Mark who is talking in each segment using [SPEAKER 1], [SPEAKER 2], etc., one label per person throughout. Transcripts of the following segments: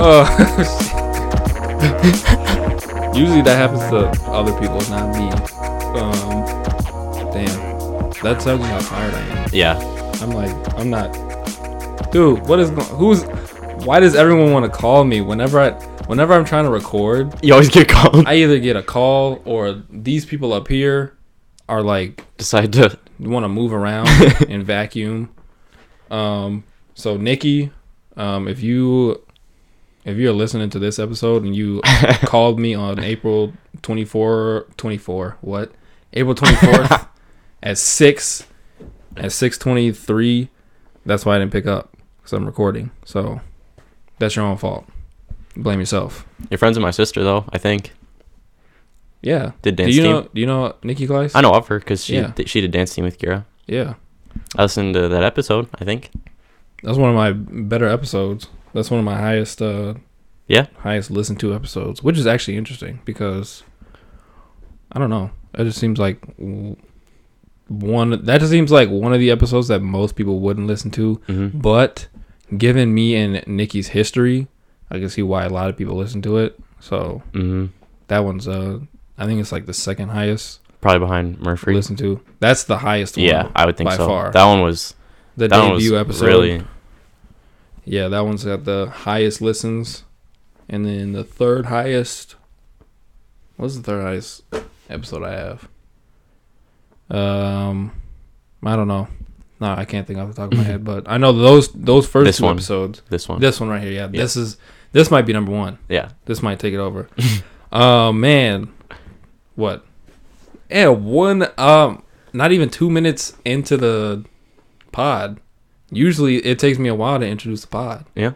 [SPEAKER 1] Uh, usually that happens to other people, not me. Um, damn, that tells you how tired I am.
[SPEAKER 2] Yeah.
[SPEAKER 1] I'm like, I'm not. Dude, what is going? Who's? Why does everyone want to call me whenever I? Whenever I'm trying to record,
[SPEAKER 2] You always get called. I
[SPEAKER 1] I either get a call or these people up here are like
[SPEAKER 2] decide to.
[SPEAKER 1] want to move around and vacuum. Um, so Nikki, um, if you if you're listening to this episode and you called me on April 24 24 what April 24th at 6 at 6:23 that's why I didn't pick up cuz I'm recording. So that's your own fault. Blame yourself.
[SPEAKER 2] Your friends and my sister, though, I think.
[SPEAKER 1] Yeah.
[SPEAKER 2] Did
[SPEAKER 1] Do
[SPEAKER 2] dance
[SPEAKER 1] you
[SPEAKER 2] team.
[SPEAKER 1] know do you know Nikki Gleiss?
[SPEAKER 2] I know of her because she,
[SPEAKER 1] Yeah.
[SPEAKER 2] th- she did dance team with Kira.
[SPEAKER 1] Yeah.
[SPEAKER 2] I listened to that episode, I think.
[SPEAKER 1] That's one of my better episodes. That's one of my highest uh
[SPEAKER 2] Yeah.
[SPEAKER 1] highest listened to episodes, which is actually interesting because I don't know. It just seems like w- one that just seems like one of the episodes that most people wouldn't listen to,
[SPEAKER 2] Mm-hmm.
[SPEAKER 1] but given me and Nikki's history, I can see why a lot of people listen to it. So,
[SPEAKER 2] Mm-hmm.
[SPEAKER 1] that one's uh I think it's like the second highest
[SPEAKER 2] Probably behind Murphy.
[SPEAKER 1] listened to. That's the highest one.
[SPEAKER 2] yeah, I would think
[SPEAKER 1] by
[SPEAKER 2] so.
[SPEAKER 1] far.
[SPEAKER 2] That one was.
[SPEAKER 1] the
[SPEAKER 2] that one was
[SPEAKER 1] debut episode.
[SPEAKER 2] really.
[SPEAKER 1] Yeah, that one's got the highest listens. And then the third highest what's the third highest episode I have? Um I don't know. No, I can't think off the top of my head, but I know those those first
[SPEAKER 2] This
[SPEAKER 1] two
[SPEAKER 2] one.
[SPEAKER 1] episodes.
[SPEAKER 2] This one.
[SPEAKER 1] This one right here, yeah, This is this might be number one.
[SPEAKER 2] yeah.
[SPEAKER 1] This might take it over. Oh man. What? Yeah, one um not even two minutes into the pod. Usually it takes me a while to introduce the pod.
[SPEAKER 2] Yeah.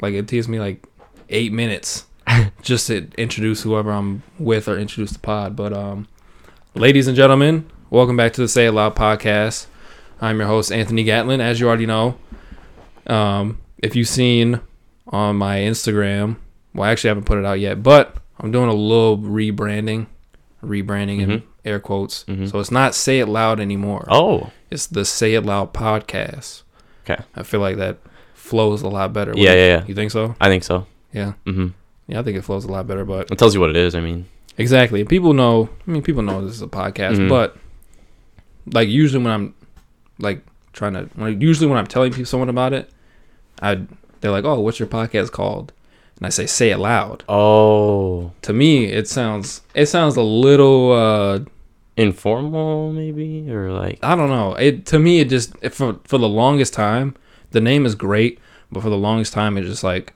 [SPEAKER 1] Like it takes me like eight minutes just to introduce whoever I'm with or introduce the pod. But um, ladies and gentlemen, welcome back to the Say It Loud podcast. I'm your host Anthony Gatlin. As you already know, um, if you've seen on my Instagram, well, actually I haven't put it out yet, but I'm doing a little rebranding, rebranding in
[SPEAKER 2] Mhm.
[SPEAKER 1] air quotes.
[SPEAKER 2] Mhm.
[SPEAKER 1] So it's not Say It Loud anymore.
[SPEAKER 2] Oh.
[SPEAKER 1] It's the Say It Loud podcast.
[SPEAKER 2] Okay.
[SPEAKER 1] I feel like that flows a lot better.
[SPEAKER 2] Yeah,
[SPEAKER 1] What do you-
[SPEAKER 2] yeah, yeah.
[SPEAKER 1] You think so?
[SPEAKER 2] I think so.
[SPEAKER 1] Yeah.
[SPEAKER 2] Mm-hmm.
[SPEAKER 1] Yeah, I think it flows a lot better, but
[SPEAKER 2] It tells you what it is. I mean,
[SPEAKER 1] exactly. People know, I mean, people know this is a podcast,
[SPEAKER 2] Mhm.
[SPEAKER 1] but like usually when I'm like trying to, when, usually when I'm telling people someone about it, I they're like, "Oh, what's your podcast called?" And I say, "Say it loud."
[SPEAKER 2] oh,
[SPEAKER 1] To me, it sounds it sounds a little uh
[SPEAKER 2] informal maybe or like
[SPEAKER 1] I don't know. It to me, it just it, for for the longest time, the name is great, but for the longest time, it just like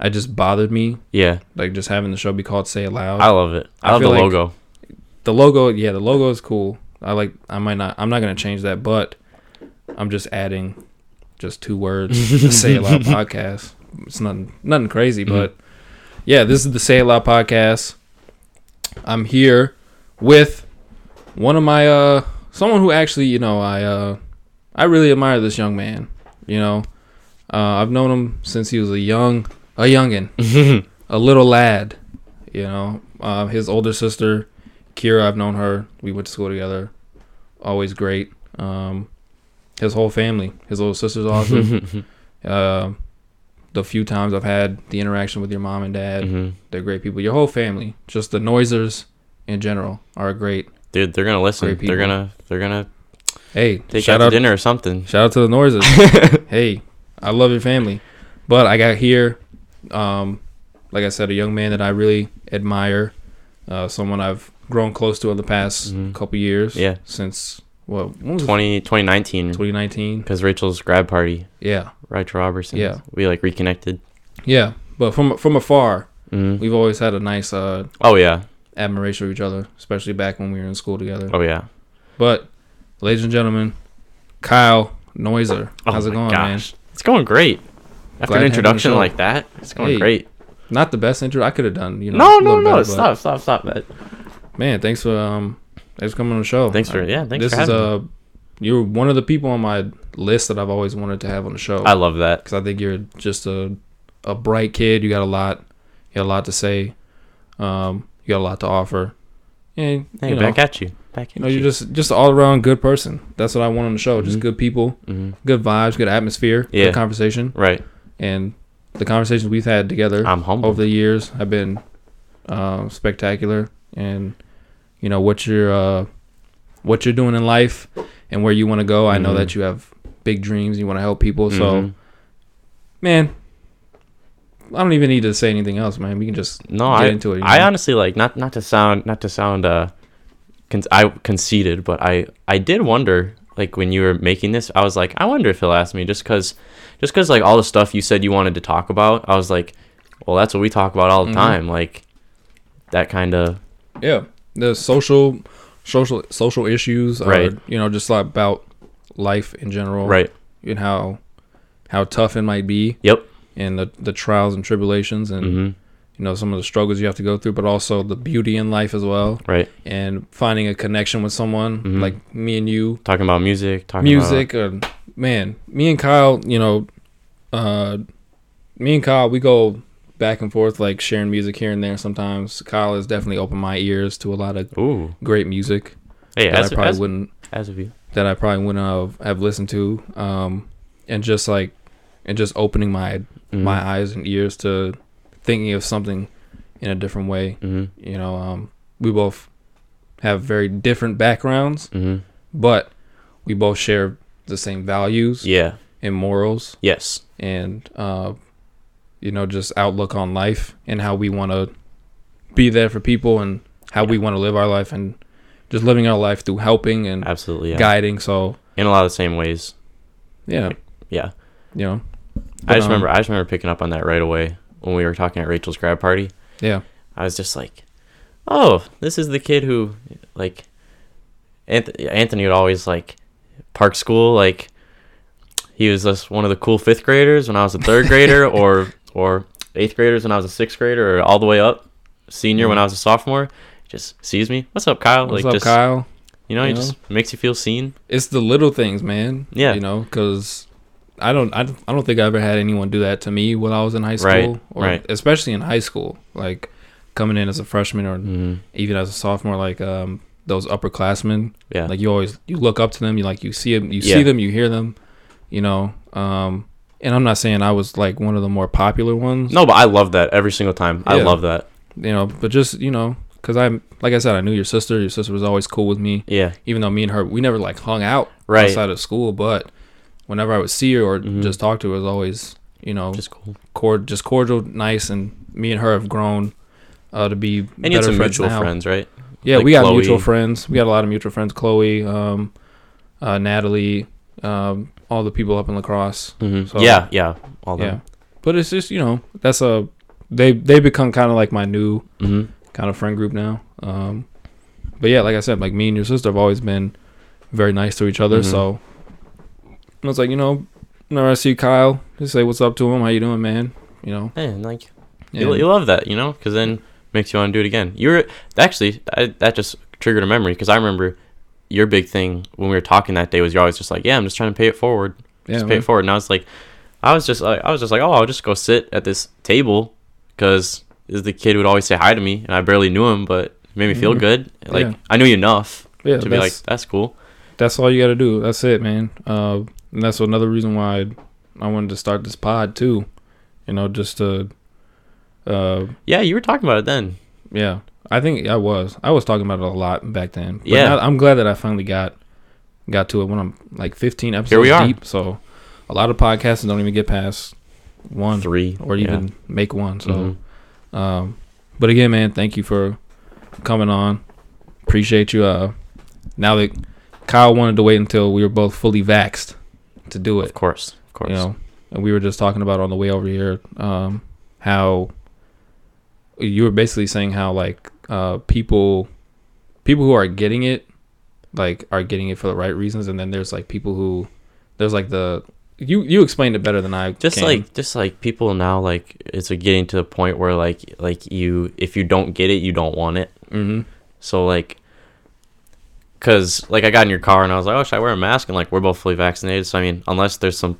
[SPEAKER 1] it just bothered me,
[SPEAKER 2] yeah.
[SPEAKER 1] like just having the show be called "Say It Loud."
[SPEAKER 2] I love it. I,
[SPEAKER 1] I
[SPEAKER 2] love the
[SPEAKER 1] feel like-
[SPEAKER 2] logo.
[SPEAKER 1] the logo, yeah, the logo is cool. I like. I might not. I'm not gonna change that, but I'm just adding just two words to "Say It Loud" podcast. It's nothing nothing crazy, but yeah, this is the "Say It Loud" podcast. I'm here with one of my uh someone who actually you know I uh I really admire this young man. You know, uh, I've known him since he was a young a youngin,
[SPEAKER 2] Mm-hmm.
[SPEAKER 1] a little lad. You know, uh, his older sister Kira, I've known her. We went to school together. Always great. Um, his whole family, his little sister's awesome. Um the few times I've had the interaction with your mom and dad,
[SPEAKER 2] hmm
[SPEAKER 1] they're great people. Your whole family, just the Noisers in general, are great.
[SPEAKER 2] Dude, they're gonna listen.
[SPEAKER 1] Great
[SPEAKER 2] They're
[SPEAKER 1] people.
[SPEAKER 2] gonna they're gonna
[SPEAKER 1] Hey,
[SPEAKER 2] take
[SPEAKER 1] shout
[SPEAKER 2] out to
[SPEAKER 1] out,
[SPEAKER 2] dinner or something.
[SPEAKER 1] shout out to the Noisers. hey, I love your family, but I got here, um, like I said, a young man that I really admire, uh, someone I've grown close to in the past
[SPEAKER 2] Mhm.
[SPEAKER 1] couple years.
[SPEAKER 2] Yeah.
[SPEAKER 1] since well,
[SPEAKER 2] 20, 2019
[SPEAKER 1] 2019.
[SPEAKER 2] because Rachel's grad party.
[SPEAKER 1] Yeah,
[SPEAKER 2] Rachel Robertson.
[SPEAKER 1] Yeah.
[SPEAKER 2] we like reconnected.
[SPEAKER 1] yeah. But from from afar,
[SPEAKER 2] hmm
[SPEAKER 1] we've always had a nice uh,
[SPEAKER 2] Oh yeah,
[SPEAKER 1] admiration of each other, especially back when we were in school together.
[SPEAKER 2] oh yeah.
[SPEAKER 1] But, ladies and gentlemen, Kyle Noiser,
[SPEAKER 2] Oh,
[SPEAKER 1] how's it
[SPEAKER 2] my
[SPEAKER 1] going,
[SPEAKER 2] gosh. It's going great.
[SPEAKER 1] Glad to
[SPEAKER 2] After
[SPEAKER 1] have you on
[SPEAKER 2] an
[SPEAKER 1] the
[SPEAKER 2] introduction
[SPEAKER 1] show.
[SPEAKER 2] like that, it's going
[SPEAKER 1] Hey,
[SPEAKER 2] great.
[SPEAKER 1] man? Not the best intro I could have done. You know,
[SPEAKER 2] No,
[SPEAKER 1] a
[SPEAKER 2] no,
[SPEAKER 1] little
[SPEAKER 2] no!
[SPEAKER 1] better, but-
[SPEAKER 2] stop, stop, stop! That
[SPEAKER 1] man. Thanks for um, thanks for coming on the show.
[SPEAKER 2] Thanks for- yeah, thanks
[SPEAKER 1] This
[SPEAKER 2] for
[SPEAKER 1] is
[SPEAKER 2] having
[SPEAKER 1] uh, you're one of the people on my list that I've always wanted to have on the show.
[SPEAKER 2] I love that.
[SPEAKER 1] because I think you're just a a bright kid. You got a lot, you got a lot to say, um, you got a lot to offer, and
[SPEAKER 2] Hey,
[SPEAKER 1] you know,
[SPEAKER 2] back at you, back at
[SPEAKER 1] you know, you're just just an all around good person. That's what I want on the show. Just good people,
[SPEAKER 2] Mhm.
[SPEAKER 1] good vibes, good atmosphere,
[SPEAKER 2] Mm-hmm. Yeah.
[SPEAKER 1] good conversation,
[SPEAKER 2] right.
[SPEAKER 1] and the conversations we've had together
[SPEAKER 2] I'm humble.
[SPEAKER 1] over the years have been um, spectacular, and you know what you're uh, what you're doing in life and where you want to go. I know
[SPEAKER 2] Mhm.
[SPEAKER 1] that you have big dreams. You want to help people, so
[SPEAKER 2] Mhm.
[SPEAKER 1] man, I don't even need to say anything else, man. We can just
[SPEAKER 2] no,
[SPEAKER 1] get
[SPEAKER 2] I
[SPEAKER 1] into it. you
[SPEAKER 2] I
[SPEAKER 1] know?
[SPEAKER 2] honestly like not not to sound not to sound uh, con- I conceited, but I I did wonder like when you were making this, I was like, I wonder if he'll ask me just because just because like all the stuff you said you wanted to talk about, I was like, well, that's what we talk about all the
[SPEAKER 1] Mhm.
[SPEAKER 2] time, like that kind of
[SPEAKER 1] yeah, the social social social issues, are,
[SPEAKER 2] Right.
[SPEAKER 1] You know, just like about life in general,
[SPEAKER 2] right.
[SPEAKER 1] And how how tough it might be,
[SPEAKER 2] Yep.
[SPEAKER 1] and the the trials and tribulations, and
[SPEAKER 2] hmm
[SPEAKER 1] you know some of the struggles you have to go through, but also the beauty in life as well,
[SPEAKER 2] Right.
[SPEAKER 1] and finding a connection with someone
[SPEAKER 2] Mhm.
[SPEAKER 1] like me and you,
[SPEAKER 2] Talking about music. Talking
[SPEAKER 1] music, or man, me and Kyle, you know, uh, me and Kyle, we go back and forth like sharing music here and there sometimes. Kyle has definitely opened my ears to a lot of
[SPEAKER 2] About, ooh.
[SPEAKER 1] great music
[SPEAKER 2] Hey,
[SPEAKER 1] that
[SPEAKER 2] as,
[SPEAKER 1] I probably
[SPEAKER 2] as,
[SPEAKER 1] wouldn't
[SPEAKER 2] as of you.
[SPEAKER 1] that I probably wouldn't have, have listened to, um, and just like and just opening my
[SPEAKER 2] Mm-hmm.
[SPEAKER 1] my eyes and ears to thinking of something in a different way.
[SPEAKER 2] hmm
[SPEAKER 1] You know, um, we both have very different backgrounds,
[SPEAKER 2] hmm
[SPEAKER 1] but we both share the same values
[SPEAKER 2] Yeah.
[SPEAKER 1] and morals,
[SPEAKER 2] Yes.
[SPEAKER 1] and uh, you know, just outlook on life and how we want to be there for people and how we want to live our life and just living our life through helping and
[SPEAKER 2] Absolutely. Uh, Yeah.
[SPEAKER 1] guiding. So
[SPEAKER 2] In a lot of the same ways.
[SPEAKER 1] yeah,
[SPEAKER 2] Yeah.
[SPEAKER 1] you know,
[SPEAKER 2] I
[SPEAKER 1] But,
[SPEAKER 2] just
[SPEAKER 1] um,
[SPEAKER 2] remember I just remember picking up on that right away when we were talking at Rachel's grad party.
[SPEAKER 1] yeah,
[SPEAKER 2] I was just like, "Oh, this is the kid who like Anth- Anthony would always like park school like he was just one of the cool 5th graders when I was a 3rd grader or or 8th graders when I was a 6th grader or all the way up senior when I was a sophomore." Just sees me. What's up, Kyle?
[SPEAKER 1] what's
[SPEAKER 2] like
[SPEAKER 1] up,
[SPEAKER 2] just
[SPEAKER 1] Kyle?
[SPEAKER 2] you know, he
[SPEAKER 1] You
[SPEAKER 2] just makes you feel seen.
[SPEAKER 1] it's the little things, man.
[SPEAKER 2] Yeah.
[SPEAKER 1] you know, because I don't, I don't, I don't think I ever had anyone do that to me while I was in high school,
[SPEAKER 2] Right,
[SPEAKER 1] or
[SPEAKER 2] right.
[SPEAKER 1] especially in high school, like coming in as a freshman or
[SPEAKER 2] Mm-hmm.
[SPEAKER 1] even as a sophomore, like um, those upperclassmen.
[SPEAKER 2] Yeah.
[SPEAKER 1] Like you always, you look up to them. You like you see them, you see
[SPEAKER 2] Yeah.
[SPEAKER 1] them, you hear them, you know. Um, and I'm not saying I was like one of the more popular ones,
[SPEAKER 2] no, but I love that every single time. I
[SPEAKER 1] Yeah.
[SPEAKER 2] love that.
[SPEAKER 1] you know, but just you know, because I'm like I said, I knew your sister. Your sister was always cool with me,
[SPEAKER 2] Yeah.
[SPEAKER 1] even though me and her we never like hung out
[SPEAKER 2] Right.
[SPEAKER 1] outside of school, but whenever I would see her or
[SPEAKER 2] Mhm.
[SPEAKER 1] just talk to her, it was always, you know, just,
[SPEAKER 2] Just cool.
[SPEAKER 1] cord- just cordial, nice, and me and her have grown uh, to be
[SPEAKER 2] And you
[SPEAKER 1] better
[SPEAKER 2] had some
[SPEAKER 1] friends
[SPEAKER 2] mutual
[SPEAKER 1] now.
[SPEAKER 2] friends, right?
[SPEAKER 1] Yeah,
[SPEAKER 2] like
[SPEAKER 1] we got
[SPEAKER 2] Chloe.
[SPEAKER 1] mutual friends. We got a lot of mutual friends. Chloe, um, uh, Natalie, um, all the people up in Lacrosse.
[SPEAKER 2] Mm-hmm.
[SPEAKER 1] So-
[SPEAKER 2] yeah, yeah, all
[SPEAKER 1] Yeah,
[SPEAKER 2] that.
[SPEAKER 1] but it's just you know that's a they they become kind of like my new
[SPEAKER 2] Mm-hmm.
[SPEAKER 1] kind of friend group now. Um, but yeah, like I said, like me and your sister have always been very nice to each other.
[SPEAKER 2] Mhm.
[SPEAKER 1] So I was like, you know, whenever I see Kyle, just say what's up to him. How you doing, man? You know,
[SPEAKER 2] Man, like you,
[SPEAKER 1] and-
[SPEAKER 2] you love that, you know, because then makes you want to do it again. You were actually I, that just triggered a memory because I remember your big thing when we were talking that day was you're always just like, yeah, I'm just trying to pay it forward,
[SPEAKER 1] yeah,
[SPEAKER 2] just pay
[SPEAKER 1] man.
[SPEAKER 2] it forward. And I was like, I was just like, I was just like, oh, I'll just go sit at this table because is the kid would always say hi to me and I barely knew him, but it made me feel
[SPEAKER 1] Mhm.
[SPEAKER 2] good. Like
[SPEAKER 1] Yeah.
[SPEAKER 2] I knew you enough
[SPEAKER 1] yeah.
[SPEAKER 2] to
[SPEAKER 1] That's,
[SPEAKER 2] be like, that's cool.
[SPEAKER 1] that's all you got to do. That's it, man. Uh, and that's another reason why I, I wanted to start this pod too. You know, just to, uh,
[SPEAKER 2] Yeah, you were talking about it then.
[SPEAKER 1] yeah. I think I was. I was talking about it a lot back then. But
[SPEAKER 2] Yeah.
[SPEAKER 1] now- I'm glad that I finally got got to it when I'm like 15 episodes
[SPEAKER 2] we are.
[SPEAKER 1] deep. So a lot of podcasts don't even get past one
[SPEAKER 2] Three
[SPEAKER 1] or
[SPEAKER 2] yeah.
[SPEAKER 1] even make one. So,
[SPEAKER 2] Mhm.
[SPEAKER 1] um, but again, man, thank you for coming on. Appreciate you. Uh, now that Kyle wanted to wait until we were both fully vaxxed to do it,
[SPEAKER 2] of course, of course.
[SPEAKER 1] you know, and we were just talking about on the way over here um, how you were basically saying how like uh, people people who are getting it like are getting it for the right reasons, and then there's like people who there's like the you you explained it better than I
[SPEAKER 2] just
[SPEAKER 1] can.
[SPEAKER 2] like just like people now like it's like getting to the point where like like you if you don't get it you don't want it
[SPEAKER 1] hmm
[SPEAKER 2] so like because like i got in your car and i was like oh should i wear a mask and like we're both fully vaccinated so i mean unless there's some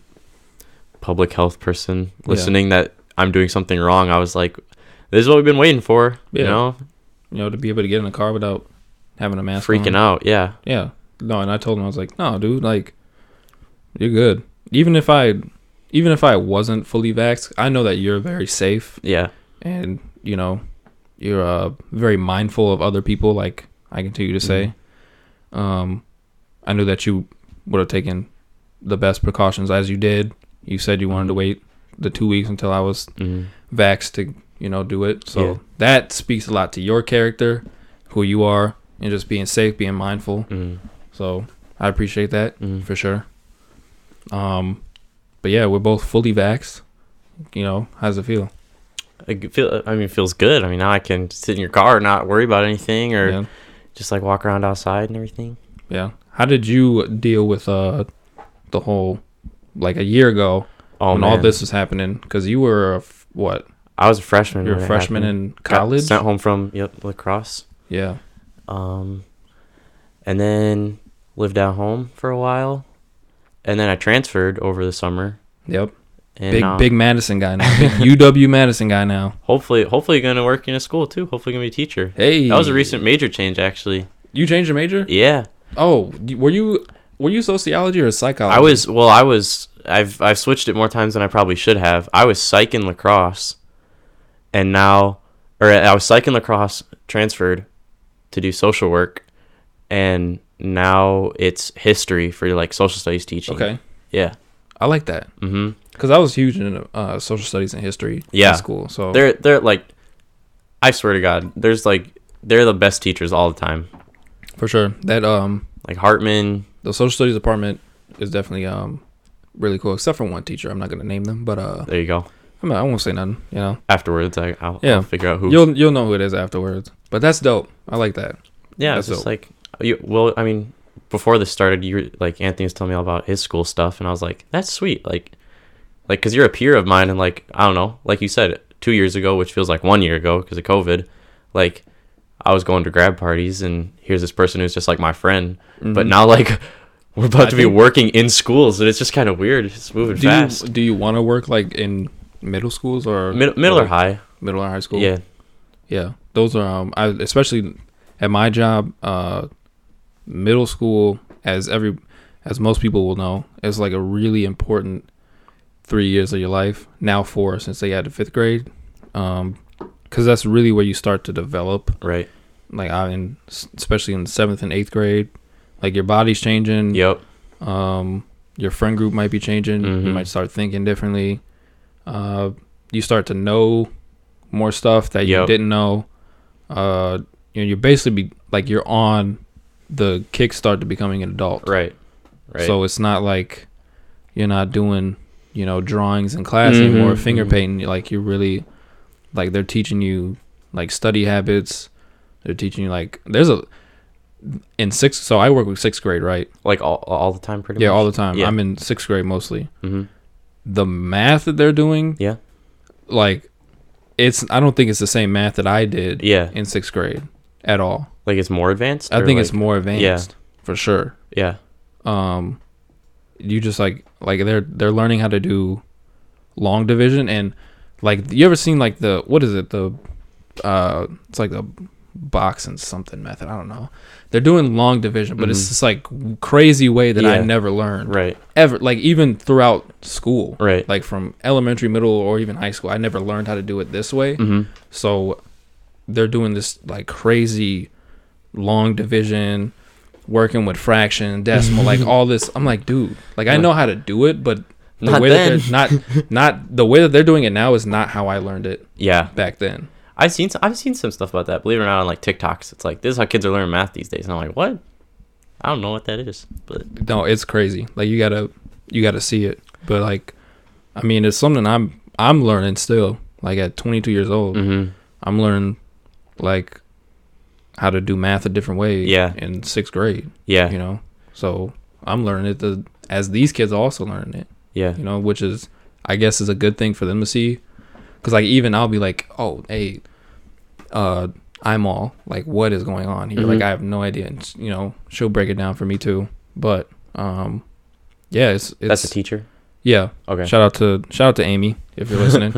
[SPEAKER 2] public health person
[SPEAKER 1] Yeah.
[SPEAKER 2] listening that i'm doing something wrong i was like this is what we've been waiting for you
[SPEAKER 1] Yeah.
[SPEAKER 2] know
[SPEAKER 1] you know, to be able to get in a car without having a mask
[SPEAKER 2] freaking
[SPEAKER 1] on.
[SPEAKER 2] out yeah
[SPEAKER 1] Yeah. No, and I told him I was like, "No, dude, like you're good. Even if I even if I wasn't fully vaxxed, I know that you're very safe
[SPEAKER 2] Yeah.
[SPEAKER 1] and you know you're uh, very mindful of other people. Like I continue to say, um, I knew that you would have taken the best precautions as you did. You said you wanted to wait the two weeks until I was
[SPEAKER 2] Mm.
[SPEAKER 1] vaxxed to you know do it. So
[SPEAKER 2] Yeah.
[SPEAKER 1] that speaks a lot to your character, who you are, and just being safe, being mindful.
[SPEAKER 2] Mm.
[SPEAKER 1] So I appreciate that
[SPEAKER 2] Mm.
[SPEAKER 1] for sure. Um, but yeah, we're both fully vaxxed. You know, how's it feel?
[SPEAKER 2] I g- feel. I mean, it feels good. I mean, now I can sit in your car, and not worry about anything, or
[SPEAKER 1] Yeah.
[SPEAKER 2] just like walk around outside and everything.
[SPEAKER 1] yeah. How did you deal with uh the whole like a year ago
[SPEAKER 2] Oh
[SPEAKER 1] when
[SPEAKER 2] man,
[SPEAKER 1] all this was happening? Because you were a f- what?
[SPEAKER 2] I was a freshman.
[SPEAKER 1] You were
[SPEAKER 2] when
[SPEAKER 1] a
[SPEAKER 2] it
[SPEAKER 1] freshman
[SPEAKER 2] happened.
[SPEAKER 1] in
[SPEAKER 2] Got
[SPEAKER 1] college.
[SPEAKER 2] sent home from yep lacrosse.
[SPEAKER 1] Yeah.
[SPEAKER 2] Um, and then lived at home for a while, and then I transferred over the summer.
[SPEAKER 1] Yep.
[SPEAKER 2] And um, uh,
[SPEAKER 1] big
[SPEAKER 2] now-
[SPEAKER 1] big Madison guy now. Big UW Madison guy now.
[SPEAKER 2] Hopefully, hopefully going to work in a school too. Hopefully going to be a teacher.
[SPEAKER 1] Hey.
[SPEAKER 2] That was a recent major change, actually.
[SPEAKER 1] You changed your major?
[SPEAKER 2] Yeah,
[SPEAKER 1] Oh, d- were you were you sociology or psychology?
[SPEAKER 2] I was. Well, I was. I've I've switched it more times than I probably should have. I was psych in lacrosse, and now, or I was psych in lacrosse, transferred to do social work, and now it's history for like social studies teaching.
[SPEAKER 1] okay.
[SPEAKER 2] Yeah.
[SPEAKER 1] I like that
[SPEAKER 2] hmm
[SPEAKER 1] because I was huge in uh, social studies and history.
[SPEAKER 2] Yeah.
[SPEAKER 1] in school. So
[SPEAKER 2] They're they're like, I swear to God, there's like they're the best teachers all the time.
[SPEAKER 1] for sure that um
[SPEAKER 2] Like Hartman.
[SPEAKER 1] the social studies department is definitely um really cool except for one teacher. I'm not gonna name them, but uh
[SPEAKER 2] There you go.
[SPEAKER 1] I'm not, I won't say nothing. You know,
[SPEAKER 2] Afterwards, I, I'll,
[SPEAKER 1] Yeah.
[SPEAKER 2] I'll figure out who.
[SPEAKER 1] you'll you'll know who it is afterwards. But that's dope. I like that.
[SPEAKER 2] Yeah, it's
[SPEAKER 1] That's
[SPEAKER 2] just like you, well, I mean, before this started, you were like Anthony was telling me all about his school stuff, and I was like, that's sweet, like, like because you're a peer of mine, and like I don't know, like you said, two years ago, which feels like one year ago because of COVID, like I was going to grab parties, and here's this person who's just like my friend, but
[SPEAKER 1] Mhm.
[SPEAKER 2] now like we're about
[SPEAKER 1] I
[SPEAKER 2] to be
[SPEAKER 1] think-
[SPEAKER 2] working in schools, and it's just kind of weird. It's just moving
[SPEAKER 1] Do
[SPEAKER 2] fast.
[SPEAKER 1] you do you want to work like in middle schools or
[SPEAKER 2] Mid- middle
[SPEAKER 1] Oh,
[SPEAKER 2] or high?
[SPEAKER 1] middle or high school?
[SPEAKER 2] Yeah.
[SPEAKER 1] Yeah, those are um, I especially at my job, uh, middle school, as every as most people will know, is like a really important three years of your life. Now four since they added fifth grade, because that's really where you start to develop.
[SPEAKER 2] Right.
[SPEAKER 1] Like I in especially in seventh and eighth grade, like your body's changing.
[SPEAKER 2] Yep.
[SPEAKER 1] Um, your friend group might be changing. You
[SPEAKER 2] Mhm.
[SPEAKER 1] might start thinking differently. Uh, you start to know more stuff that you
[SPEAKER 2] Yep.
[SPEAKER 1] didn't know. Uh, you know, you're basically be, like you're on the kickstart to becoming an adult.
[SPEAKER 2] Right. Right.
[SPEAKER 1] So it's not like you're not doing, you know, drawings in class
[SPEAKER 2] Mhm,
[SPEAKER 1] anymore, finger
[SPEAKER 2] mhm.
[SPEAKER 1] painting. Like you're really, like they're teaching you like study habits. They're teaching you like there's a in sixth. So I work with sixth grade, right?
[SPEAKER 2] like all, all the time, pretty
[SPEAKER 1] Yeah, all
[SPEAKER 2] much.
[SPEAKER 1] the time.
[SPEAKER 2] Yeah.
[SPEAKER 1] I'm in sixth grade mostly.
[SPEAKER 2] hmm
[SPEAKER 1] The math that they're doing,
[SPEAKER 2] Yeah.
[SPEAKER 1] like it's I don't think it's the same math that I did
[SPEAKER 2] Yeah.
[SPEAKER 1] in sixth grade at all.
[SPEAKER 2] Like it's more advanced.
[SPEAKER 1] I
[SPEAKER 2] or,
[SPEAKER 1] think
[SPEAKER 2] like-
[SPEAKER 1] it's more advanced for sure.
[SPEAKER 2] Yeah.
[SPEAKER 1] Um, you just like like they're they're learning how to do long division and like you ever seen like the what is it the uh it's like the box and something method I don't know they're doing long division but it's
[SPEAKER 2] Mhm.
[SPEAKER 1] just like crazy way that I
[SPEAKER 2] Yeah.
[SPEAKER 1] never learned
[SPEAKER 2] Right.
[SPEAKER 1] ever like even throughout school
[SPEAKER 2] Right.
[SPEAKER 1] like from elementary middle or even high school i never learned how to do it this way
[SPEAKER 2] Mm-hmm.
[SPEAKER 1] so they're doing this like crazy long division working with fraction decimal like all this i'm like dude like i
[SPEAKER 2] Yeah.
[SPEAKER 1] know how to do it but the
[SPEAKER 2] Not
[SPEAKER 1] way
[SPEAKER 2] then.
[SPEAKER 1] that they're not not the way that they're doing it now is not how i learned it
[SPEAKER 2] Yeah.
[SPEAKER 1] back then
[SPEAKER 2] I've seen some, I've seen some stuff about that. Believe it or not, on like TikToks, it's like this is how kids are learning math these days, and I'm like, what? I don't know what that is, but
[SPEAKER 1] no it's crazy like you gotta you gotta see it but like i mean it's something i'm i'm learning still like at 22 years old
[SPEAKER 2] mm-hmm.
[SPEAKER 1] I'm learning like how to do math a different way.
[SPEAKER 2] Yeah.
[SPEAKER 1] In sixth grade,
[SPEAKER 2] yeah,
[SPEAKER 1] you know, so I'm learning it the, as these kids are also learning it,
[SPEAKER 2] yeah,
[SPEAKER 1] you know, which is I guess is a good thing for them to see, because like even I'll be like, oh hey, uh, I'm all like, what is going on here? Like
[SPEAKER 2] Mhm.
[SPEAKER 1] I have no idea, and you know, she'll break it down for me too. But um, yeah, it's it's
[SPEAKER 2] that's a teacher.
[SPEAKER 1] yeah.
[SPEAKER 2] Okay,
[SPEAKER 1] Shout out to shout out to Amy if you're listening,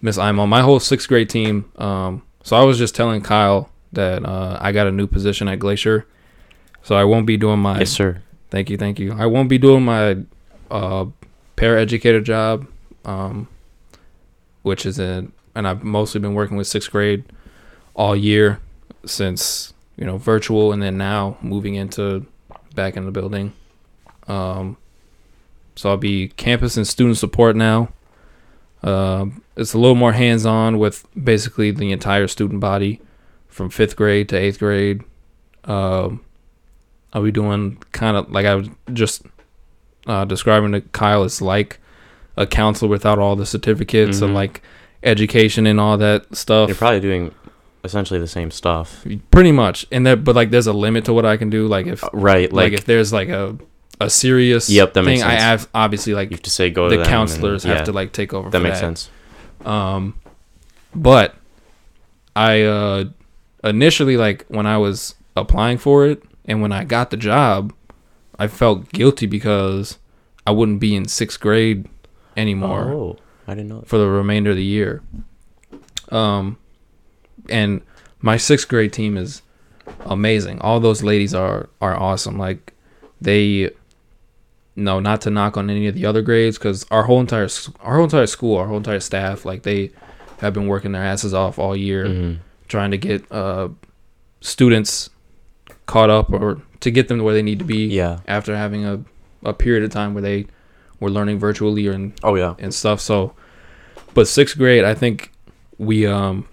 [SPEAKER 1] Miss Imo. My whole sixth grade team. Um, so I was just telling Kyle that uh, I got a new position at Glacier, so I won't be doing my.
[SPEAKER 2] yes, sir.
[SPEAKER 1] Thank you, thank you. I won't be doing my uh, paraeducator job, um, which is in, and I've mostly been working with sixth grade all year since you know virtual, and then now moving into back in the building. Um, so I'll be campus and student support now. Um, it's a little more hands-on with basically the entire student body, from fifth grade to eighth grade. Um, I'll be doing kind of like I was just uh, describing to Kyle. It's like a counselor without all the certificates and
[SPEAKER 2] Mhm.
[SPEAKER 1] like education and all that stuff.
[SPEAKER 2] You're probably doing essentially the same stuff.
[SPEAKER 1] pretty much, and that but like there's a limit to what I can do. Like if
[SPEAKER 2] Uh, Right,
[SPEAKER 1] like,
[SPEAKER 2] like,
[SPEAKER 1] if there's like a a serious
[SPEAKER 2] Yep, that
[SPEAKER 1] thing,
[SPEAKER 2] makes
[SPEAKER 1] I
[SPEAKER 2] sense.
[SPEAKER 1] have obviously
[SPEAKER 2] you
[SPEAKER 1] like
[SPEAKER 2] have to say go to
[SPEAKER 1] the
[SPEAKER 2] them and-
[SPEAKER 1] counselors
[SPEAKER 2] yeah,
[SPEAKER 1] have to like take over.
[SPEAKER 2] That
[SPEAKER 1] for
[SPEAKER 2] makes sense.
[SPEAKER 1] Um, but I uh, initially like when I was applying for it and when I got the job, I felt guilty because I wouldn't be in sixth grade anymore
[SPEAKER 2] Oh, I didn't know.
[SPEAKER 1] for the remainder of the year. Um, and my sixth grade team is amazing. All those ladies are are awesome. Like they, no, not to knock on any of the other grades, because our whole entire s- our whole entire school, our whole entire staff, like they have been working their asses off all year
[SPEAKER 2] Mhm.
[SPEAKER 1] trying to get uh students caught up or to get them to where they need to be
[SPEAKER 2] Yeah.
[SPEAKER 1] after having a, a period of time where they were learning virtually or in
[SPEAKER 2] Oh yeah.
[SPEAKER 1] and stuff. So, but sixth grade, I think we um,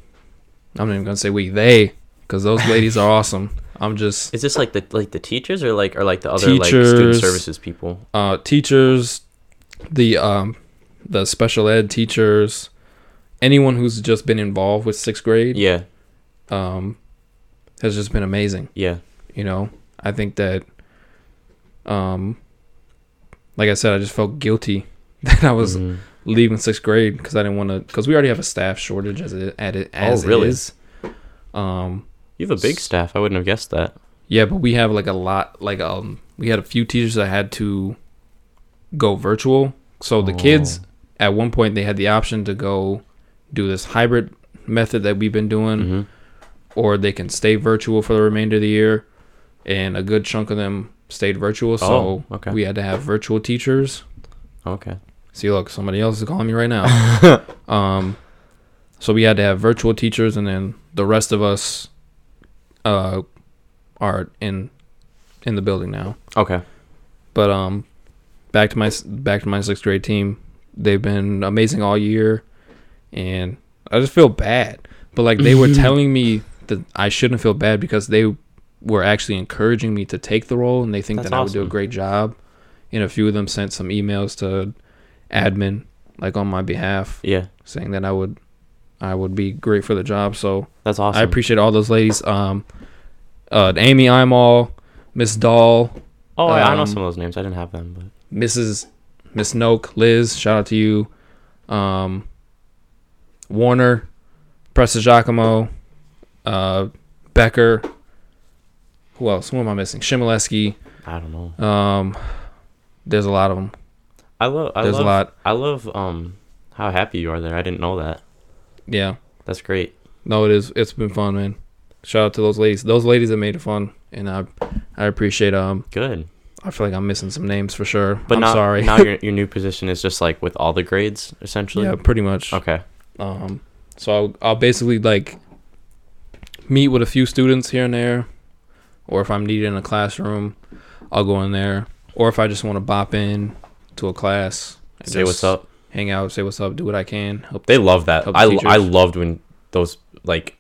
[SPEAKER 1] I'm not even gonna say we they, because those ladies are awesome. I'm just
[SPEAKER 2] Is this like the like the teachers or like or like the other like student
[SPEAKER 1] Teachers.
[SPEAKER 2] services people?
[SPEAKER 1] uh teachers, the um, the special ed teachers, anyone who's just been involved with sixth grade,
[SPEAKER 2] Yeah,
[SPEAKER 1] um, has just been amazing.
[SPEAKER 2] yeah.
[SPEAKER 1] You know, I think that um, like I said, I just felt guilty that I was
[SPEAKER 2] Mhm.
[SPEAKER 1] leaving sixth grade because I didn't want to because we already have a staff shortage as it at it as
[SPEAKER 2] Oh, really?
[SPEAKER 1] it is. Um,
[SPEAKER 2] You have a big staff. I wouldn't have guessed that.
[SPEAKER 1] yeah, but we have like a lot. Like um, we had a few teachers that had to go virtual. So Oh,
[SPEAKER 2] Oh.
[SPEAKER 1] the kids at one point they had the option to go do this hybrid method that we've been doing,
[SPEAKER 2] hmm
[SPEAKER 1] or they can stay virtual for the remainder of the year. And a good chunk of them stayed virtual, so
[SPEAKER 2] Oh, okay.
[SPEAKER 1] we had to have virtual teachers.
[SPEAKER 2] Okay.
[SPEAKER 1] See, look, somebody else is calling me right now. um, so we had to have virtual teachers, and then the rest of us uh, are in in the building now.
[SPEAKER 2] Okay.
[SPEAKER 1] But um, back to my s- back to my sixth grade team. They've been amazing all year, and I just feel bad. But like they were telling me that I shouldn't feel bad because they were actually encouraging me to take the role, and they think
[SPEAKER 2] That's
[SPEAKER 1] that I would do a
[SPEAKER 2] awesome.
[SPEAKER 1] great job. And a few of them sent some emails to admin, like on my behalf,
[SPEAKER 2] Yeah.
[SPEAKER 1] saying that I would, I would be great for the job. So
[SPEAKER 2] That's awesome.
[SPEAKER 1] I appreciate all those ladies. Um, uh, Amy Imall, Miss Dahl,
[SPEAKER 2] Oh, I, I know
[SPEAKER 1] um,
[SPEAKER 2] some of those names. I didn't have them, but
[SPEAKER 1] Mrs. Miss Noak, Liz, shout out to you. Um, Warner, Presta Giacomo, uh, Becker. Who else? Who am I missing? Shimoleski.
[SPEAKER 2] I don't know.
[SPEAKER 1] Um, there's a lot of them.
[SPEAKER 2] I love. I
[SPEAKER 1] There's
[SPEAKER 2] love,
[SPEAKER 1] a lot.
[SPEAKER 2] I love um how happy you are there. I didn't know that.
[SPEAKER 1] Yeah.
[SPEAKER 2] That's great.
[SPEAKER 1] No, it is. It's been fun, man. Shout out to those ladies. Those ladies that made it fun, and I, I appreciate. Um,
[SPEAKER 2] Good.
[SPEAKER 1] I feel like I'm missing some names for sure.
[SPEAKER 2] But
[SPEAKER 1] I'm
[SPEAKER 2] now,
[SPEAKER 1] sorry.
[SPEAKER 2] now your your new position is just like with all the grades essentially.
[SPEAKER 1] yeah, pretty much.
[SPEAKER 2] Okay.
[SPEAKER 1] Um, so I'll, I'll basically like meet with a few students here and there, or if I'm needed in a classroom, I'll go in there. Or if I just want to bop in to a class, and
[SPEAKER 2] Say what's
[SPEAKER 1] just
[SPEAKER 2] up.
[SPEAKER 1] hang out, say what's up, do what I can. Help.
[SPEAKER 2] They love that.
[SPEAKER 1] Help
[SPEAKER 2] I
[SPEAKER 1] teachers.
[SPEAKER 2] I loved when those like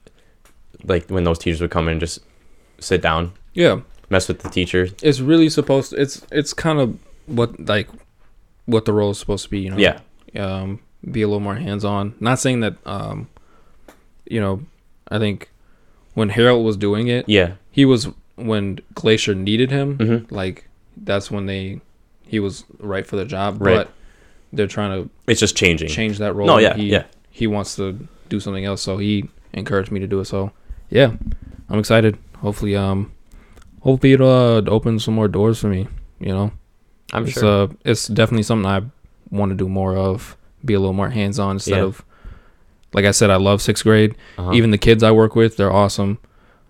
[SPEAKER 2] like when those teachers would come in and just sit down,
[SPEAKER 1] Yeah,
[SPEAKER 2] mess with the teacher.
[SPEAKER 1] it's really supposed. To, it's it's kind of what like what the role is supposed to be. You know.
[SPEAKER 2] Yeah.
[SPEAKER 1] um, be a little more hands on. Not saying that, um, you know, I think when Harold was doing it,
[SPEAKER 2] Yeah.
[SPEAKER 1] he was when Glacier needed him.
[SPEAKER 2] Mhm.
[SPEAKER 1] Like that's when they he was right for the job.
[SPEAKER 2] Right.
[SPEAKER 1] But they're trying
[SPEAKER 2] It's just changing.
[SPEAKER 1] to change that role.
[SPEAKER 2] No, yeah,
[SPEAKER 1] he,
[SPEAKER 2] yeah.
[SPEAKER 1] He wants to do something else, so he encouraged me to do it. So yeah, I'm excited. Hopefully, um, hopefully it uh opens some more doors for me. You know,
[SPEAKER 2] I'm
[SPEAKER 1] it's
[SPEAKER 2] sure.
[SPEAKER 1] uh, it's definitely something I want to do more of. Be a little more hands on instead
[SPEAKER 2] Yeah.
[SPEAKER 1] of. Like I said, I love sixth grade.
[SPEAKER 2] Uh-huh.
[SPEAKER 1] Even the kids I work with, they're awesome.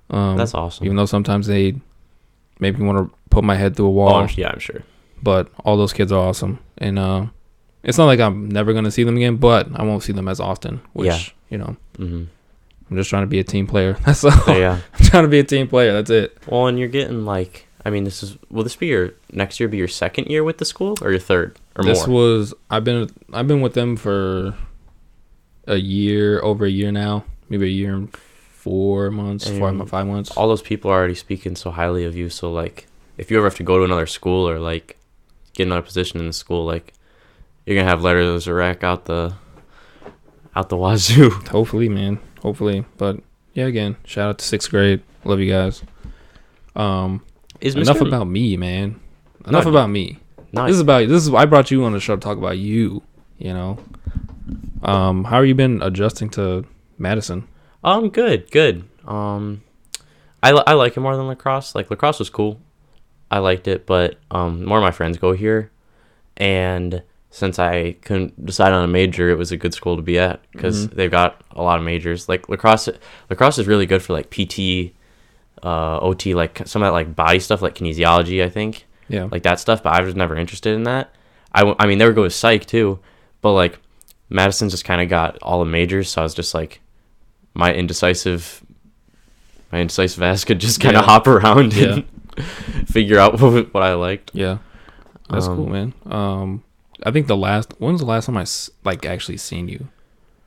[SPEAKER 1] Um,
[SPEAKER 2] That's awesome.
[SPEAKER 1] even though sometimes they maybe want to put my head through a
[SPEAKER 2] oh,
[SPEAKER 1] wall,
[SPEAKER 2] I'm- yeah, I'm sure.
[SPEAKER 1] but all those kids are awesome, and uh, It's not like I'm never gonna see them again, but I won't see them as often. Which
[SPEAKER 2] Yeah.
[SPEAKER 1] you know,
[SPEAKER 2] hmm
[SPEAKER 1] I'm just trying to be a team player. That's all.
[SPEAKER 2] But yeah.
[SPEAKER 1] I'm trying to be a team player. That's it.
[SPEAKER 2] Well, and you're getting like, I mean, this is will this be your next year? Be your second year with the school or your third or
[SPEAKER 1] this
[SPEAKER 2] more?
[SPEAKER 1] was I've been I've been with them for a year over a year now, maybe a year and four months, four
[SPEAKER 2] And-
[SPEAKER 1] five months.
[SPEAKER 2] All those people are already speaking so highly of you. So like, if you ever have to go to another school or like get another position in the school, like you're gonna have letters to rack out the out the wazoo.
[SPEAKER 1] Hopefully, man. Hopefully, but yeah, again, shout out to sixth grade. Love you guys. Um,
[SPEAKER 2] Is
[SPEAKER 1] enough
[SPEAKER 2] Mr.
[SPEAKER 1] about me, man. Enough
[SPEAKER 2] No,
[SPEAKER 1] about me.
[SPEAKER 2] not
[SPEAKER 1] This is about this is I brought you on the show to talk about you. You know, um, how have you been adjusting to Madison?
[SPEAKER 2] Um, good, good. Um, I, li- I like it more than lacrosse. Like lacrosse was cool, I liked it, but um, more of my friends go here, and since I couldn't decide on a major, it was a good school to be at because they've got a lot of majors. Like lacrosse, lacrosse is really good for like PT, uh, OT, like some of that like body stuff, like kinesiology, I think
[SPEAKER 1] Yeah,
[SPEAKER 2] like that stuff, but I was never interested in that. I, w- I mean, there would go with psych too, but like Madison just kind of got all the majors, so I was just like, my indecisive, my indecisive ass could just kind of
[SPEAKER 1] Yeah.
[SPEAKER 2] hop around and figure out what, what I liked.
[SPEAKER 1] yeah, that's cool,
[SPEAKER 2] Um,
[SPEAKER 1] man. Um, I think the last when was the last time I s- like actually seen you?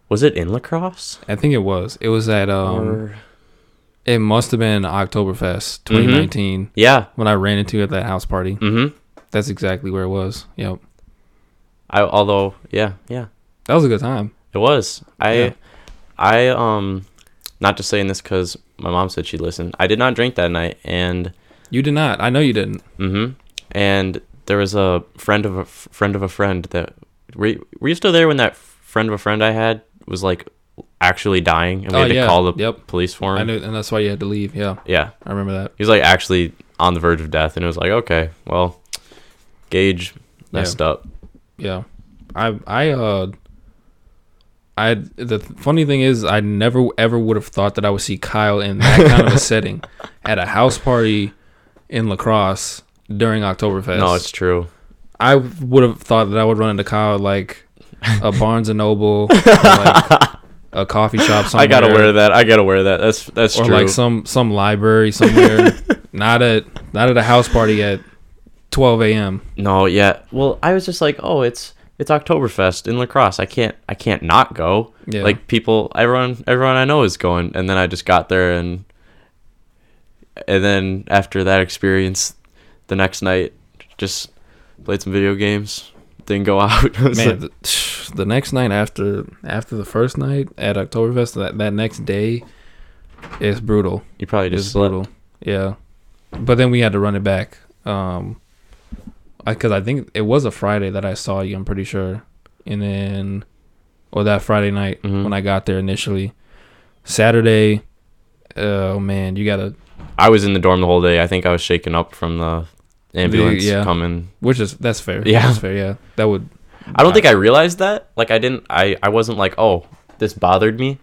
[SPEAKER 2] Was it in lacrosse?
[SPEAKER 1] I think it was. It was at um.
[SPEAKER 2] or
[SPEAKER 1] It must have been Oktoberfest 2019
[SPEAKER 2] yeah,
[SPEAKER 1] when I ran into you at that house party.
[SPEAKER 2] mm-hmm.
[SPEAKER 1] That's exactly where it was. Yep,
[SPEAKER 2] I although yeah yeah
[SPEAKER 1] that was a good time.
[SPEAKER 2] it was I
[SPEAKER 1] Yeah.
[SPEAKER 2] I um not just saying this because my mom said she'd listen. I did not drink that night and.
[SPEAKER 1] You did not. I know you didn't.
[SPEAKER 2] Mm-hmm. And there was a friend of a f- friend of a friend that were you, were you still there when that friend of a friend I had was like actually dying and we
[SPEAKER 1] Oh,
[SPEAKER 2] had to
[SPEAKER 1] yeah.
[SPEAKER 2] call the
[SPEAKER 1] Yep.
[SPEAKER 2] police for him.
[SPEAKER 1] I knew, and that's why you had to leave. Yeah,
[SPEAKER 2] Yeah,
[SPEAKER 1] I remember that.
[SPEAKER 2] he was like actually on the verge of death, and it was like okay, well, Gage messed up.
[SPEAKER 1] Yeah, I I uh, I the th- funny thing is I never ever would have thought that I would see Kyle in that kind of a setting at a house party in Lacrosse during Oktoberfest.
[SPEAKER 2] No, it's true.
[SPEAKER 1] I would have thought that I would run into Kyle at, like a Barnes and Noble, or, like a coffee shop somewhere.
[SPEAKER 2] I gotta wear that. I gotta wear that. That's that's
[SPEAKER 1] or
[SPEAKER 2] true.
[SPEAKER 1] like some some library somewhere. not at not at a house party at 12 a.m.
[SPEAKER 2] no, yeah. Well, I was just like, oh, it's it's Oktoberfest in Lacrosse. I can't I can't not go.
[SPEAKER 1] Yeah.
[SPEAKER 2] like people everyone everyone i know is going and then i just got there and and then after that experience the next night just played some video games didn't go out I was
[SPEAKER 1] Man,
[SPEAKER 2] like-
[SPEAKER 1] the, the next night after after the first night at Oktoberfest, that, that next day is brutal.
[SPEAKER 2] you probably
[SPEAKER 1] It's
[SPEAKER 2] just slept.
[SPEAKER 1] brutal. Yeah. But then we had to run it back. Um because I think it was a Friday that I saw you, I'm pretty sure. And then or that Friday night
[SPEAKER 2] Mhm.
[SPEAKER 1] when I got there initially. Saturday, oh man, you gotta
[SPEAKER 2] i was in the dorm the whole day i think i was shaken up from the ambulance
[SPEAKER 1] yeah.
[SPEAKER 2] coming
[SPEAKER 1] which is that's fair.
[SPEAKER 2] Yeah.
[SPEAKER 1] That's fair, yeah. That would
[SPEAKER 2] i don't think i realized that like i didn't i i wasn't like oh this bothered me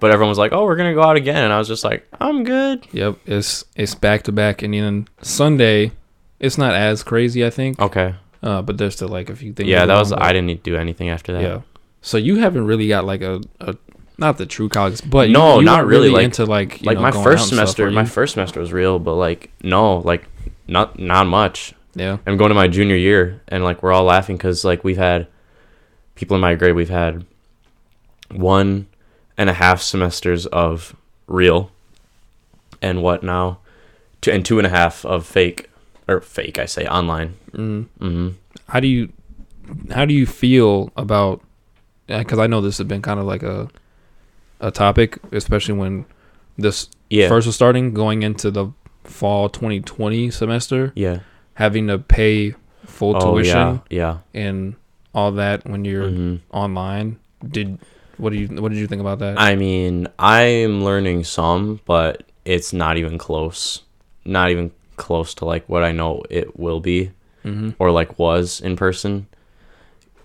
[SPEAKER 2] but everyone was like oh we're gonna go out again and i was just like i'm good
[SPEAKER 1] Yep, it's it's back to back, and then Sunday, it's not as crazy, I think.
[SPEAKER 2] okay
[SPEAKER 1] Uh, but there's still like a few things.
[SPEAKER 2] Oh. yeah that
[SPEAKER 1] going
[SPEAKER 2] was
[SPEAKER 1] on,
[SPEAKER 2] i didn't do anything after
[SPEAKER 1] but-
[SPEAKER 2] that
[SPEAKER 1] Yeah. So you haven't really got like a, a not the true college, but you-
[SPEAKER 2] No,
[SPEAKER 1] you
[SPEAKER 2] not
[SPEAKER 1] weren't
[SPEAKER 2] really, like-
[SPEAKER 1] into like you
[SPEAKER 2] like
[SPEAKER 1] know,
[SPEAKER 2] my
[SPEAKER 1] going
[SPEAKER 2] first
[SPEAKER 1] out and stuff,
[SPEAKER 2] semester
[SPEAKER 1] were
[SPEAKER 2] my
[SPEAKER 1] you?
[SPEAKER 2] first semester was real but like no like not not much
[SPEAKER 1] yeah
[SPEAKER 2] i'm going to my junior year and like we're all laughing because like we've had people in my grade we've had one and a half semesters of real and what now two and two and a half of fake or fake i say online
[SPEAKER 1] mm.
[SPEAKER 2] hmm
[SPEAKER 1] how do you how do you feel about because I know this has been kind of like a a topic, especially when this
[SPEAKER 2] yeah
[SPEAKER 1] first was starting going into the fall 2020 semester,
[SPEAKER 2] yeah
[SPEAKER 1] having to pay full
[SPEAKER 2] oh
[SPEAKER 1] tuition.
[SPEAKER 2] yeah yeah
[SPEAKER 1] and all that when you're
[SPEAKER 2] Mhm.
[SPEAKER 1] online. Did what do you what did you think about that?
[SPEAKER 2] I mean, I'm learning some, but it's not even close. Not even close to like what I know it will be
[SPEAKER 1] mm-hmm.
[SPEAKER 2] or like was in person.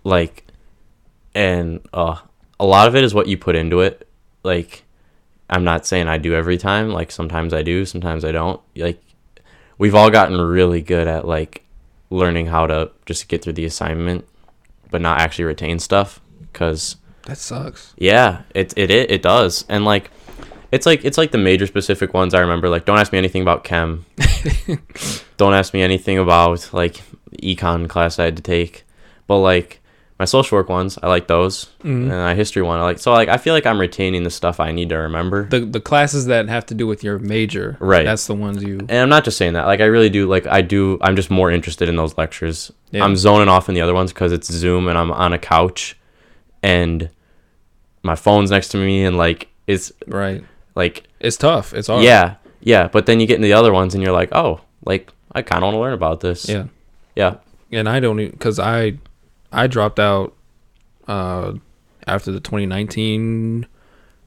[SPEAKER 2] Like and uh a lot of it is what you put into it. Like I'm not saying I do every time, like sometimes I do, sometimes I don't. Like we've all gotten really good at like learning how to just get through the assignment but not actually retain stuff because
[SPEAKER 1] That sucks.
[SPEAKER 2] yeah, it it it, it does. And like it's like it's like the major specific ones I remember like don't ask me anything about chem. don't ask me anything about like econ class I had to take. But like my social work ones, I like those. And
[SPEAKER 1] Mm.
[SPEAKER 2] my history one, I like so like I feel like I'm retaining the stuff I need to remember.
[SPEAKER 1] The the classes that have to do with your major,
[SPEAKER 2] Right.
[SPEAKER 1] That's the ones you.
[SPEAKER 2] and I'm not just saying that. Like I really do like I do I'm just more interested in those lectures.
[SPEAKER 1] Yeah.
[SPEAKER 2] I'm zoning off in the other ones cuz it's Zoom and I'm on a couch and my phone's next to me and like it's
[SPEAKER 1] Right.
[SPEAKER 2] like
[SPEAKER 1] It's tough. It's hard.
[SPEAKER 2] Yeah, yeah. But then you get into the other ones, and you're like, oh, like I kind of want to learn about this.
[SPEAKER 1] Yeah.
[SPEAKER 2] yeah,
[SPEAKER 1] and I don't because I I dropped out uh, after the 2019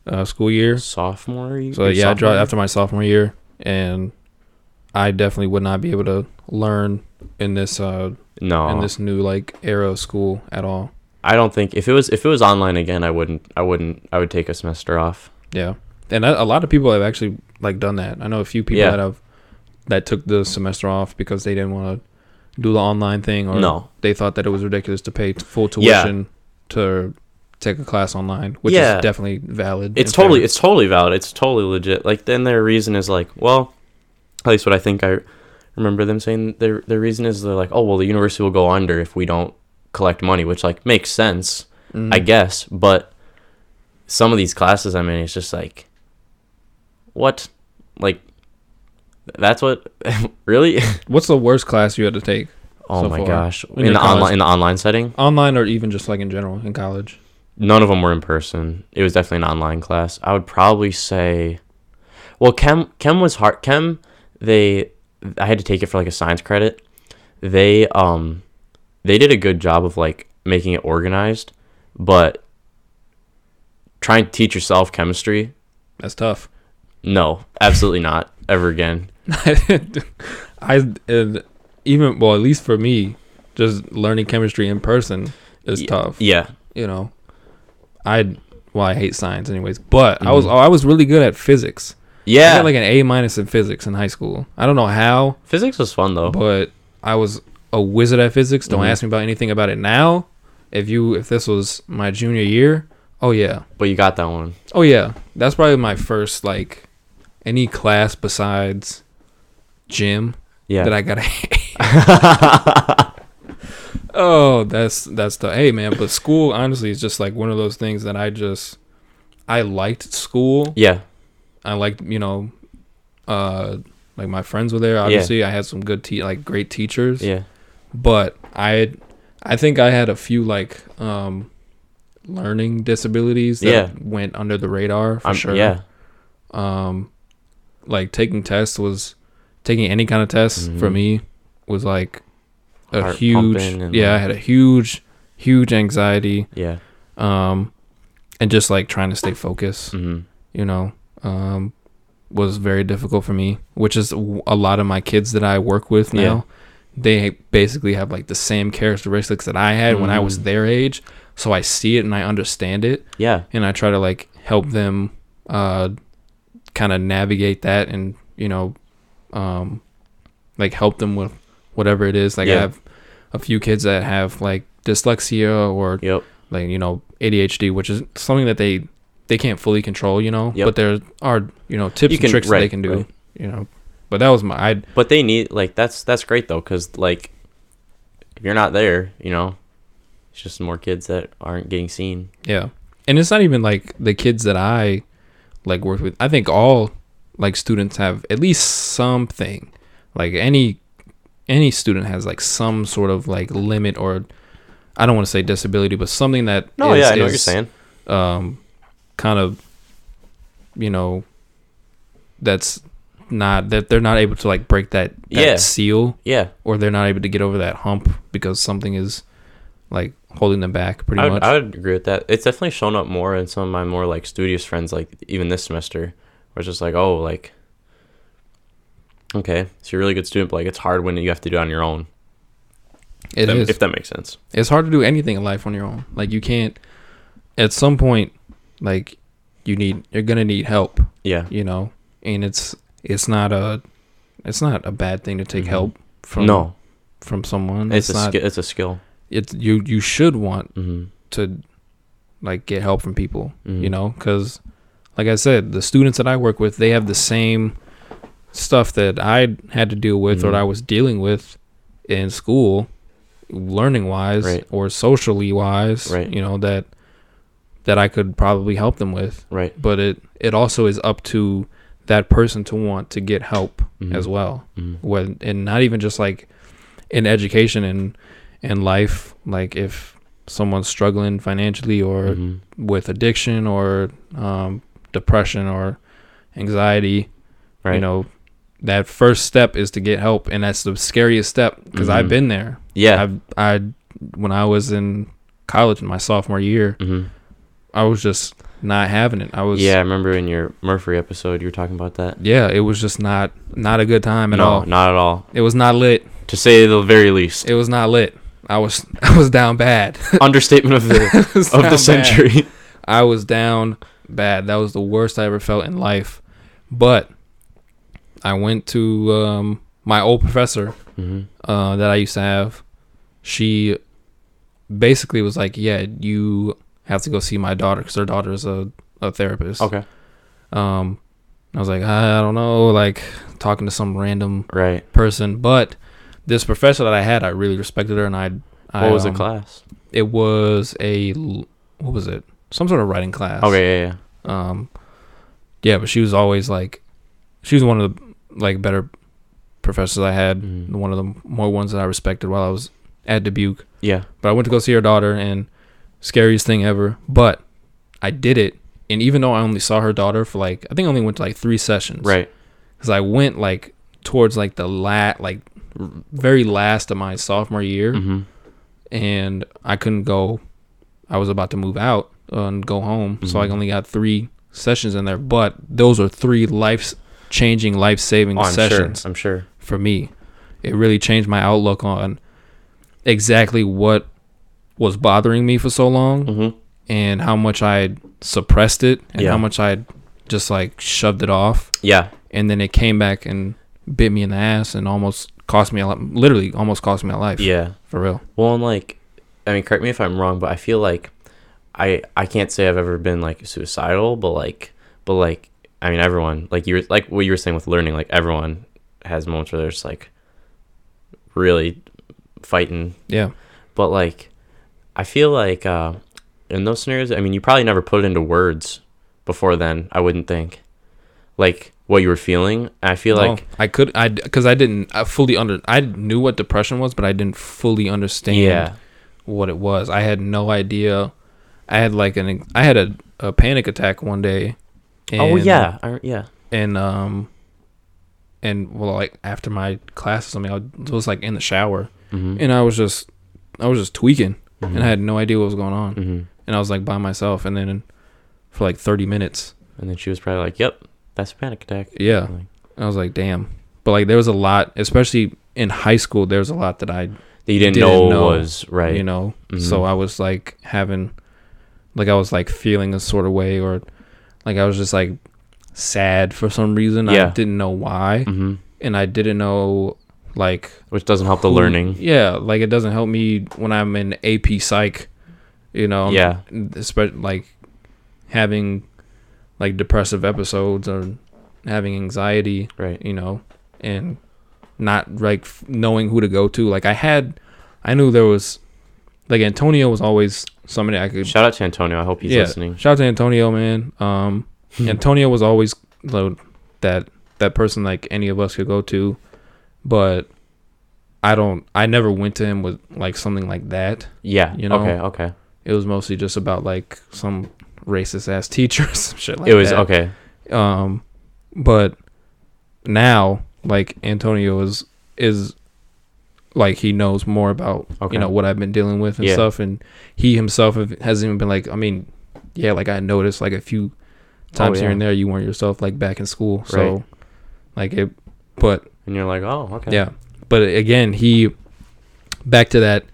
[SPEAKER 1] uh, school year.
[SPEAKER 2] sophomore. year-
[SPEAKER 1] So yeah, I
[SPEAKER 2] sophomore
[SPEAKER 1] dropped
[SPEAKER 2] year?
[SPEAKER 1] after my sophomore year, and I definitely would not be able to learn in this uh,
[SPEAKER 2] No,
[SPEAKER 1] in this new like era of school at all.
[SPEAKER 2] I don't think if it was if it was online again, I wouldn't. I wouldn't. I would take a semester off.
[SPEAKER 1] Yeah, and I, a lot of people have actually like done that. I know a few people
[SPEAKER 2] Yeah.
[SPEAKER 1] that have that took the semester off because they didn't want to do the online thing or
[SPEAKER 2] No.
[SPEAKER 1] they thought that it was ridiculous to pay t- full
[SPEAKER 2] Yeah.
[SPEAKER 1] tuition to take a class online, which
[SPEAKER 2] Yeah.
[SPEAKER 1] is definitely valid.
[SPEAKER 2] It's
[SPEAKER 1] and
[SPEAKER 2] totally.
[SPEAKER 1] fair.
[SPEAKER 2] It's totally valid. It's totally legit. Like then their reason is like, well, at least what I think I remember them saying. Their their reason is they're like, oh well, the university will go under if we don't collect money, which like makes sense.
[SPEAKER 1] Mm.
[SPEAKER 2] I guess. But some of these classes I'm in, it's just like, what? Like, that's what? really?
[SPEAKER 1] What's the worst class you had to take
[SPEAKER 2] Oh
[SPEAKER 1] So
[SPEAKER 2] my
[SPEAKER 1] far,
[SPEAKER 2] gosh!
[SPEAKER 1] in
[SPEAKER 2] In
[SPEAKER 1] your
[SPEAKER 2] the
[SPEAKER 1] college-
[SPEAKER 2] online in the online setting,
[SPEAKER 1] online or even just like in general in college?
[SPEAKER 2] none of them were in person. It was definitely an online class. I would probably say, well, chem chem was hard. Chem they I had to take it for like a science credit. They um they did a good job of like making it organized, but trying to teach yourself chemistry
[SPEAKER 1] That's tough.
[SPEAKER 2] No, absolutely not. Ever again.
[SPEAKER 1] I and even well, at least for me, just learning chemistry in person is
[SPEAKER 2] Ye-
[SPEAKER 1] tough.
[SPEAKER 2] Yeah.
[SPEAKER 1] you know, I well I hate science anyways, but I was oh, I was really good at physics. I
[SPEAKER 2] Yeah.
[SPEAKER 1] got like an A minus in physics in high school. I don't know how,
[SPEAKER 2] Physics was fun though.
[SPEAKER 1] but I was a wizard at physics. Don't
[SPEAKER 2] Mhm.
[SPEAKER 1] ask me about anything about it now. If you if this was my junior year, oh yeah,
[SPEAKER 2] But you got that one.
[SPEAKER 1] oh yeah, that's probably my first like any class besides gym
[SPEAKER 2] Yeah.
[SPEAKER 1] that I got. oh, that's that's the hey man. But school honestly is just like one of those things that I just I liked school.
[SPEAKER 2] yeah.
[SPEAKER 1] I liked you know, uh, like my friends were there. Obviously, I had some good te- like great teachers.
[SPEAKER 2] Yeah.
[SPEAKER 1] But I, I think I had a few like um, learning disabilities that
[SPEAKER 2] Yeah.
[SPEAKER 1] went under the radar for
[SPEAKER 2] I'm,
[SPEAKER 1] sure.
[SPEAKER 2] Yeah.
[SPEAKER 1] Um, like taking tests was taking any kind of tests for
[SPEAKER 2] Mhm.
[SPEAKER 1] me was like a
[SPEAKER 2] Heart
[SPEAKER 1] huge
[SPEAKER 2] pumping and,
[SPEAKER 1] yeah i
[SPEAKER 2] like-
[SPEAKER 1] had a huge huge anxiety
[SPEAKER 2] Yeah.
[SPEAKER 1] um and just like trying to stay focused
[SPEAKER 2] hmm
[SPEAKER 1] you know um was very difficult for me which is w- a lot of my kids that i work with now
[SPEAKER 2] Yeah.
[SPEAKER 1] they basically have like the same characteristics that i had when i was
[SPEAKER 2] Mm.
[SPEAKER 1] their age so i see it and i understand it
[SPEAKER 2] Yeah.
[SPEAKER 1] and i try to like help them uh kind of navigate that and you know um like help them with whatever it is like i
[SPEAKER 2] Yeah.
[SPEAKER 1] have a few kids that have like dyslexia or
[SPEAKER 2] Yep.
[SPEAKER 1] like you know ADHD, which is something that they they can't fully control, you know.
[SPEAKER 2] Yep.
[SPEAKER 1] But there are you know tips
[SPEAKER 2] You
[SPEAKER 1] and
[SPEAKER 2] can-
[SPEAKER 1] tricks that they
[SPEAKER 2] right,
[SPEAKER 1] can do,
[SPEAKER 2] right.
[SPEAKER 1] you know. But that was my I
[SPEAKER 2] But they need like that's that's great though cuz like if you're not there, you know, it's just more kids that aren't getting seen.
[SPEAKER 1] yeah, and it's not even like the kids that I like work with. I think all like students have at least something like any any student has like some sort of like limit or I don't want to say disability, but something that
[SPEAKER 2] No,
[SPEAKER 1] is-
[SPEAKER 2] yeah, I know what you're
[SPEAKER 1] is-
[SPEAKER 2] saying.
[SPEAKER 1] um, kind of, you know, that's not that they're not able to like break that, that
[SPEAKER 2] Yeah.
[SPEAKER 1] seal
[SPEAKER 2] Yeah.
[SPEAKER 1] or they're not able to get over that hump because something is like holding them back pretty
[SPEAKER 2] I would,
[SPEAKER 1] much.
[SPEAKER 2] I would agree with that. It's definitely shown up more in some of my more like studious friends, like even this semester, where it's just like, oh, like, okay, so you're a really good student, but like it's hard when you have to do it on your own.
[SPEAKER 1] It
[SPEAKER 2] That-
[SPEAKER 1] is.
[SPEAKER 2] If that makes sense.
[SPEAKER 1] it's hard to do anything in life on your own. Like you can't at some point like you need you're going to need help,
[SPEAKER 2] Yeah.
[SPEAKER 1] you know. And it's it's not a it's not a bad thing to take
[SPEAKER 2] Mhm.
[SPEAKER 1] help from
[SPEAKER 2] no,
[SPEAKER 1] from someone.
[SPEAKER 2] it's,
[SPEAKER 1] It's,
[SPEAKER 2] a
[SPEAKER 1] not
[SPEAKER 2] skill. It's a skill.
[SPEAKER 1] it's you you should want
[SPEAKER 2] hmm
[SPEAKER 1] to like get help from people
[SPEAKER 2] Mhm.
[SPEAKER 1] you know because like i said the students that i work with they have the same stuff that i had to deal with or
[SPEAKER 2] Mhm.
[SPEAKER 1] i was dealing with in school learning wise
[SPEAKER 2] Right.
[SPEAKER 1] or socially wise
[SPEAKER 2] Right.
[SPEAKER 1] you know that that i could probably help them with
[SPEAKER 2] Right.
[SPEAKER 1] but it it also is up to that person to want to get help
[SPEAKER 2] Mhm.
[SPEAKER 1] as well
[SPEAKER 2] Mhm.
[SPEAKER 1] when and not even just like in education and in life like if someone's struggling financially or
[SPEAKER 2] Mhm.
[SPEAKER 1] with addiction or um, depression or anxiety
[SPEAKER 2] Right.
[SPEAKER 1] you know that first step is to get help and that's the scariest step because i've
[SPEAKER 2] Mhm.
[SPEAKER 1] been there
[SPEAKER 2] yeah.
[SPEAKER 1] i i when i was in college in my sophomore year
[SPEAKER 2] hmm
[SPEAKER 1] i was just not having it i was
[SPEAKER 2] yeah. I remember in your Murphy episode, you were talking about that.
[SPEAKER 1] yeah it was just not not a good time at
[SPEAKER 2] no,
[SPEAKER 1] all
[SPEAKER 2] not at all.
[SPEAKER 1] it was not lit
[SPEAKER 2] To say the very least,
[SPEAKER 1] it was not lit i was i was down bad
[SPEAKER 2] understatement of the
[SPEAKER 1] It was
[SPEAKER 2] of
[SPEAKER 1] down bad.
[SPEAKER 2] the century.
[SPEAKER 1] I was down bad. That was the worst I ever felt in life. But I went to um, my old professor
[SPEAKER 2] hmm
[SPEAKER 1] uh, that I used to have. She basically was like, "Yeah, you have to go see my daughter because her daughter is a, a therapist."
[SPEAKER 2] Okay.
[SPEAKER 1] Um, I was like, I, I don't know, like talking to some random
[SPEAKER 2] Right.
[SPEAKER 1] person, but this professor that I had, I really respected her, and I.
[SPEAKER 2] What
[SPEAKER 1] I,
[SPEAKER 2] was the
[SPEAKER 1] um,
[SPEAKER 2] class?
[SPEAKER 1] It was a l- what was it? Some sort of writing class.
[SPEAKER 2] Okay. Yeah. Yeah.
[SPEAKER 1] Um, yeah, but she was always like, she was one of the like better professors I had.
[SPEAKER 2] Mhm.
[SPEAKER 1] One of the more ones that I respected while I was at Dubuque.
[SPEAKER 2] Yeah.
[SPEAKER 1] But I went to go see her daughter, and scariest thing ever. But I did it, and even though I only saw her daughter for like, I think I only went to like three sessions.
[SPEAKER 2] Right.
[SPEAKER 1] Because I went like towards like the lat like r- very last of my sophomore year,
[SPEAKER 2] hmm
[SPEAKER 1] and I couldn't go. I was about to move out uh, and go home, so I
[SPEAKER 2] Mhm.
[SPEAKER 1] only got three sessions in there. But those are three life changing, life saving
[SPEAKER 2] Oh, I'm
[SPEAKER 1] sessions
[SPEAKER 2] sure. I'm sure.
[SPEAKER 1] for me. It really changed my outlook on exactly what was bothering me for so long
[SPEAKER 2] Mm-hmm.
[SPEAKER 1] and how much I had suppressed it and
[SPEAKER 2] Yeah.
[SPEAKER 1] how much I had just like shoved it off.
[SPEAKER 2] Yeah.
[SPEAKER 1] And then it came back and bit me in the ass and almost cost me a lot, literally almost cost me a life.
[SPEAKER 2] Yeah.
[SPEAKER 1] For real.
[SPEAKER 2] Well, and like, I mean, correct me if I'm wrong, but I feel like I I can't say I've ever been like suicidal, but like, but like, I mean, everyone like you were like what you were saying with learning, like everyone has moments where they're just like really fighting,
[SPEAKER 1] Yeah.
[SPEAKER 2] but like, I feel like uh, in those scenarios, I mean, you probably never put it into words before then. I wouldn't think like what you were feeling. I feel
[SPEAKER 1] No,
[SPEAKER 2] like
[SPEAKER 1] I could I because I didn't I fully under I knew what depression was, but I didn't fully understand
[SPEAKER 2] yeah,
[SPEAKER 1] what it was. I had no idea. I had like an I had a, a panic attack one day. And,
[SPEAKER 2] oh yeah, I, yeah,
[SPEAKER 1] and um, and well, like after my class or something, I was like in the shower,
[SPEAKER 2] mm-hmm.
[SPEAKER 1] and I was just I was just tweaking, and I
[SPEAKER 2] Mhm.
[SPEAKER 1] had no idea what was going on,
[SPEAKER 2] mm-hmm.
[SPEAKER 1] and I was like by myself, and then for like thirty minutes,
[SPEAKER 2] And then she was probably like, "Yep, that's a panic attack."
[SPEAKER 1] yeah,
[SPEAKER 2] Like-
[SPEAKER 1] I was like, damn. But like there was a lot, especially in high school, there was a lot that I
[SPEAKER 2] That you didn't,
[SPEAKER 1] Didn't
[SPEAKER 2] know,
[SPEAKER 1] know,
[SPEAKER 2] was right.
[SPEAKER 1] you know
[SPEAKER 2] Mhm.
[SPEAKER 1] so i was like having like i was like feeling a sort of way or like i was just like sad for some reason i
[SPEAKER 2] Yeah.
[SPEAKER 1] didn't know why
[SPEAKER 2] hmm
[SPEAKER 1] and i didn't know like
[SPEAKER 2] Which doesn't help the
[SPEAKER 1] who-
[SPEAKER 2] learning.
[SPEAKER 1] yeah like it doesn't help me when i'm in ap psych you know
[SPEAKER 2] Yeah.
[SPEAKER 1] especially like having like depressive episodes or having anxiety
[SPEAKER 2] Right.
[SPEAKER 1] you know, and not like f- knowing who to go to. Like I had, I knew there was, like Antonio was always somebody I could.
[SPEAKER 2] Shout out to Antonio. I hope he's
[SPEAKER 1] Yeah.
[SPEAKER 2] listening.
[SPEAKER 1] Shout out to Antonio, man. Um, Antonio was always like, that that person like any of us could go to, but I don't. I never went to him with like something like that.
[SPEAKER 2] Yeah.
[SPEAKER 1] you know,
[SPEAKER 2] okay. Okay.
[SPEAKER 1] It was mostly just about like some racist ass teacher, or some shit like
[SPEAKER 2] it was
[SPEAKER 1] that
[SPEAKER 2] okay.
[SPEAKER 1] um but now like antonio is is like he knows more about
[SPEAKER 2] Okay.
[SPEAKER 1] you know what i've been dealing with and
[SPEAKER 2] Yeah.
[SPEAKER 1] stuff and he himself have, hasn't even been like i mean yeah like i noticed like a few times here
[SPEAKER 2] Oh, yeah.
[SPEAKER 1] and there you weren't yourself like back in school so
[SPEAKER 2] Right.
[SPEAKER 1] like it but
[SPEAKER 2] And you're like, oh, okay.
[SPEAKER 1] yeah but again he back to that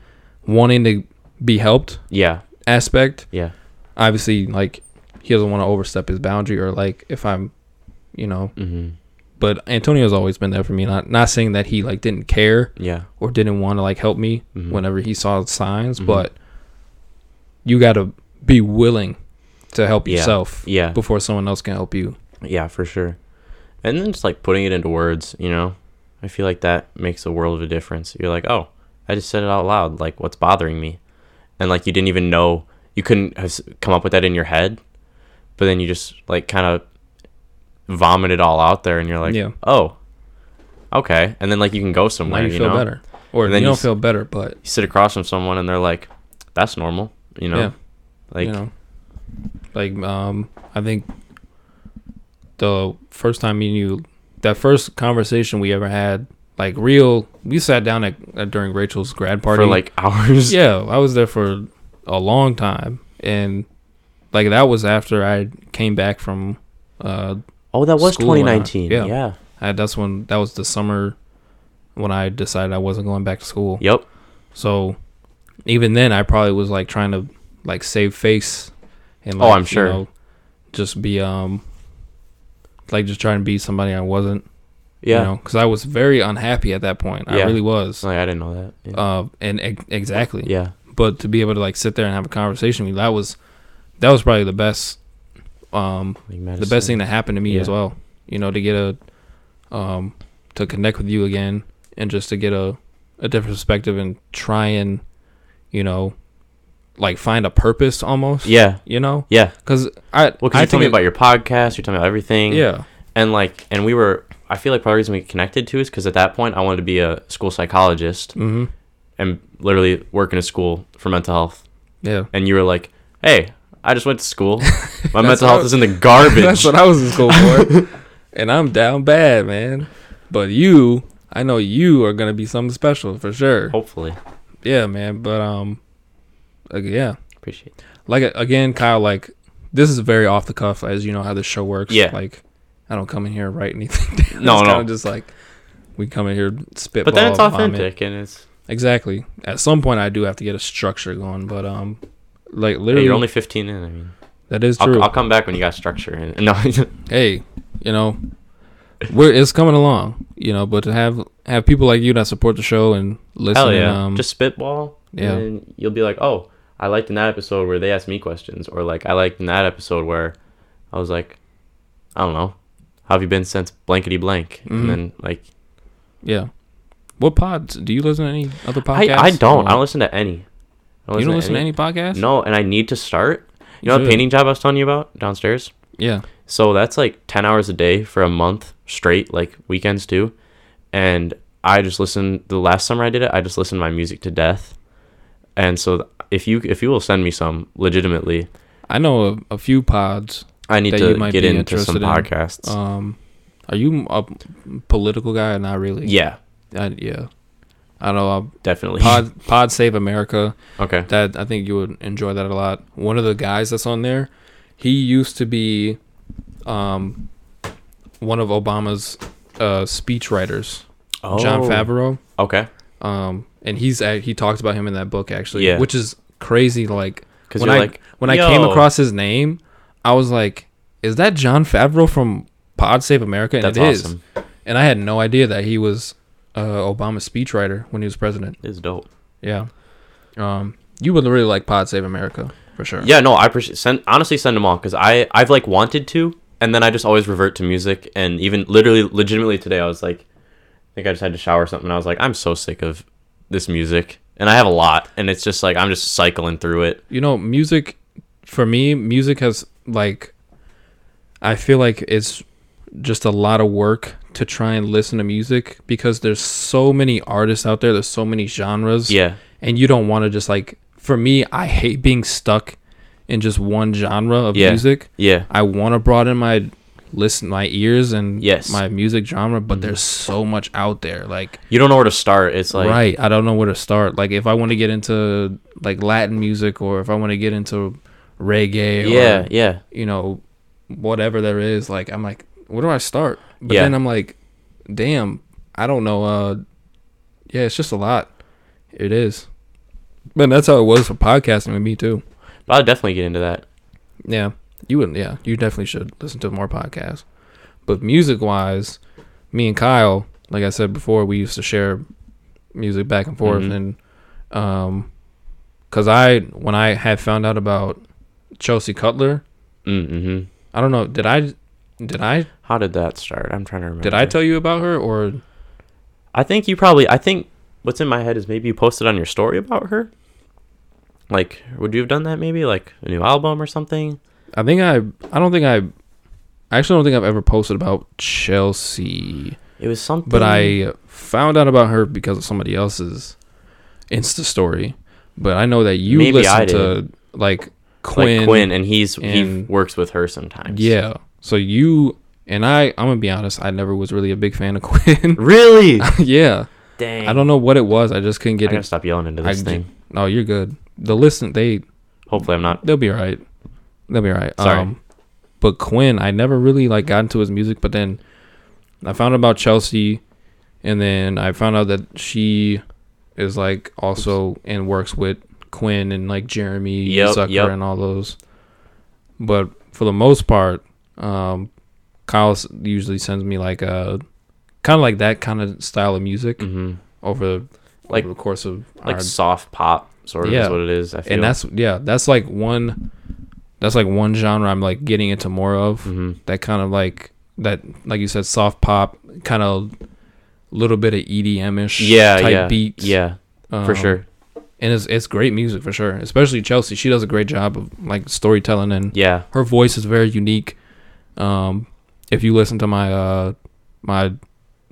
[SPEAKER 1] wanting to be helped
[SPEAKER 2] Yeah.
[SPEAKER 1] aspect
[SPEAKER 2] Yeah.
[SPEAKER 1] obviously like he doesn't want to overstep his boundary or like if i'm you know
[SPEAKER 2] Mm-hmm.
[SPEAKER 1] but Antonio's always been there for me. Not not saying that he like didn't care
[SPEAKER 2] Yeah.
[SPEAKER 1] or didn't want to like help me
[SPEAKER 2] Mhm.
[SPEAKER 1] whenever he saw signs,
[SPEAKER 2] Mhm.
[SPEAKER 1] but you got to be willing to help
[SPEAKER 2] Yeah.
[SPEAKER 1] yourself
[SPEAKER 2] Yeah.
[SPEAKER 1] before someone else can help you.
[SPEAKER 2] Yeah, for sure. And then just like putting it into words, you know, I feel like that makes a world of a difference. You're like, oh, I just said it out loud. Like, what's bothering me? And like, you didn't even know, you couldn't have s- come up with that in your head. But then you just like kind of vomit it all out there and you're like,
[SPEAKER 1] Yeah.
[SPEAKER 2] oh, okay. And then like, you can go somewhere.
[SPEAKER 1] now you,
[SPEAKER 2] you
[SPEAKER 1] feel
[SPEAKER 2] know?
[SPEAKER 1] better, or
[SPEAKER 2] And then
[SPEAKER 1] you
[SPEAKER 2] you
[SPEAKER 1] don't
[SPEAKER 2] s-
[SPEAKER 1] feel better, but
[SPEAKER 2] You sit across from someone and they're like, that's normal, you know?
[SPEAKER 1] Yeah.
[SPEAKER 2] Like,
[SPEAKER 1] you know, like um, I think the first time me and you, that first conversation we ever had, like real, we sat down at, at during Rachel's grad party,
[SPEAKER 2] for like hours.
[SPEAKER 1] yeah, I was there for a long time, and like that was after I came back from. Uh,
[SPEAKER 2] Oh, that was
[SPEAKER 1] School and all that.
[SPEAKER 2] 2019.
[SPEAKER 1] Yeah.
[SPEAKER 2] yeah.
[SPEAKER 1] I, that's when that was the summer when I decided I wasn't going back to school.
[SPEAKER 2] Yep.
[SPEAKER 1] So even then, I probably was like trying to like save face and
[SPEAKER 2] Oh,
[SPEAKER 1] like,
[SPEAKER 2] I'm sure.
[SPEAKER 1] just be um like just trying to be somebody I wasn't.
[SPEAKER 2] Yeah.
[SPEAKER 1] you know, because I was very unhappy at that point. I
[SPEAKER 2] Yeah.
[SPEAKER 1] really was.
[SPEAKER 2] Like, I didn't know that. Yeah.
[SPEAKER 1] Uh, and ex- exactly.
[SPEAKER 2] yeah.
[SPEAKER 1] but to be able to like sit there and have a conversation with you, that was that was probably the best um
[SPEAKER 2] Like
[SPEAKER 1] the
[SPEAKER 2] medicine.
[SPEAKER 1] best thing that happened to me as
[SPEAKER 2] Yeah.
[SPEAKER 1] well you know to get a um to connect with you again and just to get a a different perspective and try and you know like find a purpose almost
[SPEAKER 2] Yeah,
[SPEAKER 1] you know
[SPEAKER 2] yeah.
[SPEAKER 1] because i
[SPEAKER 2] Well,
[SPEAKER 1] I
[SPEAKER 2] because you told
[SPEAKER 1] think
[SPEAKER 2] me
[SPEAKER 1] it-
[SPEAKER 2] about your podcast, you're talking about everything.
[SPEAKER 1] yeah
[SPEAKER 2] And like, and we were. I feel like part of the reason we connected to is because at that point I wanted to be a school psychologist
[SPEAKER 1] hmm
[SPEAKER 2] and literally work in a school for mental health.
[SPEAKER 1] yeah
[SPEAKER 2] And you were like, "Hey, I just went to school. My
[SPEAKER 1] That's
[SPEAKER 2] mental health
[SPEAKER 1] what-
[SPEAKER 2] is in the garbage."
[SPEAKER 1] that's what i was in school for and i'm down bad man but you i know you are gonna be something special for sure
[SPEAKER 2] Hopefully,
[SPEAKER 1] yeah man but um like, yeah
[SPEAKER 2] appreciate. That.
[SPEAKER 1] like a- again kyle like this is very off the cuff as you know how this show works
[SPEAKER 2] Yeah.
[SPEAKER 1] like i don't come in here and write anything down.
[SPEAKER 2] No,
[SPEAKER 1] it's
[SPEAKER 2] no.
[SPEAKER 1] kind of just like we come in here spit
[SPEAKER 2] But then it's authentic and it's.
[SPEAKER 1] exactly at some point i do have to get a structure going but um like
[SPEAKER 2] Hey,
[SPEAKER 1] literally
[SPEAKER 2] you're only 15 in. I mean,
[SPEAKER 1] that is true
[SPEAKER 2] I'll, I'll come back when you got structure. And, no,
[SPEAKER 1] hey you know we're it's coming along you know but to have have people like you that support the show and listen
[SPEAKER 2] Hell
[SPEAKER 1] and,
[SPEAKER 2] yeah.
[SPEAKER 1] um,
[SPEAKER 2] just spitball.
[SPEAKER 1] yeah.
[SPEAKER 2] And then you'll be like, oh, I liked in that episode where they asked me questions. Or like, I liked in that episode where I was like, I don't know. How have you been since blankety blank?
[SPEAKER 1] Mhm.
[SPEAKER 2] And then like,
[SPEAKER 1] yeah what pods do you listen to any other podcasts
[SPEAKER 2] I, I don't. I
[SPEAKER 1] Or-
[SPEAKER 2] don't listen to any. I
[SPEAKER 1] Oh. you don't listen to any podcasts
[SPEAKER 2] No, and I need to start. You know
[SPEAKER 1] should.
[SPEAKER 2] that painting job I was telling you about downstairs?
[SPEAKER 1] yeah
[SPEAKER 2] So that's like 10 hours a day for a month straight, like weekends too. And I just listened the last summer I did it, I just listened to my music to death. And so th- if you if you will send me some legitimately,
[SPEAKER 1] I know a, a few pods.
[SPEAKER 2] I need
[SPEAKER 1] That you
[SPEAKER 2] to
[SPEAKER 1] might
[SPEAKER 2] get
[SPEAKER 1] be
[SPEAKER 2] into some
[SPEAKER 1] interested in,
[SPEAKER 2] podcasts.
[SPEAKER 1] Um, are you a political guy or not really?
[SPEAKER 2] yeah,
[SPEAKER 1] I, yeah. I know. Uh,
[SPEAKER 2] definitely.
[SPEAKER 1] pod Pod Save America.
[SPEAKER 2] okay.
[SPEAKER 1] That I think you would enjoy that a lot. One of the guys that's on there, he used to be, um, one of Obama's uh speech writers, John
[SPEAKER 2] Oh.
[SPEAKER 1] Favreau.
[SPEAKER 2] Okay.
[SPEAKER 1] Um, and he's act- he talks about him in that book actually,
[SPEAKER 2] Yeah.
[SPEAKER 1] which is crazy. Like
[SPEAKER 2] Cuz
[SPEAKER 1] when
[SPEAKER 2] you're
[SPEAKER 1] I
[SPEAKER 2] like
[SPEAKER 1] when I came
[SPEAKER 2] "Yo,
[SPEAKER 1] across his name, I was like, "Is that John Favreau from Pod Save America?" And
[SPEAKER 2] that's
[SPEAKER 1] it is.
[SPEAKER 2] awesome.
[SPEAKER 1] And I had no idea that he was uh, Obama's speechwriter when he was president.
[SPEAKER 2] It's dope.
[SPEAKER 1] Yeah, um, you would really like Pod Save America for sure.
[SPEAKER 2] Yeah, no, I appreciate send honestly send them all cuz I I've like wanted to and then I just always revert to music and even literally legitimately today I was like I think I just had to shower or something and I was like I'm so sick of this music and I have a lot and it's just like I'm just cycling through it.
[SPEAKER 1] you know, music for me, music has like, I feel like it's just a lot of work to try and listen to music because there's so many artists out there. There's so many genres.
[SPEAKER 2] Yeah.
[SPEAKER 1] and you don't want to just like for me i hate being stuck in just one genre of
[SPEAKER 2] Yeah.
[SPEAKER 1] music
[SPEAKER 2] Yeah.
[SPEAKER 1] i want to broaden my listen my ears and
[SPEAKER 2] Yes.
[SPEAKER 1] my music genre but there's so much out there like,
[SPEAKER 2] You don't know where to start. It's like
[SPEAKER 1] right i don't know where to start like if i want to get into like latin music or if i want to get into reggae
[SPEAKER 2] Yeah,
[SPEAKER 1] or
[SPEAKER 2] yeah.
[SPEAKER 1] you know whatever there is like i'm like where do i start but
[SPEAKER 2] Yeah.
[SPEAKER 1] then i'm like damn i don't know uh yeah it's just a lot it is but that's how it was for podcasting with me too
[SPEAKER 2] But I'll definitely get into that.
[SPEAKER 1] yeah you wouldn't yeah you definitely should listen to more podcasts but music wise me and Kyle, like I said before, we used to share music back and forth,
[SPEAKER 2] Mhm.
[SPEAKER 1] and um, cause I when I had found out about Chelsea Cutler,
[SPEAKER 2] Mm-hmm.
[SPEAKER 1] I don't know, did I did I
[SPEAKER 2] How did that start? I'm trying to remember.
[SPEAKER 1] did I tell you about her or
[SPEAKER 2] I think you probably. I think what's in my head is maybe you posted on your story about her. Like, would you have done that? Maybe like a new album or something.
[SPEAKER 1] I think I I don't think I I actually don't think I've ever posted about Chelsea,
[SPEAKER 2] It was something.
[SPEAKER 1] but I found out about her because of somebody else's Insta story. But I know that you
[SPEAKER 2] Maybe
[SPEAKER 1] listen
[SPEAKER 2] I
[SPEAKER 1] to like Quinn.
[SPEAKER 2] Quinn, like Quinn, and he's he
[SPEAKER 1] and-
[SPEAKER 2] works with her sometimes.
[SPEAKER 1] Yeah. So you and I I'm going to be honest, I never was really a big fan of Quinn.
[SPEAKER 2] Really?
[SPEAKER 1] yeah.
[SPEAKER 2] Dang.
[SPEAKER 1] I don't know what it was. I just couldn't
[SPEAKER 2] I
[SPEAKER 1] get
[SPEAKER 2] gotta
[SPEAKER 1] it.
[SPEAKER 2] stop yelling into this
[SPEAKER 1] I-
[SPEAKER 2] thing.
[SPEAKER 1] No, you're good. The listen they
[SPEAKER 2] Hopefully, I'm not.
[SPEAKER 1] they'll be all right. They'll be all right.
[SPEAKER 2] Sorry.
[SPEAKER 1] Um, but Quinn, I never really like got into his music, but then I found out about Chelsea, and then I found out that she is like also and works with Quinn and like Jeremy
[SPEAKER 2] Yep,
[SPEAKER 1] Zucker
[SPEAKER 2] yep.
[SPEAKER 1] and all those. But for the most part, um, Kyle s- usually sends me like a kind of like that kind of style of music
[SPEAKER 2] hmm
[SPEAKER 1] over
[SPEAKER 2] Like-
[SPEAKER 1] over the course of
[SPEAKER 2] Like
[SPEAKER 1] our
[SPEAKER 2] soft pop, sort of
[SPEAKER 1] Yeah.
[SPEAKER 2] is what it is. I feel.
[SPEAKER 1] and that's yeah that's like one that's like one genre i'm like getting into more of
[SPEAKER 2] hmm
[SPEAKER 1] that kind of like that like you said soft pop kind of little bit of edm-ish
[SPEAKER 2] Yeah,
[SPEAKER 1] type
[SPEAKER 2] yeah,
[SPEAKER 1] beats
[SPEAKER 2] yeah, for
[SPEAKER 1] Um,
[SPEAKER 2] sure.
[SPEAKER 1] and it's, it's great music for sure especially chelsea she does a great job of like storytelling and
[SPEAKER 2] Yeah,
[SPEAKER 1] her voice is very unique um if you listen to my uh my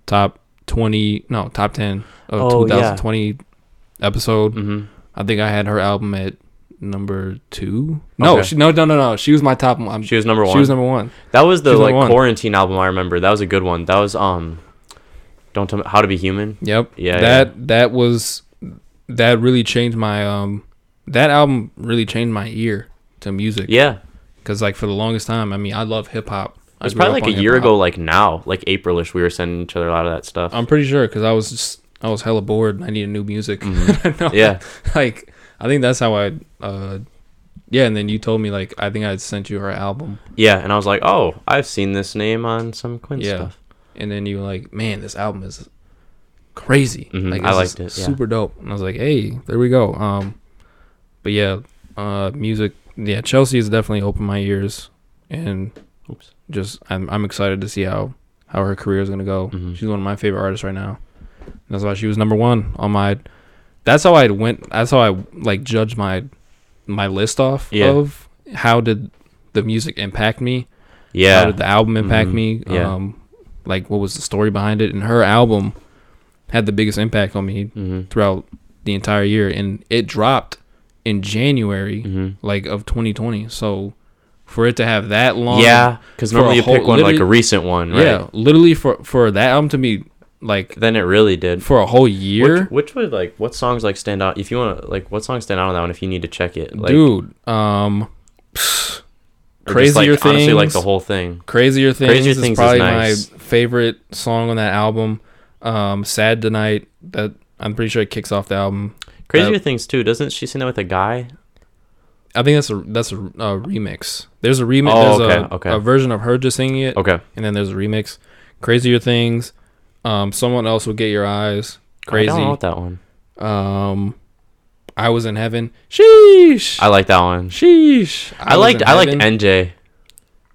[SPEAKER 1] top 20 no top 10 of
[SPEAKER 2] Oh, yeah.
[SPEAKER 1] 2020 episode
[SPEAKER 2] hmm
[SPEAKER 1] I think I had her album at number two. No,
[SPEAKER 2] Okay.
[SPEAKER 1] she, no, no, no, no. She was my top one. I'm-
[SPEAKER 2] she was number one.
[SPEAKER 1] she was number one.
[SPEAKER 2] That was the
[SPEAKER 1] She's the
[SPEAKER 2] like
[SPEAKER 1] one.
[SPEAKER 2] quarantine album I remember. That was a good one. That was um, don't tell me how to be human.
[SPEAKER 1] Yep.
[SPEAKER 2] Yeah,
[SPEAKER 1] That that was that really changed my um that album really changed my ear to music.
[SPEAKER 2] Yeah,
[SPEAKER 1] Cause like for the longest time, I mean, I love hip hop.
[SPEAKER 2] it was probably like a year ago. Like now, like Aprilish, we were sending each other a lot of that stuff.
[SPEAKER 1] I'm pretty sure because I was just I was hella bored. and I needed new music. No,
[SPEAKER 2] Mm-hmm. yeah,
[SPEAKER 1] Like I think that's how I. uh Yeah, and then you told me like I think I had sent you her album.
[SPEAKER 2] yeah, and I was like, oh, I've seen this name on some Quinn
[SPEAKER 1] Yeah.
[SPEAKER 2] stuff.
[SPEAKER 1] and then you were like, man, this album is crazy.
[SPEAKER 2] Mhm,
[SPEAKER 1] Like it's
[SPEAKER 2] I
[SPEAKER 1] just
[SPEAKER 2] liked it, yeah.
[SPEAKER 1] Super dope. And I was like, hey, there we go. Um, but yeah, uh, music. Yeah, Chelsea has definitely opened my ears, and
[SPEAKER 2] Oops.
[SPEAKER 1] just I'm I'm excited to see how how her career is gonna go.
[SPEAKER 2] Mhm.
[SPEAKER 1] She's one of my favorite artists right now. And that's why she was number one on my. That's how I went. That's how I like judged my my list off
[SPEAKER 2] Yeah.
[SPEAKER 1] of how did the music impact me how
[SPEAKER 2] Yeah,
[SPEAKER 1] did the album impact
[SPEAKER 2] Mhm.
[SPEAKER 1] me
[SPEAKER 2] Yeah.
[SPEAKER 1] um like what was the story behind it and her album had the biggest impact on me
[SPEAKER 2] hmm
[SPEAKER 1] throughout the entire year and it dropped in january
[SPEAKER 2] hmm
[SPEAKER 1] like of 2020 so for it to have that long
[SPEAKER 2] yeah, because
[SPEAKER 1] for a
[SPEAKER 2] normally you
[SPEAKER 1] whole-
[SPEAKER 2] pick one like a
[SPEAKER 1] literally-
[SPEAKER 2] recent one, right?
[SPEAKER 1] yeah literally for for that album to be like
[SPEAKER 2] Then it really did.
[SPEAKER 1] for a whole year
[SPEAKER 2] Which, which would like what songs like stand out? If you want to like what songs stand out on that one, if you need to check it, like
[SPEAKER 1] dude um
[SPEAKER 2] or just, like,
[SPEAKER 1] Crazier
[SPEAKER 2] honestly, like
[SPEAKER 1] Things.
[SPEAKER 2] the whole thing.
[SPEAKER 1] Crazier Things,
[SPEAKER 2] Crazier
[SPEAKER 1] is
[SPEAKER 2] Things is
[SPEAKER 1] probably
[SPEAKER 2] nice.
[SPEAKER 1] my favorite song on that album. Um, Sad Tonight, that I'm pretty sure it kicks off the album.
[SPEAKER 2] Crazier things too. Doesn't she sing that with a guy?
[SPEAKER 1] I think that's a that's a, a remix. There's a remix.
[SPEAKER 2] Oh,
[SPEAKER 1] there's a,
[SPEAKER 2] okay, okay.
[SPEAKER 1] a version of her just singing it,
[SPEAKER 2] Okay,
[SPEAKER 1] and then there's a remix. Crazier Things, um, someone else will get your eyes. Crazy.
[SPEAKER 2] I don't know that one.
[SPEAKER 1] um, I was in heaven. Sheesh.
[SPEAKER 2] I like that one.
[SPEAKER 1] Sheesh.
[SPEAKER 2] I
[SPEAKER 1] Was
[SPEAKER 2] liked
[SPEAKER 1] in
[SPEAKER 2] I liked
[SPEAKER 1] Heaven.
[SPEAKER 2] NJ.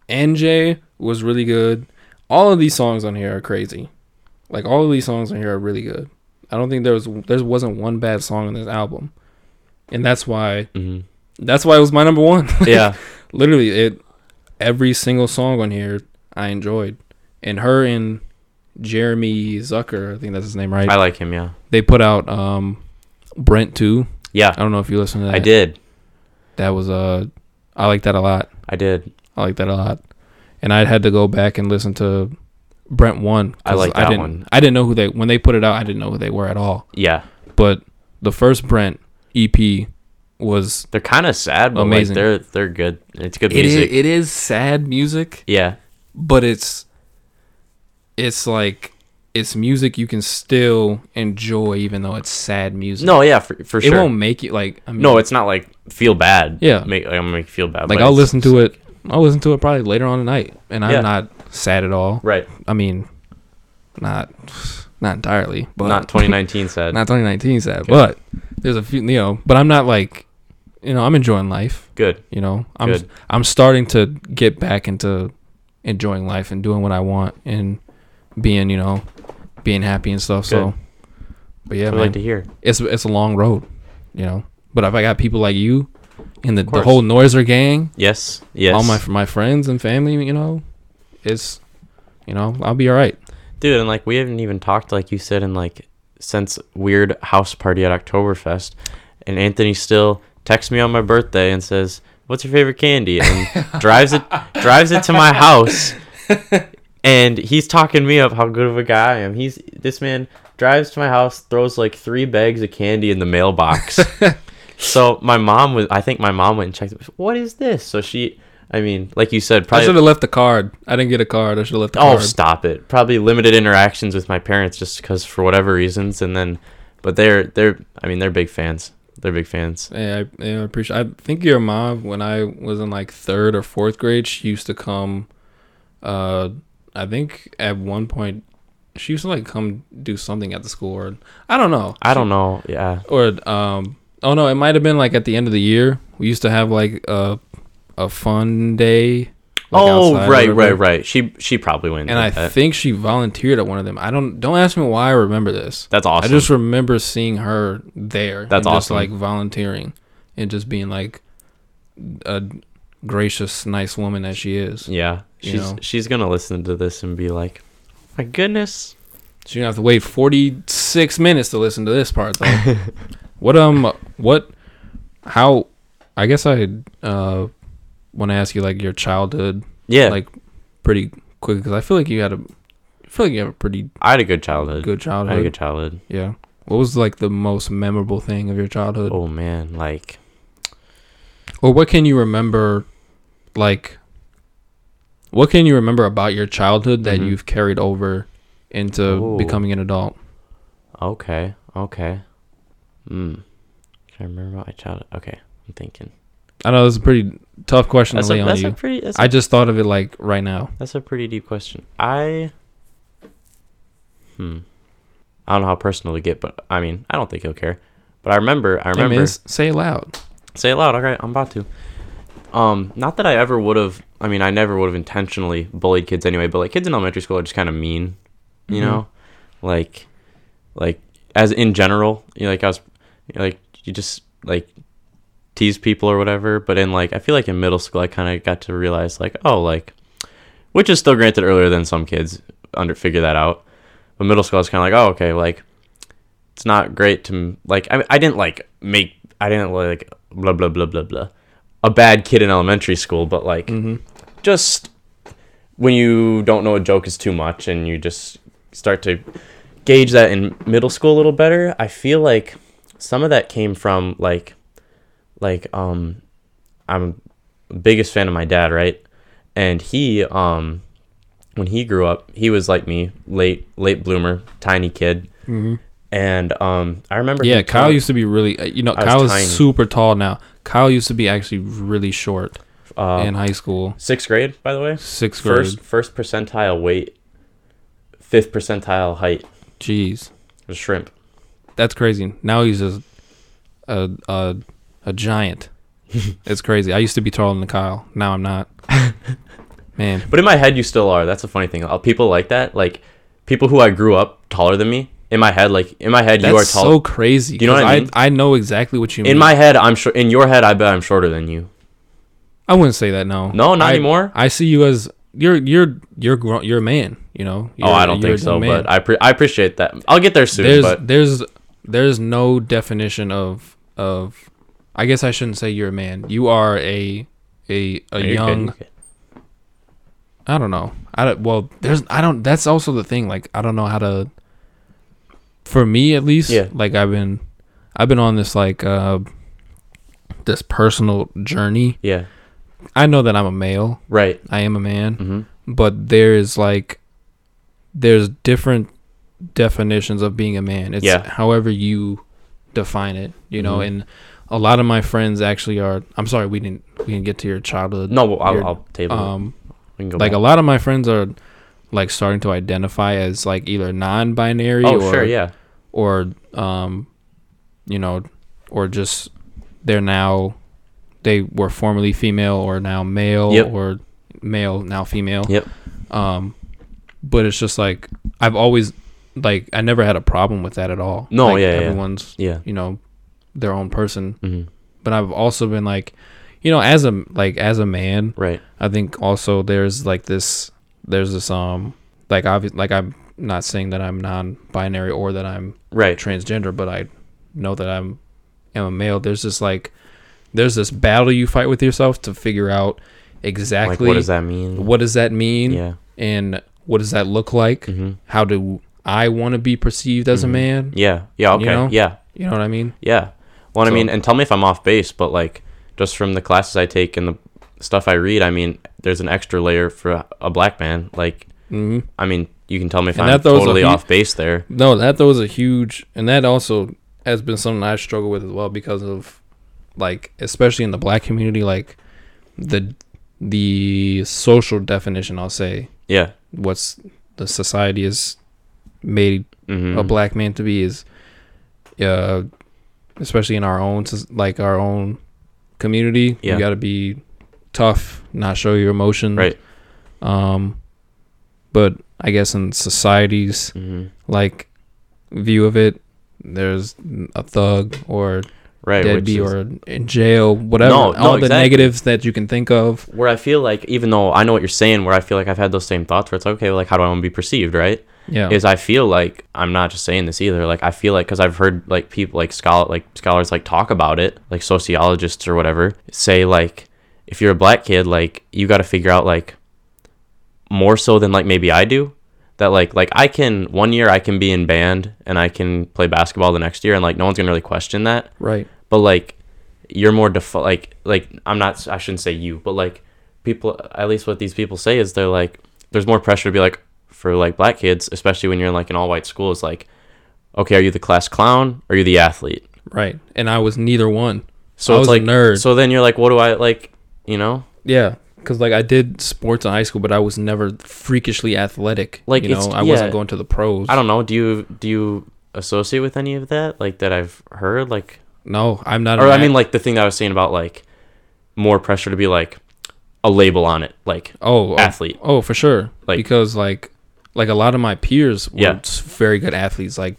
[SPEAKER 1] NJ was really good. All of these songs on here are crazy. Like all of these songs on here are really good. I don't think there was there wasn't one bad song on this album, and that's why
[SPEAKER 2] Mhm.
[SPEAKER 1] that's why it was my number one.
[SPEAKER 2] Yeah,
[SPEAKER 1] Literally, it every single song on here I enjoyed, and her and Jeremy Zucker, I think that's his name, right?
[SPEAKER 2] I like him. Yeah,
[SPEAKER 1] they put out um Brent too.
[SPEAKER 2] yeah.
[SPEAKER 1] I don't know if you listened to that.
[SPEAKER 2] I did.
[SPEAKER 1] That was uh, I like that a lot.
[SPEAKER 2] I did.
[SPEAKER 1] I like that a lot. And I had to go back and listen to Brent One. 'cause
[SPEAKER 2] I like that
[SPEAKER 1] didn't,
[SPEAKER 2] one.
[SPEAKER 1] I didn't know who they when they put it out. I didn't know who they were at all.
[SPEAKER 2] Yeah,
[SPEAKER 1] But the first Brent EP was
[SPEAKER 2] they're kind of sad, but
[SPEAKER 1] Amazing.
[SPEAKER 2] like they're they're good. It's good
[SPEAKER 1] it is,
[SPEAKER 2] music.
[SPEAKER 1] it is sad music,
[SPEAKER 2] yeah,
[SPEAKER 1] but it's it's like it's music you can still enjoy even though it's sad music.
[SPEAKER 2] no, yeah, for, for
[SPEAKER 1] it
[SPEAKER 2] sure.
[SPEAKER 1] won't make you like I mean,
[SPEAKER 2] no, it's not like feel bad.
[SPEAKER 1] Yeah.
[SPEAKER 2] make like, I'm gonna make you feel bad.
[SPEAKER 1] like
[SPEAKER 2] but
[SPEAKER 1] I'll
[SPEAKER 2] it's-
[SPEAKER 1] listen to it. I'll listen to it probably later on tonight, and I'm
[SPEAKER 2] Yeah.
[SPEAKER 1] not sad at all.
[SPEAKER 2] Right.
[SPEAKER 1] I mean, not not entirely, but
[SPEAKER 2] not 2019 sad.
[SPEAKER 1] not 2019 sad,
[SPEAKER 2] Okay.
[SPEAKER 1] but there's a few, you know. But I'm not like, you know, I'm enjoying life.
[SPEAKER 2] Good.
[SPEAKER 1] You know, I'm
[SPEAKER 2] Good.
[SPEAKER 1] I'm starting to get back into enjoying life and doing what I want and being, you know, being happy and stuff. So, but yeah,
[SPEAKER 2] That's what I
[SPEAKER 1] man,
[SPEAKER 2] like to hear.
[SPEAKER 1] it's it's a long road, you know. But if I got people like you and the, the
[SPEAKER 2] course.
[SPEAKER 1] whole Noiser gang,
[SPEAKER 2] Yes. Yes.
[SPEAKER 1] all my my friends and family, you know, it's you know, I'll be all right.
[SPEAKER 2] Dude, and like we haven't even talked, like you said, in like since weird house party at Oktoberfest, and Anthony still texts me on my birthday and says, "What's your favorite candy?" and drives it drives it to my house, and he's talking me up how good of a guy I am. He's this man drives to my house, throws like three bags of candy in the mailbox. so my mom was, I think my mom went and checked. it. What is this? So she, I mean, like you said,
[SPEAKER 1] I
[SPEAKER 2] probably
[SPEAKER 1] should have left the card. I didn't get a card. I should have left the
[SPEAKER 2] Oh,
[SPEAKER 1] card.
[SPEAKER 2] stop it! Probably limited interactions with my parents just because for whatever reasons, and then, but they're they're I mean they're big fans. They're big fans.
[SPEAKER 1] Yeah, I, yeah, I appreciate. I think your mom, when I was in like third or fourth grade, she used to come. Uh, I think at one point, she used to like come do something at the school, or I don't know.
[SPEAKER 2] I don't know. Yeah,
[SPEAKER 1] or um oh no it might have been like at the end of the year we used to have like a a fun day like,
[SPEAKER 2] oh
[SPEAKER 1] outside or
[SPEAKER 2] right, right,
[SPEAKER 1] whatever.
[SPEAKER 2] right. She she probably went.
[SPEAKER 1] and i think she volunteered at one of them i don't don't ask me why i remember this
[SPEAKER 2] that's awesome.
[SPEAKER 1] i just remember seeing her there
[SPEAKER 2] That's
[SPEAKER 1] and just
[SPEAKER 2] awesome.
[SPEAKER 1] like volunteering and just being like a gracious nice woman that she is
[SPEAKER 2] yeah,
[SPEAKER 1] you
[SPEAKER 2] she's
[SPEAKER 1] know.
[SPEAKER 2] she's gonna listen to this and be like, my goodness.
[SPEAKER 1] so you don't have to wait 46 minutes to listen to this part though what um what how i guess i uh want to ask you like your childhood
[SPEAKER 2] Yeah,
[SPEAKER 1] like pretty quick because I feel like you had a, I feel like you have a pretty
[SPEAKER 2] I had a good childhood.
[SPEAKER 1] good
[SPEAKER 2] I had a
[SPEAKER 1] childhood.
[SPEAKER 2] good childhood.
[SPEAKER 1] Yeah. What was like the most memorable thing of your childhood,
[SPEAKER 2] Oh man, like
[SPEAKER 1] or what can you remember, like, what can you remember about your childhood that
[SPEAKER 2] Mhm.
[SPEAKER 1] you've carried over into
[SPEAKER 2] Ooh.
[SPEAKER 1] becoming an adult?
[SPEAKER 2] Okay. Okay. Hmm. Can I remember my childhood? Okay, I'm thinking.
[SPEAKER 1] I know this is a pretty tough question
[SPEAKER 2] That's
[SPEAKER 1] to
[SPEAKER 2] a,
[SPEAKER 1] lay on
[SPEAKER 2] that's a
[SPEAKER 1] you.
[SPEAKER 2] pretty. That's a
[SPEAKER 1] I just thought of it like right now.
[SPEAKER 2] That's a pretty deep question. I hmm. I don't know how personal to get, but I mean, I don't think he'll care. But I remember, I
[SPEAKER 1] Hey, man,
[SPEAKER 2] remember.
[SPEAKER 1] s- say it loud.
[SPEAKER 2] Say it loud. Okay, I'm about to. Um, not that I ever would have. I mean, I never would have intentionally bullied kids anyway. But like kids in elementary school are just kind of mean, you
[SPEAKER 1] Mhm.
[SPEAKER 2] know, like, like as in general, you know, like I was, you know, like you just like tease people or whatever. But in like, I feel like in middle school, I kind of got to realize like, oh, like, which is still granted earlier than some kids under figure that out. But middle school, I was kind of like, oh, okay, like it's not great to m- like I, I didn't like make i didn't like blah blah blah blah blah a bad kid in elementary school but like
[SPEAKER 1] Mm-hmm.
[SPEAKER 2] just when you don't know a joke is too much and you just start to gauge that in middle school a little better i feel like some of that came from like like um i'm biggest fan of my dad right and he um when he grew up he was like me late late bloomer tiny kid
[SPEAKER 1] Mm-hmm.
[SPEAKER 2] and um, I remember.
[SPEAKER 1] Yeah,
[SPEAKER 2] him
[SPEAKER 1] Kyle
[SPEAKER 2] telling-
[SPEAKER 1] used to be really. uh, You know,
[SPEAKER 2] I was
[SPEAKER 1] Kyle is
[SPEAKER 2] tiny.
[SPEAKER 1] super tall now. Kyle used to be actually really short
[SPEAKER 2] uh,
[SPEAKER 1] in high school,
[SPEAKER 2] sixth grade, by the way.
[SPEAKER 1] sixth grade.
[SPEAKER 2] First, first percentile weight, fifth percentile height.
[SPEAKER 1] Jeez,
[SPEAKER 2] A shrimp.
[SPEAKER 1] that's crazy. Now he's just a a, a giant. it's crazy. I used to be taller than Kyle. Now I'm not. Man,
[SPEAKER 2] But in my head, you still are. That's a funny thing. Uh, People like that, like people who I grew up taller than me. In my head, like in my head,
[SPEAKER 1] that's
[SPEAKER 2] you are
[SPEAKER 1] so
[SPEAKER 2] tall.
[SPEAKER 1] crazy.
[SPEAKER 2] You know
[SPEAKER 1] 'cause
[SPEAKER 2] what I mean?
[SPEAKER 1] I, know exactly what you mean.
[SPEAKER 2] in my head, I'm sure. In your head, I bet I'm shorter than you.
[SPEAKER 1] I wouldn't say that. No,
[SPEAKER 2] No, not
[SPEAKER 1] I-
[SPEAKER 2] anymore.
[SPEAKER 1] I see you as you're you're you're grown. You're a man. You know.
[SPEAKER 2] oh,
[SPEAKER 1] You're-
[SPEAKER 2] I don't
[SPEAKER 1] you're
[SPEAKER 2] think
[SPEAKER 1] the
[SPEAKER 2] so.
[SPEAKER 1] man.
[SPEAKER 2] But I pre- I appreciate that. I'll get there soon.
[SPEAKER 1] there's
[SPEAKER 2] but
[SPEAKER 1] there's there's no definition of of I guess I shouldn't say you're a man. You are a a a
[SPEAKER 2] You're good,
[SPEAKER 1] young
[SPEAKER 2] you're good.
[SPEAKER 1] I don't know. I don't, well there's I don't that's also the thing like I don't know how to for me at least
[SPEAKER 2] Yeah.
[SPEAKER 1] like I've been I've been on this like uh this personal journey.
[SPEAKER 2] Yeah.
[SPEAKER 1] I know that I'm a male.
[SPEAKER 2] Right.
[SPEAKER 1] I am a man
[SPEAKER 2] Mm-hmm.
[SPEAKER 1] but there's like there's different definitions of being a man it's
[SPEAKER 2] Yeah.
[SPEAKER 1] however you define it you know
[SPEAKER 2] Mhm.
[SPEAKER 1] and a lot of my friends actually are i'm sorry we didn't we didn't get to your childhood
[SPEAKER 2] No, well, I'll,
[SPEAKER 1] You're-
[SPEAKER 2] I'll table. it.
[SPEAKER 1] um
[SPEAKER 2] We can go
[SPEAKER 1] like
[SPEAKER 2] back.
[SPEAKER 1] a lot of my friends are like starting to identify as like either non-binary
[SPEAKER 2] Oh,
[SPEAKER 1] or
[SPEAKER 2] sure, yeah.
[SPEAKER 1] or um, you know, or just they're now they were formerly female or now male
[SPEAKER 2] Yep.
[SPEAKER 1] or male now female.
[SPEAKER 2] Yep.
[SPEAKER 1] Um, but it's just like I've always like I never had a problem with that at all.
[SPEAKER 2] No,
[SPEAKER 1] Like,
[SPEAKER 2] yeah, yeah.
[SPEAKER 1] everyone's
[SPEAKER 2] Yeah.
[SPEAKER 1] you know their own person.
[SPEAKER 2] hmm
[SPEAKER 1] But I've also been like, you know, as a like as a man,
[SPEAKER 2] Right.
[SPEAKER 1] I think also there's like this there's this um like obvious like I'm not saying that I'm non-binary or that I'm
[SPEAKER 2] Right.
[SPEAKER 1] transgender, but I know that I'm am a male. There's this like there's this battle you fight with yourself to figure out
[SPEAKER 2] Like,
[SPEAKER 1] exactly
[SPEAKER 2] what does that mean?
[SPEAKER 1] what does that mean
[SPEAKER 2] Yeah.
[SPEAKER 1] and what does that look like?
[SPEAKER 2] hmm
[SPEAKER 1] How do I want to be perceived as
[SPEAKER 2] Mm-hmm.
[SPEAKER 1] a man?
[SPEAKER 2] Yeah. Yeah. Okay.
[SPEAKER 1] You know?
[SPEAKER 2] Yeah.
[SPEAKER 1] You know what I mean?
[SPEAKER 2] Yeah. Well, I
[SPEAKER 1] So-
[SPEAKER 2] mean, and tell me if I'm off base, but like, just from the classes I take and the stuff I read, I mean, there's an extra layer for a, a black man. Like,
[SPEAKER 1] hmm
[SPEAKER 2] I mean, you can tell me if
[SPEAKER 1] And
[SPEAKER 2] I'm
[SPEAKER 1] that throws a
[SPEAKER 2] totally
[SPEAKER 1] hu-
[SPEAKER 2] off base there.
[SPEAKER 1] No, that though was a huge, and that also has been something I struggle with as well because of, like, especially in the black community, like, the the social definition. I'll say
[SPEAKER 2] Yeah.
[SPEAKER 1] what's the society has made
[SPEAKER 2] Mm-hmm.
[SPEAKER 1] a black man to be is, uh, especially in our own soc- like our own community,
[SPEAKER 2] Yeah.
[SPEAKER 1] you got to be tough, not show your emotion,
[SPEAKER 2] Right.
[SPEAKER 1] Um, but I guess in societies
[SPEAKER 2] hmm
[SPEAKER 1] like view of it. There's a thug or
[SPEAKER 2] Right. which
[SPEAKER 1] deadbeat
[SPEAKER 2] is-
[SPEAKER 1] or in jail, whatever.
[SPEAKER 2] No, no,
[SPEAKER 1] all the
[SPEAKER 2] exactly.
[SPEAKER 1] negatives that you can think of.
[SPEAKER 2] where I feel like, even though I know what you're saying, where I feel like I've had those same thoughts where it's like, okay, well, like, how do I want to be perceived, right?
[SPEAKER 1] Yeah.
[SPEAKER 2] Is I feel like I'm not just saying this either. Like, I feel like, because I've heard like people, like scholar, like scholars, like talk about it, like sociologists or whatever, say, like, if you're a black kid, like, you got to figure out, like, more so than like maybe I do. That like like I can one year I can be in band and I can play basketball the next year and like no one's gonna really question that
[SPEAKER 1] right.
[SPEAKER 2] but like you're more defi- like like i'm not i shouldn't say you but like people at least what these people say is they're like there's more pressure to be like for like black kids especially when you're in like an all white school it's like okay are you the class clown or are you the athlete
[SPEAKER 1] Right. And I was neither one.
[SPEAKER 2] so
[SPEAKER 1] I was
[SPEAKER 2] it's
[SPEAKER 1] a
[SPEAKER 2] like
[SPEAKER 1] nerd.
[SPEAKER 2] so then you're like what do i like you know
[SPEAKER 1] Yeah. Cause like I did sports in high school, but I was never freakishly athletic. Like
[SPEAKER 2] Like,
[SPEAKER 1] you know,
[SPEAKER 2] it's-
[SPEAKER 1] I wasn't
[SPEAKER 2] yeah.
[SPEAKER 1] going to the pros.
[SPEAKER 2] i don't know do you do you associate with any of that like that i've heard like
[SPEAKER 1] No, I'm not.
[SPEAKER 2] or
[SPEAKER 1] an
[SPEAKER 2] i
[SPEAKER 1] ath-
[SPEAKER 2] mean like the thing that i was saying about like more pressure to be like a label on it like
[SPEAKER 1] oh, oh,
[SPEAKER 2] athlete
[SPEAKER 1] oh, for sure.
[SPEAKER 2] Like-
[SPEAKER 1] because like, like a lot of my peers were
[SPEAKER 2] Yeah.
[SPEAKER 1] s- very good athletes. Like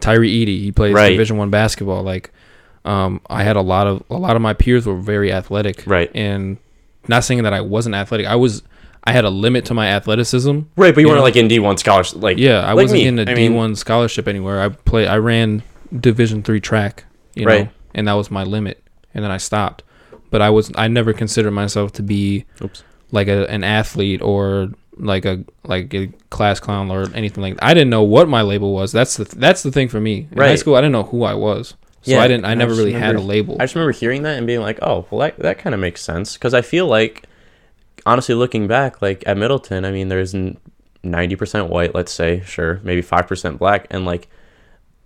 [SPEAKER 1] Tyree Eady, he plays
[SPEAKER 2] Right.
[SPEAKER 1] Division One basketball. Like, um, I had a lot of a lot of my peers were very athletic.
[SPEAKER 2] right
[SPEAKER 1] and not saying that I wasn't athletic. I was I had a limit to my athleticism.
[SPEAKER 2] Right, but you,
[SPEAKER 1] You
[SPEAKER 2] weren't
[SPEAKER 1] know?
[SPEAKER 2] like in D one scholarship. Like
[SPEAKER 1] Yeah, I
[SPEAKER 2] like
[SPEAKER 1] wasn't
[SPEAKER 2] me.
[SPEAKER 1] in a
[SPEAKER 2] I mean,
[SPEAKER 1] one scholarship anywhere. I play I ran Division three track, you
[SPEAKER 2] Right.
[SPEAKER 1] know, and that was my limit. And then I stopped. But I was I never considered myself to be
[SPEAKER 2] Oops.
[SPEAKER 1] like a, an athlete or like a like a class clown or anything like that. I didn't know what my label was. That's the that's the thing for me. In high
[SPEAKER 2] Right.
[SPEAKER 1] school I didn't know who I was. So
[SPEAKER 2] Yeah,
[SPEAKER 1] I didn't I
[SPEAKER 2] and I
[SPEAKER 1] never
[SPEAKER 2] just
[SPEAKER 1] really had a
[SPEAKER 2] remember-
[SPEAKER 1] label.
[SPEAKER 2] I just remember hearing that and being like, oh, well, that that kind of makes sense because I feel like, honestly, looking back, like at Middleton, I mean, there's ninety percent white, let's say, sure, maybe five percent black, and like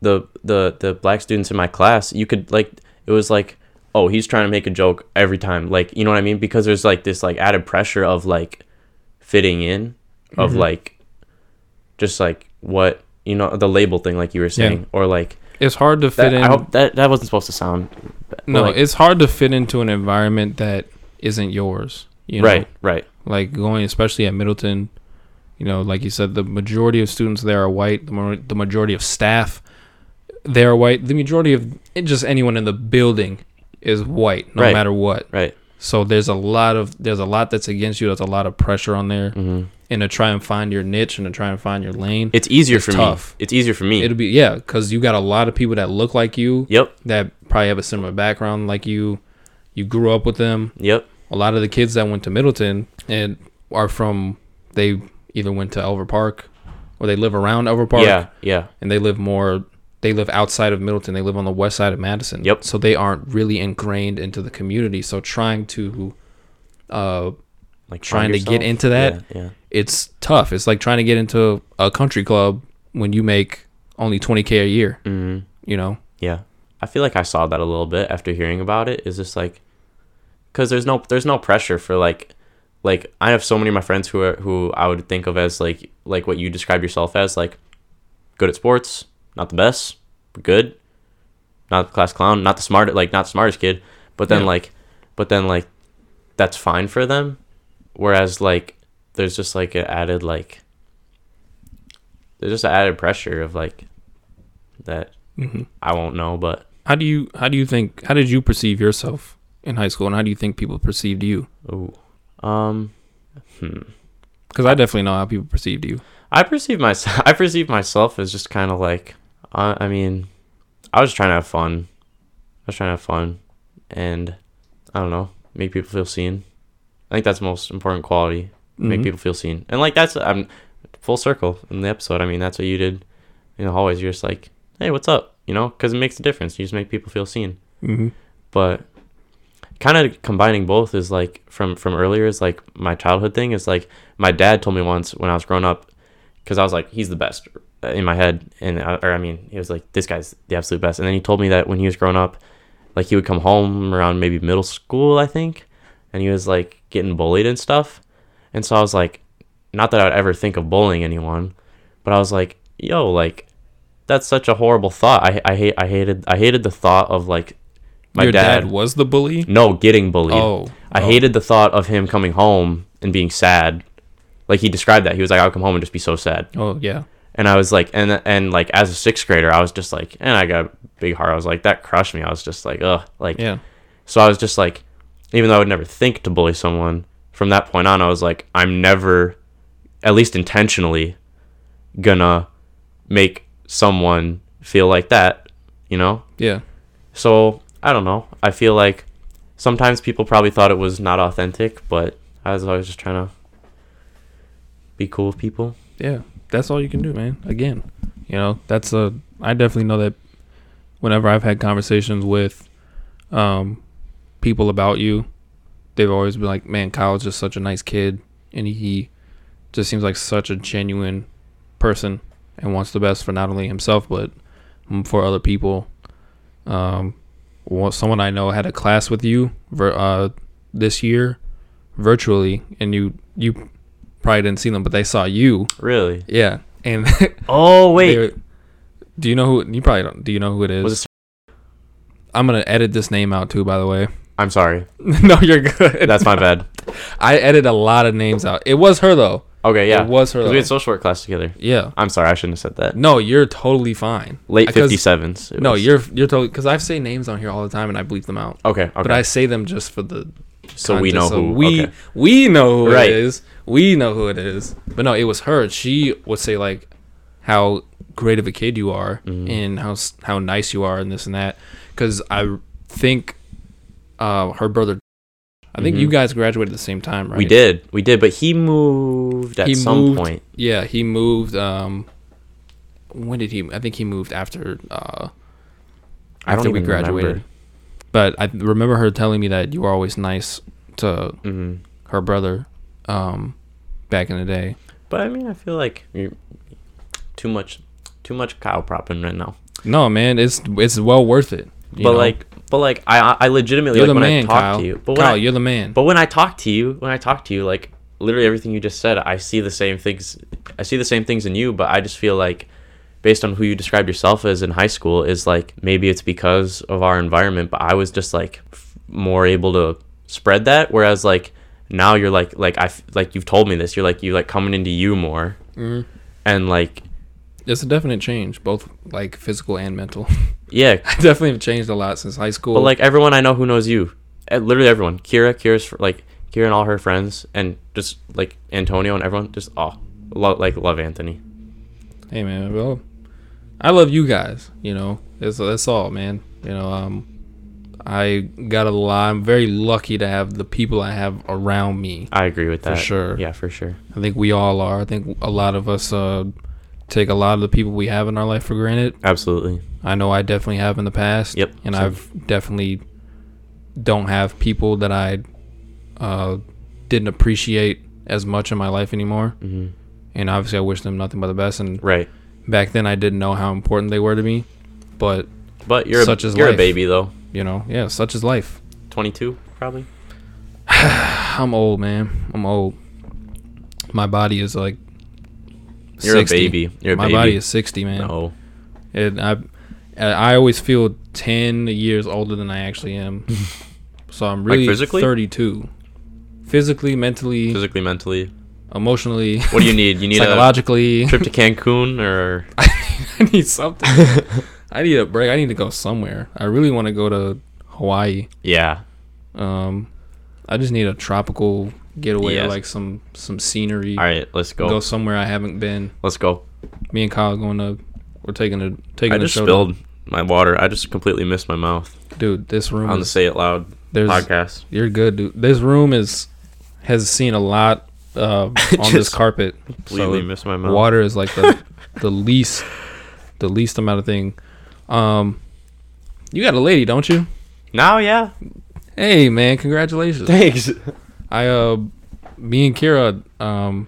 [SPEAKER 2] the the the black students in my class, you could like it was like, oh, he's trying to make a joke every time, like you know what I mean? Because there's like this like added pressure of like fitting in, of
[SPEAKER 1] Mm-hmm.
[SPEAKER 2] like, just like what you know the label thing, like you were saying, or like
[SPEAKER 1] it's hard to fit
[SPEAKER 2] that,
[SPEAKER 1] in
[SPEAKER 2] I hope that that wasn't supposed to sound
[SPEAKER 1] No,
[SPEAKER 2] like-
[SPEAKER 1] it's hard to fit into an environment that isn't yours. You know?
[SPEAKER 2] right, right.
[SPEAKER 1] like going especially at Middleton, you know, like you said, the majority of students there are white. The, ma- the majority of staff they are white. The majority of just anyone in the building is white, no
[SPEAKER 2] Right.
[SPEAKER 1] matter what.
[SPEAKER 2] Right.
[SPEAKER 1] So there's a lot of there's a lot that's against you. There's a lot of pressure on there,
[SPEAKER 2] Mm-hmm.
[SPEAKER 1] and to try and find your niche and to try and find your lane,
[SPEAKER 2] It's easier
[SPEAKER 1] It's
[SPEAKER 2] for
[SPEAKER 1] tough.
[SPEAKER 2] me. It's easier for me.
[SPEAKER 1] it'll be yeah, because you got a lot of people that look like you,
[SPEAKER 2] yep.
[SPEAKER 1] that probably have a similar background like you. You grew up with them
[SPEAKER 2] Yep.
[SPEAKER 1] a lot of the kids that went to Middleton and are from they either went to Elver Park or they live around Elver Park
[SPEAKER 2] Yeah. Yeah.
[SPEAKER 1] and they live more they live outside of Middleton. They live on the west side of Madison.
[SPEAKER 2] Yep.
[SPEAKER 1] So they aren't really ingrained into the community. So trying to uh
[SPEAKER 2] Like
[SPEAKER 1] trying
[SPEAKER 2] find
[SPEAKER 1] to get
[SPEAKER 2] yourself.
[SPEAKER 1] into that,
[SPEAKER 2] Yeah. yeah.
[SPEAKER 1] it's tough. It's like trying to get into a country club when you make only twenty K a year,
[SPEAKER 2] Mm-hmm.
[SPEAKER 1] you know?
[SPEAKER 2] Yeah. I feel like I saw that a little bit after hearing about it. Is just like, cause there's no there's no pressure for like like I have so many of my friends who are who I would think of as like like what you describe yourself as like good at sports, not the best, but good, not the class clown, not the smart like not the smartest kid, but then
[SPEAKER 1] Yeah.
[SPEAKER 2] like but then like that's fine for them. Whereas like there's just like an added like there's just an added pressure of like that
[SPEAKER 1] hmm
[SPEAKER 2] I won't know, but
[SPEAKER 1] How do you how do you think how did you perceive yourself in high school, and how do you think people perceived you?
[SPEAKER 2] ooh, um, hmm.
[SPEAKER 1] Because I definitely know how people perceived you.
[SPEAKER 2] I perceive myself. I perceive myself as just kind of like. I I mean, I was just trying to have fun. I was trying to have fun, and I don't know, make people feel seen. I think that's the most important quality. Make
[SPEAKER 1] Mhm.
[SPEAKER 2] people feel seen, and like that's I'm full circle in the episode. I mean, that's what you did in the hallways. You're just like, hey, what's up? You know, because it makes a difference. You just make people feel seen
[SPEAKER 1] Mhm.
[SPEAKER 2] but kind of combining both is like from from earlier is like my childhood thing is like my dad told me once when I was growing up because I was like he's the best uh, in my head and I, or I mean he was like this guy's the absolute best and then he told me that when he was growing up like he would come home around maybe middle school I think and he was like getting bullied and stuff and so I was like not that I would ever think of bullying anyone but I was like yo like that's such a horrible thought I I hate I hated I hated the thought of like my
[SPEAKER 1] Your
[SPEAKER 2] dad,
[SPEAKER 1] dad, was the bully.
[SPEAKER 2] no, getting bullied.
[SPEAKER 1] Oh,
[SPEAKER 2] I
[SPEAKER 1] oh.
[SPEAKER 2] hated the thought of him coming home and being sad. Like he described that. He was like, I'll come home and just be so sad.
[SPEAKER 1] Oh yeah.
[SPEAKER 2] And I was like, and and like as a sixth grader, I was just like, and I got a big heart. I was like, that crushed me. I was just like, ugh. Like,
[SPEAKER 1] Yeah.
[SPEAKER 2] so I was just like, even though I would never think to bully someone, from that point on, I was like, I'm never, at least intentionally, gonna make someone feel like that, you know?
[SPEAKER 1] Yeah.
[SPEAKER 2] So I don't know. I feel like sometimes people probably thought it was not authentic, but I was always just trying to be cool with people.
[SPEAKER 1] Yeah. That's all you can do, man. Again, you know, that's a I definitely know that whenever I've had conversations with um people about you, they've always been like, "Man, Kyle's just such a nice kid and he just seems like such a genuine person and wants the best for not only himself but mm, for other people." Um well, someone I know had a class with you ver- uh this year virtually and you you probably didn't see them but they saw you
[SPEAKER 2] Really?
[SPEAKER 1] yeah, and
[SPEAKER 2] Oh
[SPEAKER 1] they- do you know who? You probably don't. Do you know who it is?
[SPEAKER 2] was it?
[SPEAKER 1] I'm gonna edit this name out too. By the way,
[SPEAKER 2] I'm sorry.
[SPEAKER 1] no, you're good.
[SPEAKER 2] That's my bad.
[SPEAKER 1] I edit a lot of names out. It was her though.
[SPEAKER 2] Okay, yeah.
[SPEAKER 1] It was her.
[SPEAKER 2] Because
[SPEAKER 1] Though.
[SPEAKER 2] we had social work class together.
[SPEAKER 1] yeah.
[SPEAKER 2] I'm sorry. I shouldn't have said that.
[SPEAKER 1] No, you're totally fine.
[SPEAKER 2] Late
[SPEAKER 1] Because-
[SPEAKER 2] 57s. it
[SPEAKER 1] No,
[SPEAKER 2] was-
[SPEAKER 1] you're you're totally because I've say names on here all the time and I bleep them out.
[SPEAKER 2] Okay, okay.
[SPEAKER 1] But I say them just for the
[SPEAKER 2] so we
[SPEAKER 1] contest,
[SPEAKER 2] know
[SPEAKER 1] so
[SPEAKER 2] who.
[SPEAKER 1] we
[SPEAKER 2] okay.
[SPEAKER 1] we know who
[SPEAKER 2] Right.
[SPEAKER 1] it is. We know who it is. But no, it was her. She would say like how great of a kid you are
[SPEAKER 2] Mm. Mm-hmm.
[SPEAKER 1] and how s- how nice you are and this and that. Because I think uh, her brother. I think you guys graduated at the same time, right?
[SPEAKER 2] Mm-hmm. We did. We did, but he moved at
[SPEAKER 1] He
[SPEAKER 2] some
[SPEAKER 1] moved-
[SPEAKER 2] point.
[SPEAKER 1] Yeah, he moved. Um, when did he? I think he moved after. Uh,
[SPEAKER 2] I don't
[SPEAKER 1] after we
[SPEAKER 2] even remember.
[SPEAKER 1] graduated. But I remember her telling me that you were always nice to
[SPEAKER 2] hmm
[SPEAKER 1] her brother um, back in the day.
[SPEAKER 2] But I mean, I feel like you're too much, too much Kyle propping right now.
[SPEAKER 1] No, man, it's it's well worth it. you
[SPEAKER 2] but
[SPEAKER 1] know?
[SPEAKER 2] like but like i i legitimately
[SPEAKER 1] you're
[SPEAKER 2] like
[SPEAKER 1] the man,
[SPEAKER 2] when i talk
[SPEAKER 1] Kyle.
[SPEAKER 2] to you but when,
[SPEAKER 1] Kyle,
[SPEAKER 2] I,
[SPEAKER 1] you're the man.
[SPEAKER 2] but when i talk to you when i talk to you like literally everything you just said i see the same things i see the same things in you but i just feel like based on who you described yourself as in high school is like maybe it's because of our environment but i was just like f- more able to spread that whereas like now you're like like i f- like you've told me this you're like you like coming into you more
[SPEAKER 1] Mm-hmm.
[SPEAKER 2] and like
[SPEAKER 1] it's a definite change, both like physical and mental.
[SPEAKER 2] yeah
[SPEAKER 1] I definitely have changed a lot since high school.
[SPEAKER 2] But like everyone I know who knows you, Eh, literally everyone. Kira, Kira's fr- like Kira and all her friends, and just like Antonio and everyone, just oh, lo- like love Anthony.
[SPEAKER 1] hey, man, well, I love you guys. You know, that's that's all, man. You know, um, I got a lot. I'm very lucky to have the people I have around me.
[SPEAKER 2] I agree with that.
[SPEAKER 1] sure.
[SPEAKER 2] Yeah, for sure.
[SPEAKER 1] I think we all are. I think a lot of us uh, take a lot of the people we have in our life for granted.
[SPEAKER 2] Absolutely.
[SPEAKER 1] I know I definitely have in the past.
[SPEAKER 2] Yep,
[SPEAKER 1] And
[SPEAKER 2] same.
[SPEAKER 1] I've definitely don't have people that I uh, didn't appreciate as much in my life anymore.
[SPEAKER 2] hmm
[SPEAKER 1] And obviously, I wish them nothing but the best. And
[SPEAKER 2] Right.
[SPEAKER 1] back then, I didn't know how important they were to me. But
[SPEAKER 2] But you're
[SPEAKER 1] Such
[SPEAKER 2] a,
[SPEAKER 1] is
[SPEAKER 2] you're a
[SPEAKER 1] life.
[SPEAKER 2] baby though.
[SPEAKER 1] you know, yeah, such is life.
[SPEAKER 2] Twenty two probably.
[SPEAKER 1] I'm old, man. I'm old. My body is like.
[SPEAKER 2] You're a baby. You're a
[SPEAKER 1] My
[SPEAKER 2] baby.
[SPEAKER 1] body is sixty, man.
[SPEAKER 2] No.
[SPEAKER 1] And I, I always feel ten years older than I actually am. so I'm
[SPEAKER 2] Like
[SPEAKER 1] really
[SPEAKER 2] physically?
[SPEAKER 1] thirty-two. Physically, mentally,
[SPEAKER 2] Physically, mentally.
[SPEAKER 1] emotionally,
[SPEAKER 2] What do you need? You need a
[SPEAKER 1] psychologically.
[SPEAKER 2] trip to Cancun or
[SPEAKER 1] I need something. I need a break. I need to go somewhere. I really want to go to Hawaii.
[SPEAKER 2] yeah.
[SPEAKER 1] Um, I just need a tropical getaway or
[SPEAKER 2] Yes.
[SPEAKER 1] like some some scenery.
[SPEAKER 2] All right, let's go.
[SPEAKER 1] Go somewhere I haven't been.
[SPEAKER 2] Let's go.
[SPEAKER 1] Me and Kyle going to we're taking a taking
[SPEAKER 2] I
[SPEAKER 1] a
[SPEAKER 2] just
[SPEAKER 1] show.
[SPEAKER 2] spilled my water. I just completely missed my mouth
[SPEAKER 1] Dude, this room
[SPEAKER 2] on the
[SPEAKER 1] is,
[SPEAKER 2] Say It Loud
[SPEAKER 1] there's
[SPEAKER 2] podcast.
[SPEAKER 1] you're good, dude. This room is has seen a lot uh, on this
[SPEAKER 2] Just
[SPEAKER 1] carpet.
[SPEAKER 2] Completely missed my mouth.
[SPEAKER 1] water is like the the least the least amount of thing. Um you got a lady, don't you?
[SPEAKER 2] Now, yeah.
[SPEAKER 1] Hey man, congratulations.
[SPEAKER 2] Thanks.
[SPEAKER 1] I uh, me and Kira, um,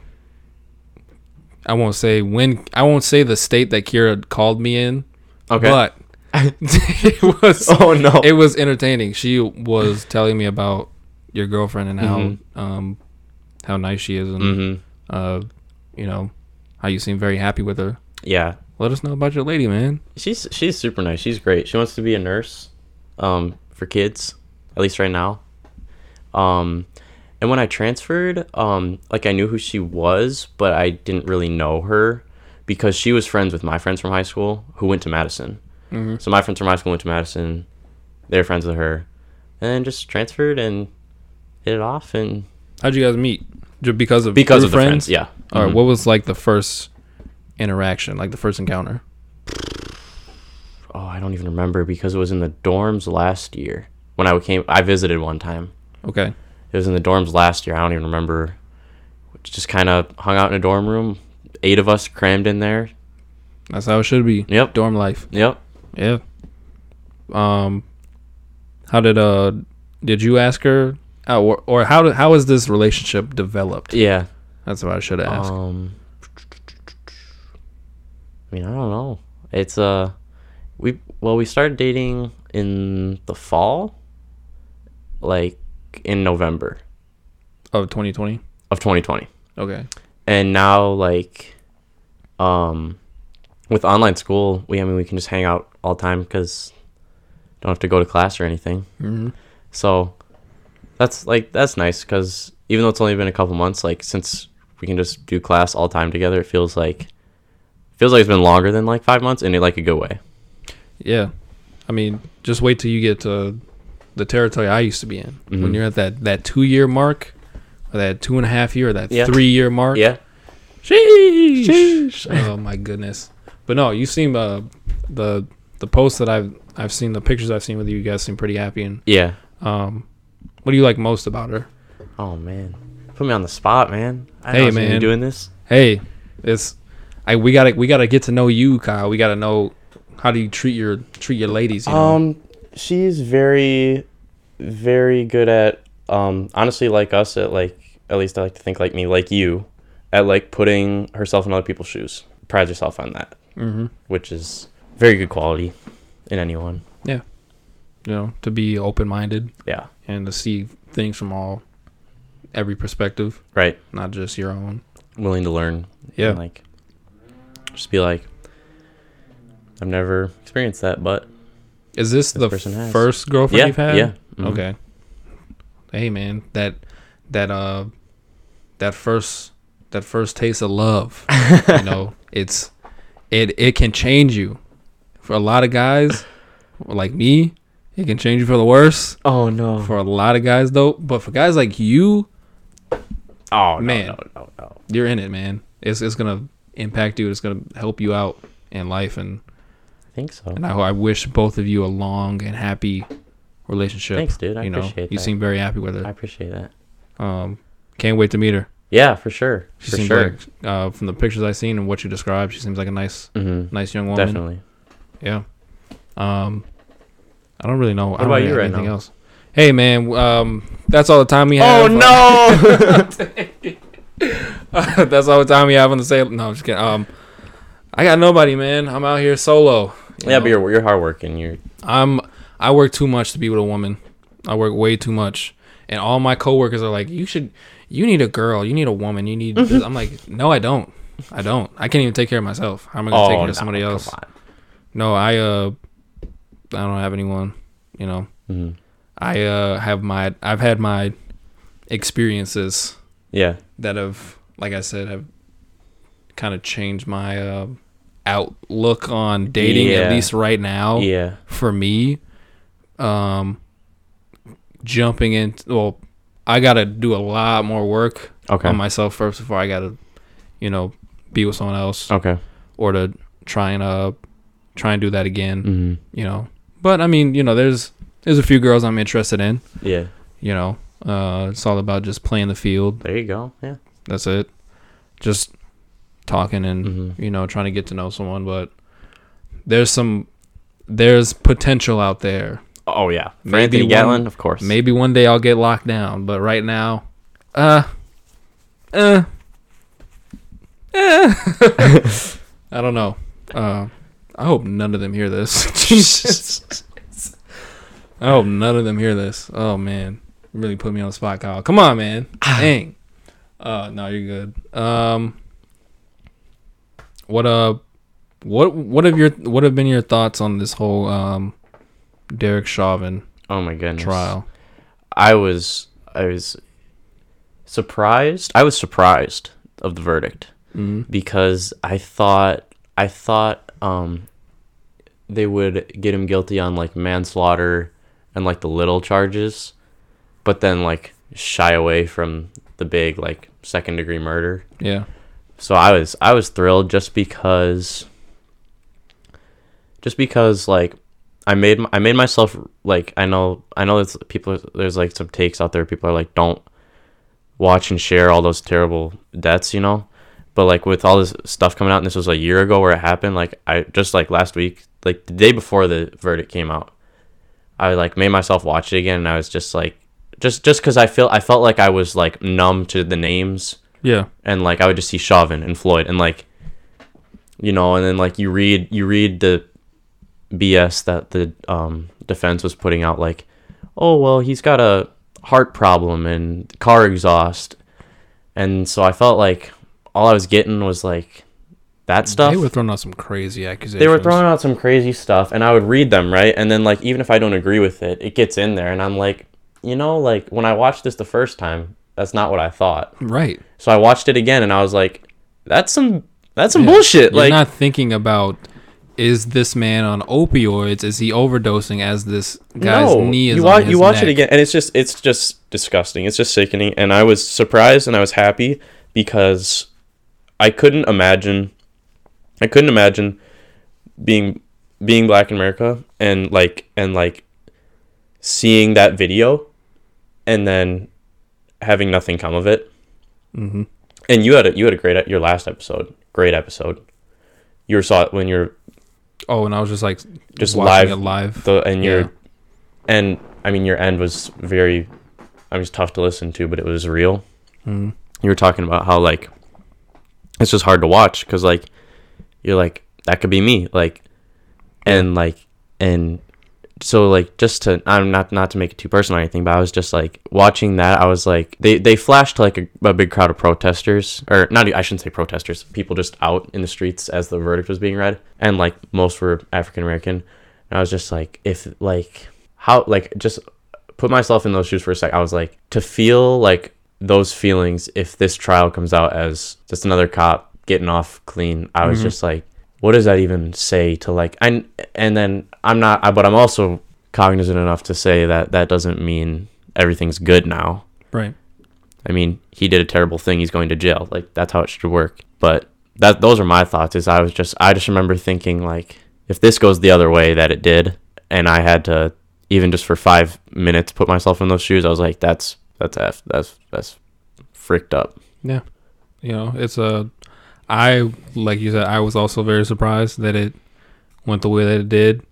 [SPEAKER 1] I won't say when. I won't say the state that Kira called me in.
[SPEAKER 2] Okay.
[SPEAKER 1] But it was
[SPEAKER 2] oh no.
[SPEAKER 1] it was entertaining. She was telling me about your girlfriend and how
[SPEAKER 2] Mhm.
[SPEAKER 1] um how nice she is and
[SPEAKER 2] mm-hmm.
[SPEAKER 1] uh you know how you seem very happy with her.
[SPEAKER 2] Yeah.
[SPEAKER 1] Let us know about your lady, man.
[SPEAKER 2] She's she's super nice. She's great. She wants to be a nurse, um, for kids, at least right now. Um, and when I transferred, um, like I knew who she was, but I didn't really know her because she was friends with my friends from high school who went to Madison.
[SPEAKER 1] Mhm.
[SPEAKER 2] So my friends from high school went to Madison. They're friends with her, and then just transferred and hit it off and
[SPEAKER 1] How'd you guys meet? Just because of
[SPEAKER 2] because
[SPEAKER 1] through
[SPEAKER 2] of the friends. Yeah.
[SPEAKER 1] All right.
[SPEAKER 2] Mhm.
[SPEAKER 1] What was like the first interaction? Like the first encounter?
[SPEAKER 2] oh, I don't even remember because it was in the dorms last year when I came. I visited one time.
[SPEAKER 1] Okay.
[SPEAKER 2] It was in the dorms last year. I don't even remember. Just kind of hung out in a dorm room. Eight of us crammed in there.
[SPEAKER 1] That's how it should be.
[SPEAKER 2] Yep.
[SPEAKER 1] Dorm life.
[SPEAKER 2] Yep.
[SPEAKER 1] Yeah. Um, how did uh did you ask her? Oh, or, or how did how has this relationship developed?
[SPEAKER 2] Yeah.
[SPEAKER 1] That's what I should ask.
[SPEAKER 2] Um. I mean, I don't know. It's uh, we well we started dating in the fall, like in November
[SPEAKER 1] Of 2020.
[SPEAKER 2] of 2020.
[SPEAKER 1] Okay.
[SPEAKER 2] and now like um with online school we i mean we can just hang out all the time because don't have to go to class or anything
[SPEAKER 1] Mm-hmm.
[SPEAKER 2] so that's like that's nice because even though it's only been a couple months like since we can just do class all the time together it feels like feels like it's been longer than like five months in like a good way
[SPEAKER 1] Yeah. I mean, just wait till you get to the territory I used to be in. When
[SPEAKER 2] Mhm.
[SPEAKER 1] you're at that that two year mark, or that two and a half year, or that
[SPEAKER 2] Yeah.
[SPEAKER 1] three year mark.
[SPEAKER 2] yeah
[SPEAKER 1] Sheesh. Oh my goodness. But no, you seem uh the the posts that I've I've seen the pictures I've seen with you, you guys seem pretty happy and
[SPEAKER 2] yeah
[SPEAKER 1] Um, what do you like most about her?
[SPEAKER 2] oh man put me on the spot man I
[SPEAKER 1] Hey,
[SPEAKER 2] know man
[SPEAKER 1] man.
[SPEAKER 2] doing this
[SPEAKER 1] Hey, it's I we gotta we gotta get to know you, Kyle. We gotta know how do you treat your treat your ladies. You know?
[SPEAKER 2] Um, she's very, very good at um. Honestly, like us, at like at least I like to think like me, like you, at like putting herself in other people's shoes. Prides herself on that,
[SPEAKER 1] hmm
[SPEAKER 2] which is very good quality in anyone.
[SPEAKER 1] You know, to be open minded
[SPEAKER 2] Yeah.
[SPEAKER 1] and to see things from all every perspective,
[SPEAKER 2] Right.
[SPEAKER 1] not just your own.
[SPEAKER 2] Willing to learn.
[SPEAKER 1] Yeah.
[SPEAKER 2] And, like, just be like, I've never experienced that, but
[SPEAKER 1] Is this
[SPEAKER 2] This
[SPEAKER 1] the
[SPEAKER 2] person has.
[SPEAKER 1] first girlfriend
[SPEAKER 2] yeah,
[SPEAKER 1] you've had?
[SPEAKER 2] yeah. mhm.
[SPEAKER 1] Okay. Hey man, that that uh that first that first taste of love, you know, it's it it can change you. For a lot of guys like me, it can change you for the worse.
[SPEAKER 2] Oh no.
[SPEAKER 1] For a lot of guys though, but for guys like you,
[SPEAKER 2] oh no,
[SPEAKER 1] Man.
[SPEAKER 2] No no no.
[SPEAKER 1] you're in it, man. It's it's going to impact you, it's going to help you out in life and
[SPEAKER 2] I think so.
[SPEAKER 1] and I, I wish both of you a long and happy relationship.
[SPEAKER 2] Thanks, dude. I
[SPEAKER 1] you know,
[SPEAKER 2] appreciate
[SPEAKER 1] you
[SPEAKER 2] that.
[SPEAKER 1] seem very happy with
[SPEAKER 2] I
[SPEAKER 1] her.
[SPEAKER 2] appreciate that.
[SPEAKER 1] Um, can't wait to meet her.
[SPEAKER 2] Yeah, for sure.
[SPEAKER 1] She
[SPEAKER 2] for
[SPEAKER 1] seems
[SPEAKER 2] sure.
[SPEAKER 1] like, uh, from the pictures I've seen and what you described, she seems like a nice,
[SPEAKER 2] mm-hmm.
[SPEAKER 1] nice young woman.
[SPEAKER 2] Definitely.
[SPEAKER 1] Yeah. Um, I don't really know. I don't
[SPEAKER 2] about
[SPEAKER 1] really
[SPEAKER 2] you
[SPEAKER 1] have
[SPEAKER 2] right
[SPEAKER 1] anything
[SPEAKER 2] now? Oh,
[SPEAKER 1] else? Hey, man. Um, that's all the time we have.
[SPEAKER 2] no!
[SPEAKER 1] no! that's all the time we have on the sale. No, I'm just kidding. Um, I got nobody, man. I'm out here solo. you
[SPEAKER 2] yeah,
[SPEAKER 1] know?
[SPEAKER 2] but you're you're hardworking. You're
[SPEAKER 1] I'm. I work too much to be with a woman. I work way too much, and all my coworkers are like, "You should, you need a girl, you need a woman, you need."
[SPEAKER 2] Mm-hmm.
[SPEAKER 1] This. I'm like, "No, I don't, I don't. I can't even take care of myself. How am I gonna take care
[SPEAKER 2] no,
[SPEAKER 1] of somebody
[SPEAKER 2] Oh, come
[SPEAKER 1] else?"
[SPEAKER 2] on.
[SPEAKER 1] No, I uh, I don't have anyone. You know,
[SPEAKER 2] Mhm.
[SPEAKER 1] I uh have my, I've had my experiences
[SPEAKER 2] Yeah.
[SPEAKER 1] that have, like I said, have kind of changed my uh, outlook on dating, at
[SPEAKER 2] Yeah.
[SPEAKER 1] least right now
[SPEAKER 2] Yeah.
[SPEAKER 1] for me um jumping in well i gotta do a lot more work
[SPEAKER 2] Okay.
[SPEAKER 1] on myself first before i gotta you know be with someone else
[SPEAKER 2] okay.
[SPEAKER 1] or to try and uh try and do that again
[SPEAKER 2] hmm
[SPEAKER 1] you know but i mean you know there's there's a few girls i'm interested in
[SPEAKER 2] Yeah.
[SPEAKER 1] you know uh it's all about just playing the field
[SPEAKER 2] There you go. Yeah.
[SPEAKER 1] that's it just talking and
[SPEAKER 2] Mhm.
[SPEAKER 1] you know trying to get to know someone but there's some there's potential out there
[SPEAKER 2] Oh yeah. For
[SPEAKER 1] Maybe
[SPEAKER 2] Anthony
[SPEAKER 1] one-
[SPEAKER 2] Gatlin, of course.
[SPEAKER 1] Maybe one day I'll get locked down, but right now, uh, uh, eh. I don't know. Uh, I hope none of them hear this. Jesus. I hope none of them hear this. Oh man, You really put me on the spot, Kyle. Come on, man. Dang. Uh, no, you're good. Um, what uh, what what have your what have been your thoughts on this whole um, Derek Chauvin
[SPEAKER 2] Oh my goodness.
[SPEAKER 1] trial?
[SPEAKER 2] I was I was surprised. I was surprised of the verdict
[SPEAKER 1] Mm-hmm.
[SPEAKER 2] because I thought I thought um they would get him guilty on like manslaughter and like the little charges, but then like shy away from the big like second degree murder.
[SPEAKER 1] Yeah.
[SPEAKER 2] So I was I was thrilled just because just because like I made m- I made myself like I know I know there's people there's like some takes out there people are like don't watch and share all those terrible deaths you know but like with all this stuff coming out and this was a year ago where it happened like I just like last week like the day before the verdict came out I like made myself watch it again and I was just like just just cuz I feel I felt like I was like numb to the names
[SPEAKER 1] Yeah.
[SPEAKER 2] and like I would just see Chauvin and Floyd and like you know and then like you read you read the BS that the um, defense was putting out like oh well he's got a heart problem and car exhaust and so I felt like all I was getting was like that stuff
[SPEAKER 1] They were throwing out some crazy accusations.
[SPEAKER 2] they were throwing out some crazy stuff and i would read them right and then like even if i don't agree with it it gets in there and i'm like you know like when i watched this the first time that's not what i thought
[SPEAKER 1] right.
[SPEAKER 2] so I watched it again and I was like, that's some that's some
[SPEAKER 1] Yeah.
[SPEAKER 2] bullshit.
[SPEAKER 1] You're
[SPEAKER 2] like
[SPEAKER 1] not thinking about is this man on opioids? Is he overdosing? As this guy's
[SPEAKER 2] no,
[SPEAKER 1] knee is
[SPEAKER 2] you
[SPEAKER 1] on
[SPEAKER 2] watch
[SPEAKER 1] his
[SPEAKER 2] you watch
[SPEAKER 1] neck?
[SPEAKER 2] it again and it's just it's just disgusting. It's just sickening. And I was surprised and I was happy because I couldn't imagine I couldn't imagine being being black in America and like and like seeing that video and then having nothing come of it.
[SPEAKER 1] Mhm.
[SPEAKER 2] And you had a, you had a great your last episode, great episode. You were saw it when you're
[SPEAKER 1] Oh, and I was just like,
[SPEAKER 2] Just
[SPEAKER 1] watching
[SPEAKER 2] live-
[SPEAKER 1] it live.
[SPEAKER 2] the and your
[SPEAKER 1] Yeah.
[SPEAKER 2] and I mean your end was very I was tough to listen to, but it was real.
[SPEAKER 1] Mhm.
[SPEAKER 2] You were talking about how like it's just hard to watch because like you're like that could be me like and like and so like just to I'm not not to make it too personal or anything, but I was just like watching that. I was like they they flashed like a, a big crowd of protesters or not I shouldn't say protesters, people just out in the streets as the verdict was being read, and like most were African American. And I was just like if like how like just put myself in those shoes for a sec. I was like to feel like those feelings if this trial comes out as just another cop getting off clean. I was just like what does that even say to like and and then i'm not I, but i'm also cognizant enough to say that that doesn't mean everything's good now
[SPEAKER 1] Right.
[SPEAKER 2] i mean he did a terrible thing he's going to jail like that's how it should work but that those are my thoughts is i was just i just remember thinking like if this goes the other way that it did and i had to even just for five minutes put myself in those shoes i was like that's that's f that's that's fricked up
[SPEAKER 1] You know, it's a. I like you said. I was also very surprised that it went the way that it did,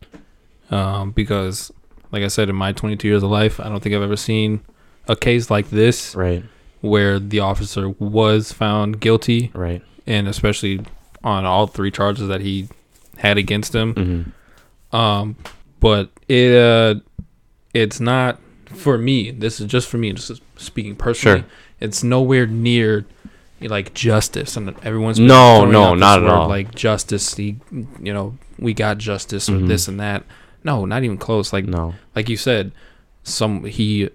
[SPEAKER 1] um, because, like I said, in my 22 years of life, I don't think I've ever seen a case like this
[SPEAKER 2] right
[SPEAKER 1] where the officer was found guilty
[SPEAKER 2] right
[SPEAKER 1] and especially on all three charges that he had against him.
[SPEAKER 2] mm-hmm.
[SPEAKER 1] Um, but it uh, it's not for me, this is just for me, just speaking personally.
[SPEAKER 2] Sure.
[SPEAKER 1] It's nowhere near like justice, and everyone's been
[SPEAKER 2] No,
[SPEAKER 1] throwing
[SPEAKER 2] no,
[SPEAKER 1] out this
[SPEAKER 2] not at all.
[SPEAKER 1] Like justice, the you know, we got justice or
[SPEAKER 2] Mhm.
[SPEAKER 1] this and that. No, not even close. Like
[SPEAKER 2] No,
[SPEAKER 1] like you said, some he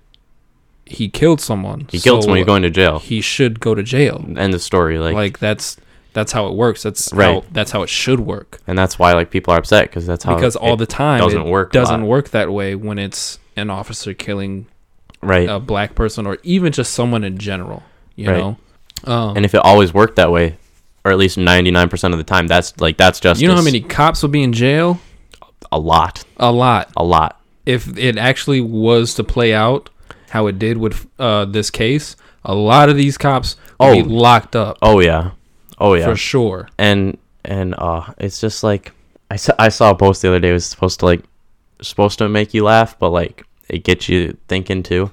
[SPEAKER 1] he killed someone.
[SPEAKER 2] he killed
[SPEAKER 1] so
[SPEAKER 2] someone. You're going to jail.
[SPEAKER 1] He should go to jail.
[SPEAKER 2] End the story. Like,
[SPEAKER 1] Like, that's that's how it works. That's
[SPEAKER 2] Right.
[SPEAKER 1] How, that's how it should work.
[SPEAKER 2] and that's why like people are upset because that's how
[SPEAKER 1] because all
[SPEAKER 2] it-
[SPEAKER 1] the time
[SPEAKER 2] doesn't
[SPEAKER 1] it
[SPEAKER 2] work a
[SPEAKER 1] doesn't
[SPEAKER 2] lot.
[SPEAKER 1] work that way when it's an officer killing
[SPEAKER 2] right.
[SPEAKER 1] a black person or even just someone in general. You
[SPEAKER 2] Right.
[SPEAKER 1] know. Um,
[SPEAKER 2] and if it always worked that way, or at least 99% of the time, that's like that's justice.
[SPEAKER 1] you know how many cops will be in jail?
[SPEAKER 2] A lot,
[SPEAKER 1] A lot.
[SPEAKER 2] a lot.
[SPEAKER 1] If it actually was to play out how it did with uh, this case, a lot of these cops would be
[SPEAKER 2] Oh.
[SPEAKER 1] locked up
[SPEAKER 2] Oh yeah, oh yeah.
[SPEAKER 1] for sure.
[SPEAKER 2] and and uh it's just like I saw, I saw a post the other day it was supposed to like supposed to make you laugh but like it gets you thinking too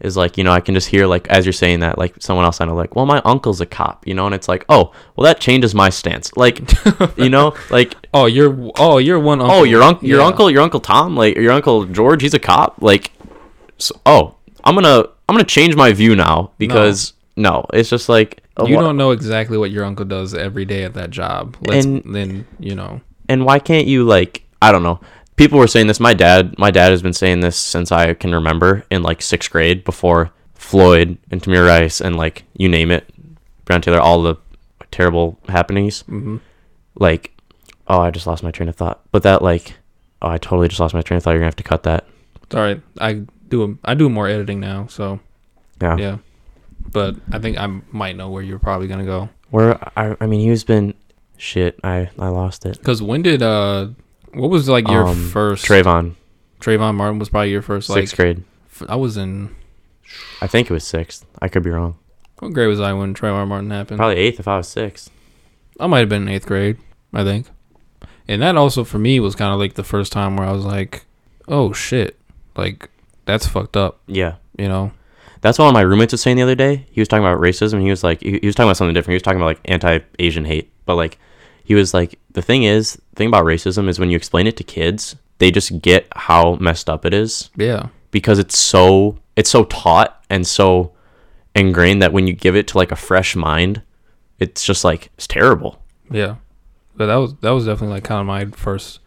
[SPEAKER 2] is like you know I can just hear like as you're saying that like someone else I know like well my uncle's a cop you know and it's like oh well that changes my stance like you know like
[SPEAKER 1] Oh, you're oh you're one uncle.
[SPEAKER 2] oh your uncle your
[SPEAKER 1] Yeah.
[SPEAKER 2] uncle your uncle Tom like your uncle George he's a cop like so, oh I'm gonna I'm gonna change my view now because no, it's just like
[SPEAKER 1] You
[SPEAKER 2] wha-
[SPEAKER 1] don't know exactly what your uncle does every day at that job. Let's,
[SPEAKER 2] And-
[SPEAKER 1] then you know.
[SPEAKER 2] and why can't you like i don't know people were saying this my dad my dad has been saying this since i can remember in like sixth grade before floyd and tamir rice and like you name it brown taylor all the terrible happenings
[SPEAKER 1] hmm
[SPEAKER 2] like oh i just lost my train of thought but that like oh i totally just lost my train of thought you're gonna have to cut that
[SPEAKER 1] Sorry, I do I do more editing now, so
[SPEAKER 2] yeah,
[SPEAKER 1] yeah. But I think I might know where you're probably gonna go.
[SPEAKER 2] where I, I mean he's been shit i i lost it
[SPEAKER 1] Cause when did uh, what was like your
[SPEAKER 2] Um,
[SPEAKER 1] first
[SPEAKER 2] trayvon
[SPEAKER 1] Trayvon Martin was probably your first like.
[SPEAKER 2] sixth grade
[SPEAKER 1] f- I was in
[SPEAKER 2] i think it was sixth i could be wrong
[SPEAKER 1] what grade was I when Trayvon Martin happened?
[SPEAKER 2] probably eighth if i was sixth
[SPEAKER 1] I might have been in eighth grade, I think. And that also for me was kind of like the first time where I was like, oh shit, like that's fucked up,
[SPEAKER 2] yeah
[SPEAKER 1] you know.
[SPEAKER 2] That's what one of my roommates was saying the other day. He was talking about racism. He was like, he, he was talking about something different. He was talking about like anti-Asian hate. But like, he was like, the thing is, the thing about racism is when you explain it to kids, they just get how messed up it is
[SPEAKER 1] Yeah.
[SPEAKER 2] because it's so it's so taught and so ingrained that when you give it to like a fresh mind, it's just like it's terrible.
[SPEAKER 1] Yeah, but that was that was definitely like kind of my first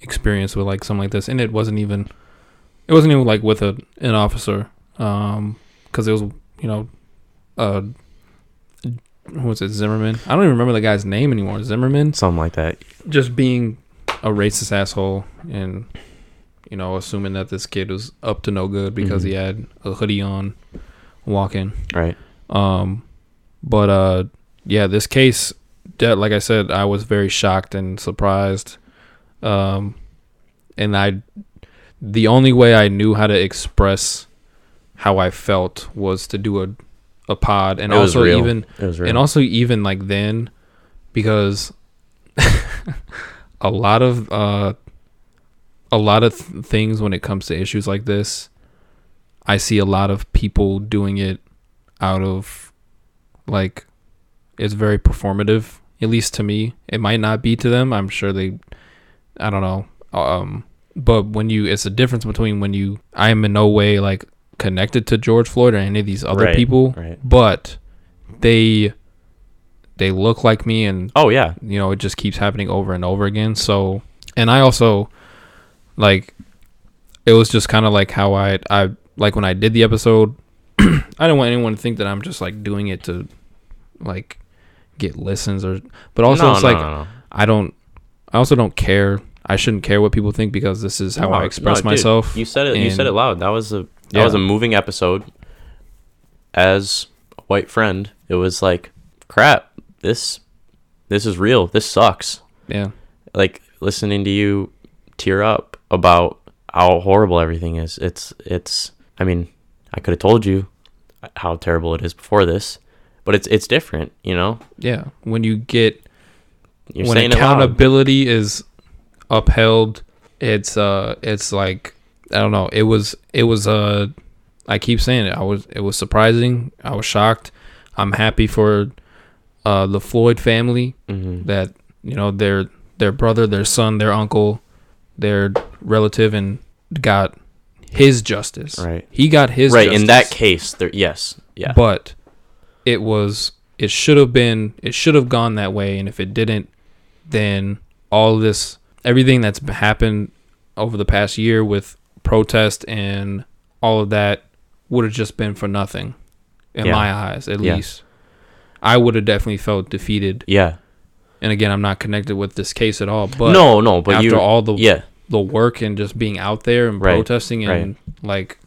[SPEAKER 1] experience with like something like this, and it wasn't even it wasn't even like with a an officer, um, because it was you know, uh, who was it Zimmerman? I don't even remember the guy's name anymore. Zimmerman
[SPEAKER 2] Something like that.
[SPEAKER 1] just being a racist asshole and you know assuming that this kid was up to no good because
[SPEAKER 2] Mhm.
[SPEAKER 1] he had a hoodie on, walking.
[SPEAKER 2] Right.
[SPEAKER 1] Um, but uh, yeah, this case, de- like I said, I was very shocked and surprised. Um, and I, the only way I knew how to express how I felt was to do a, a pod, and
[SPEAKER 2] It was
[SPEAKER 1] also
[SPEAKER 2] real.
[SPEAKER 1] even
[SPEAKER 2] It was
[SPEAKER 1] and also even like then, because a lot of uh, a lot of th- things when it comes to issues like this, I see a lot of people doing it out of like it's very performative. At least to me, it might not be to them. I'm sure they, I don't know. Um, but when you, it's a difference between when you, I am in no way like connected to George Floyd or any of these other
[SPEAKER 2] Right,
[SPEAKER 1] people
[SPEAKER 2] right.
[SPEAKER 1] but they they look like me and
[SPEAKER 2] Oh yeah.
[SPEAKER 1] you know it just keeps happening over and over again so and i also like it was just kind of like how i i like when i did the episode i don't want anyone to think that i'm just like doing it to like get listens or but also
[SPEAKER 2] No,
[SPEAKER 1] it's
[SPEAKER 2] no,
[SPEAKER 1] like
[SPEAKER 2] no, no.
[SPEAKER 1] i don't i also don't care i shouldn't care what people think because this is how
[SPEAKER 2] No,
[SPEAKER 1] i express
[SPEAKER 2] no, dude,
[SPEAKER 1] myself
[SPEAKER 2] you said it. You said
[SPEAKER 1] and-
[SPEAKER 2] it loud. That was a that
[SPEAKER 1] Yeah.
[SPEAKER 2] was a moving episode. As a white friend, it was like, crap. This this is real. This sucks.
[SPEAKER 1] yeah
[SPEAKER 2] Like listening to you tear up about how horrible everything is. It's it's. I mean, I could have told you how terrible it is before this, but it's it's different. You know,
[SPEAKER 1] yeah when you get
[SPEAKER 2] you're
[SPEAKER 1] when
[SPEAKER 2] saying it loud.
[SPEAKER 1] accountability is upheld, it's uh, it's like I don't know. It was it was uh, I keep saying it. I was it was surprising. I was shocked. I'm happy for uh the Floyd family
[SPEAKER 2] Mhm.
[SPEAKER 1] that you know their their brother, their son, their uncle, their relative, and got his justice.
[SPEAKER 2] Right.
[SPEAKER 1] He got his
[SPEAKER 2] right.
[SPEAKER 1] Justice,
[SPEAKER 2] In that case, there. Yes. Yeah.
[SPEAKER 1] But it was it should have been it should have gone that way, and if it didn't, then all this everything that's happened over the past year with protest and all of that would have just been for nothing, in
[SPEAKER 2] Yeah.
[SPEAKER 1] my eyes at
[SPEAKER 2] Yeah.
[SPEAKER 1] least. I would have definitely felt defeated.
[SPEAKER 2] yeah.
[SPEAKER 1] And again, I'm not connected with this case at all, but
[SPEAKER 2] no. No. But
[SPEAKER 1] after
[SPEAKER 2] you.
[SPEAKER 1] all the
[SPEAKER 2] yeah.
[SPEAKER 1] the work and just being out there and
[SPEAKER 2] Right,
[SPEAKER 1] protesting and like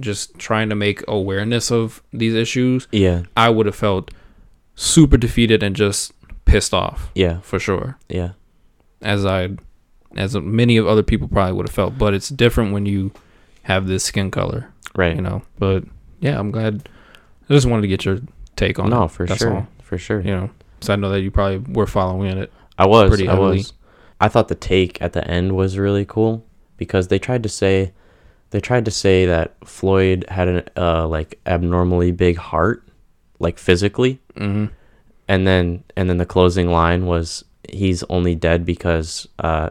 [SPEAKER 1] just trying to make awareness of these issues,
[SPEAKER 2] Yeah.
[SPEAKER 1] I would have felt super defeated and just pissed off
[SPEAKER 2] Yeah.
[SPEAKER 1] for sure.
[SPEAKER 2] Yeah.
[SPEAKER 1] As I, as many of other people probably would have felt, but it's different when you have this skin color,
[SPEAKER 2] Right.
[SPEAKER 1] you know. But yeah, I'm glad. I just wanted to get your take on
[SPEAKER 2] no.
[SPEAKER 1] it.
[SPEAKER 2] For
[SPEAKER 1] That's
[SPEAKER 2] sure.
[SPEAKER 1] all.
[SPEAKER 2] For sure.
[SPEAKER 1] You know, so I know that you probably were following it.
[SPEAKER 2] I was.
[SPEAKER 1] pretty
[SPEAKER 2] I
[SPEAKER 1] heavily.
[SPEAKER 2] was. I thought the take at the end was really cool because they tried to say, they tried to say that Floyd had an uh, like abnormally big heart, like physically,
[SPEAKER 1] Mm-hmm.
[SPEAKER 2] and then and then the closing line was he's only dead because uh,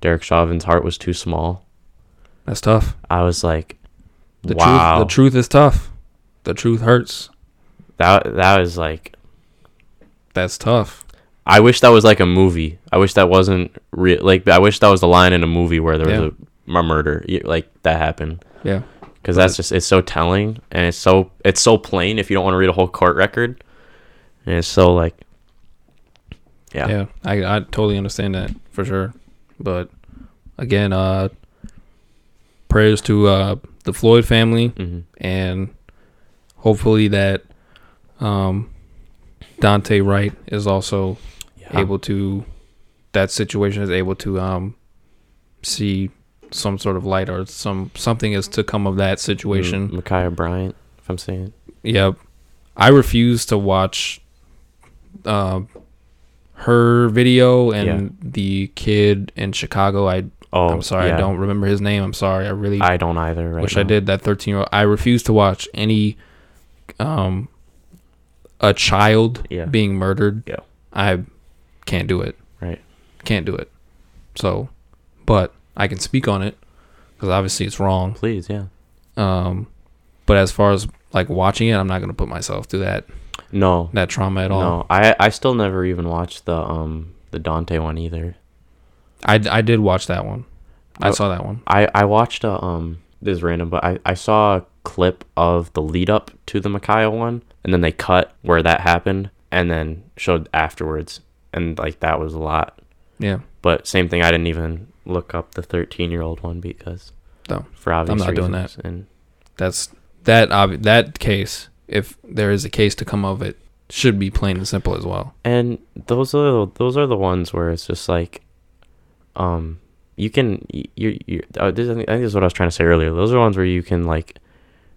[SPEAKER 2] Derek Chauvin's heart was too small.
[SPEAKER 1] That's tough.
[SPEAKER 2] I was like,
[SPEAKER 1] The
[SPEAKER 2] wow,
[SPEAKER 1] truth. The truth is tough. The truth hurts.
[SPEAKER 2] that that was like.
[SPEAKER 1] That's tough.
[SPEAKER 2] I wish that was like a movie. I wish that wasn't real. Like I wish that was the line in a movie where there was a, a murder, y- like that happened.
[SPEAKER 1] Yeah.
[SPEAKER 2] because that's just it's so telling and it's so it's so plain if you don't want to read a whole court record and it's so like yeah
[SPEAKER 1] Yeah. I, I totally understand that for sure. But again, uh prayers to uh the Floyd family
[SPEAKER 2] Mhm.
[SPEAKER 1] and hopefully that um Dante Wright is also
[SPEAKER 2] yeah,
[SPEAKER 1] able to that situation is able to um see some sort of light or some something is to come of that situation.
[SPEAKER 2] Mm, Micaiah Bryant if I'm saying it.
[SPEAKER 1] Yep. I refuse to watch uh, her video and
[SPEAKER 2] Yeah.
[SPEAKER 1] the kid in Chicago. I
[SPEAKER 2] oh
[SPEAKER 1] I'm sorry,
[SPEAKER 2] yeah.
[SPEAKER 1] I don't remember his name. I'm sorry. I really
[SPEAKER 2] I don't either right
[SPEAKER 1] wish I
[SPEAKER 2] now.
[SPEAKER 1] did. That 13 year old. I refuse to watch any um a child
[SPEAKER 2] Yeah.
[SPEAKER 1] being murdered.
[SPEAKER 2] Yeah.
[SPEAKER 1] I can't do it.
[SPEAKER 2] right
[SPEAKER 1] Can't do it. So, but I can speak on it because obviously it's wrong.
[SPEAKER 2] please yeah
[SPEAKER 1] Um, but as far as like watching it, I'm not gonna put myself through that
[SPEAKER 2] no
[SPEAKER 1] that trauma at all.
[SPEAKER 2] no I I still never even watched the um the Dante one either
[SPEAKER 1] I, I did watch that one. I
[SPEAKER 2] Oh.
[SPEAKER 1] saw that one.
[SPEAKER 2] I I watched a um this is random but I I saw a clip of the lead up to the Micaiah one and then they cut where that happened and then showed afterwards and like that was a lot
[SPEAKER 1] Yeah,
[SPEAKER 2] But same thing, I didn't even look up the 13 year old one because
[SPEAKER 1] No,
[SPEAKER 2] for obvious
[SPEAKER 1] not doing
[SPEAKER 2] reasons. And
[SPEAKER 1] that's that obvi- that case. If there is a case to come of it, should be plain and simple as well.
[SPEAKER 2] and those are the, those are the ones where it's just like, um, you can you you uh, this, I think I think this is what I was trying to say earlier. Those are ones where you can like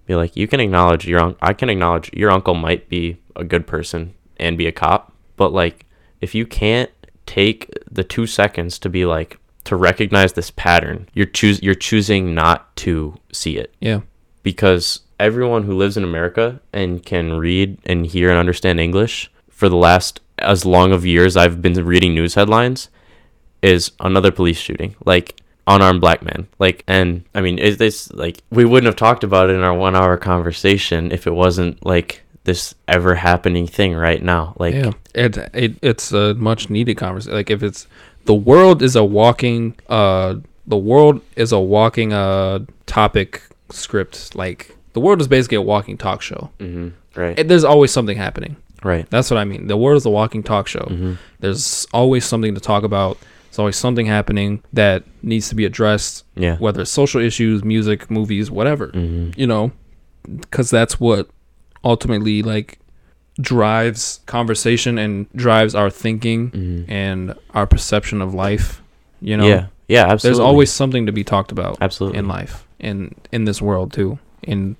[SPEAKER 2] be like you can acknowledge your un- I can acknowledge your uncle might be a good person and be a cop, but like if you can't take the two seconds to be like to recognize this pattern, you're choose you're choosing not to see it.
[SPEAKER 1] Yeah,
[SPEAKER 2] because everyone who lives in America and can read and hear and understand English for the last as long of years I've been reading news headlines is another police shooting, like unarmed black man, like and I mean is this like we wouldn't have talked about it in our one hour conversation if it wasn't like this ever happening thing right now, like
[SPEAKER 1] yeah. It, it it's a much needed conversation. Like if it's the world is a walking uh the world is a walking uh topic script. Like the world is basically a walking talk show.
[SPEAKER 2] hmm right,
[SPEAKER 1] It, there's always something happening.
[SPEAKER 2] right,
[SPEAKER 1] That's what I mean. The world is a walking talk show.
[SPEAKER 2] hmm
[SPEAKER 1] There's always something to talk about. There's always something happening that needs to be addressed.
[SPEAKER 2] yeah,
[SPEAKER 1] whether it's social issues, music, movies, whatever,
[SPEAKER 2] hmm
[SPEAKER 1] you know, because that's what ultimately like drives conversation and drives our thinking
[SPEAKER 2] Mhm.
[SPEAKER 1] and our perception of life. You know,
[SPEAKER 2] yeah, yeah, absolutely.
[SPEAKER 1] there's always something to be talked about
[SPEAKER 2] absolutely
[SPEAKER 1] in life and in this world too. And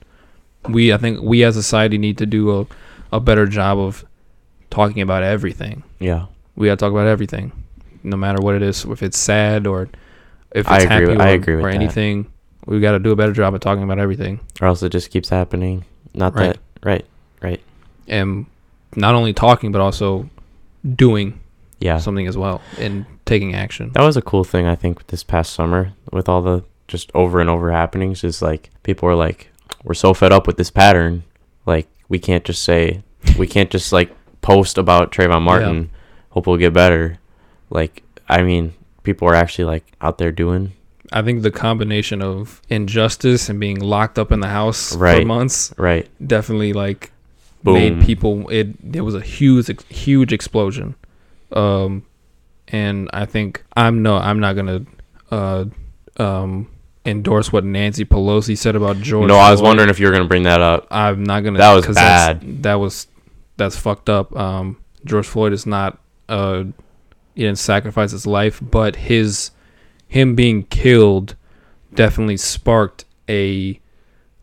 [SPEAKER 1] we, I think, we as a society need to do a, a better job of talking about everything.
[SPEAKER 2] yeah.
[SPEAKER 1] We gotta talk about everything, no matter what it is. If it's sad or if it's
[SPEAKER 2] I agree
[SPEAKER 1] happy
[SPEAKER 2] with-
[SPEAKER 1] or,
[SPEAKER 2] I agree with
[SPEAKER 1] or
[SPEAKER 2] that.
[SPEAKER 1] anything, we gotta do a better job of talking about everything.
[SPEAKER 2] Or else it just keeps happening. Not
[SPEAKER 1] Right.
[SPEAKER 2] that right, right,
[SPEAKER 1] And not only talking, but also doing
[SPEAKER 2] yeah.
[SPEAKER 1] something as well and taking action.
[SPEAKER 2] That was a cool thing I think this past summer with all the just over and over happenings is like people are like we're so fed up with this pattern like we can't just say we can't just like post about Trayvon Martin hope we'll get better like I mean people are actually like out there doing
[SPEAKER 1] I think the combination of injustice and being locked up in the house for
[SPEAKER 2] Right.
[SPEAKER 1] months
[SPEAKER 2] right
[SPEAKER 1] definitely like
[SPEAKER 2] boom
[SPEAKER 1] made people it there was a huge ex- huge explosion. Um and I think I'm no I'm not going to uh um endorse what Nancy Pelosi said about George.
[SPEAKER 2] no I was
[SPEAKER 1] Floyd.
[SPEAKER 2] wondering if you were gonna bring that up
[SPEAKER 1] I'm not gonna.
[SPEAKER 2] That was
[SPEAKER 1] 'cause that's- That was that's fucked up. Um, George Floyd is not. Uh, he didn't sacrifice his life, but his him being killed definitely sparked a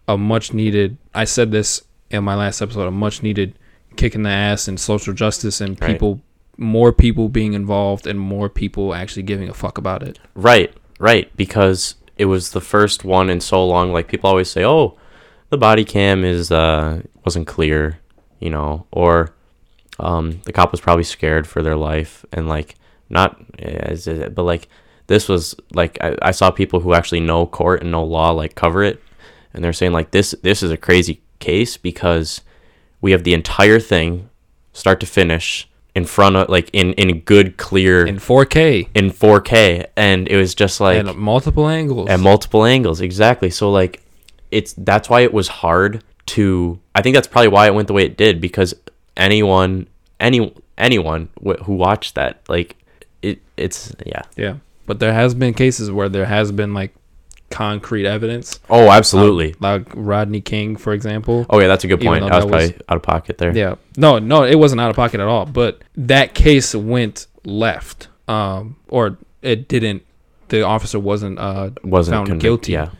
[SPEAKER 1] a much needed. I said this in my last episode. A much needed kick in the ass in social justice and
[SPEAKER 2] Right.
[SPEAKER 1] people. More people being involved and more people actually giving a fuck about it.
[SPEAKER 2] Right, right, because it was the first one in so long. Like people always say, "Oh, the body cam is uh wasn't clear," you know, or um the cop was probably scared for their life and like not as it, but like this was like I, I saw people who actually know court and know law like cover it and they're saying like this this is a crazy case because we have the entire thing start to finish in front of like in in good clear
[SPEAKER 1] In 4K
[SPEAKER 2] in 4K, and it was just like
[SPEAKER 1] and multiple angles.
[SPEAKER 2] at multiple angles, exactly. So like, it's that's why it was hard to. I think that's probably why it went the way it did because anyone, any anyone wh- who watched that, like, it it's yeah.
[SPEAKER 1] yeah, but there has been cases where there has been like concrete evidence
[SPEAKER 2] Oh, absolutely.
[SPEAKER 1] like Rodney King, for example.
[SPEAKER 2] oh yeah, that's a good
[SPEAKER 1] even
[SPEAKER 2] point.
[SPEAKER 1] though
[SPEAKER 2] I was
[SPEAKER 1] that
[SPEAKER 2] probably
[SPEAKER 1] was-
[SPEAKER 2] out of pocket there.
[SPEAKER 1] Yeah, no, no, it wasn't out of pocket at all. But that case went left, um, or it didn't. The officer wasn't uh,
[SPEAKER 2] Wasn't
[SPEAKER 1] found
[SPEAKER 2] convic-
[SPEAKER 1] guilty.
[SPEAKER 2] Yeah,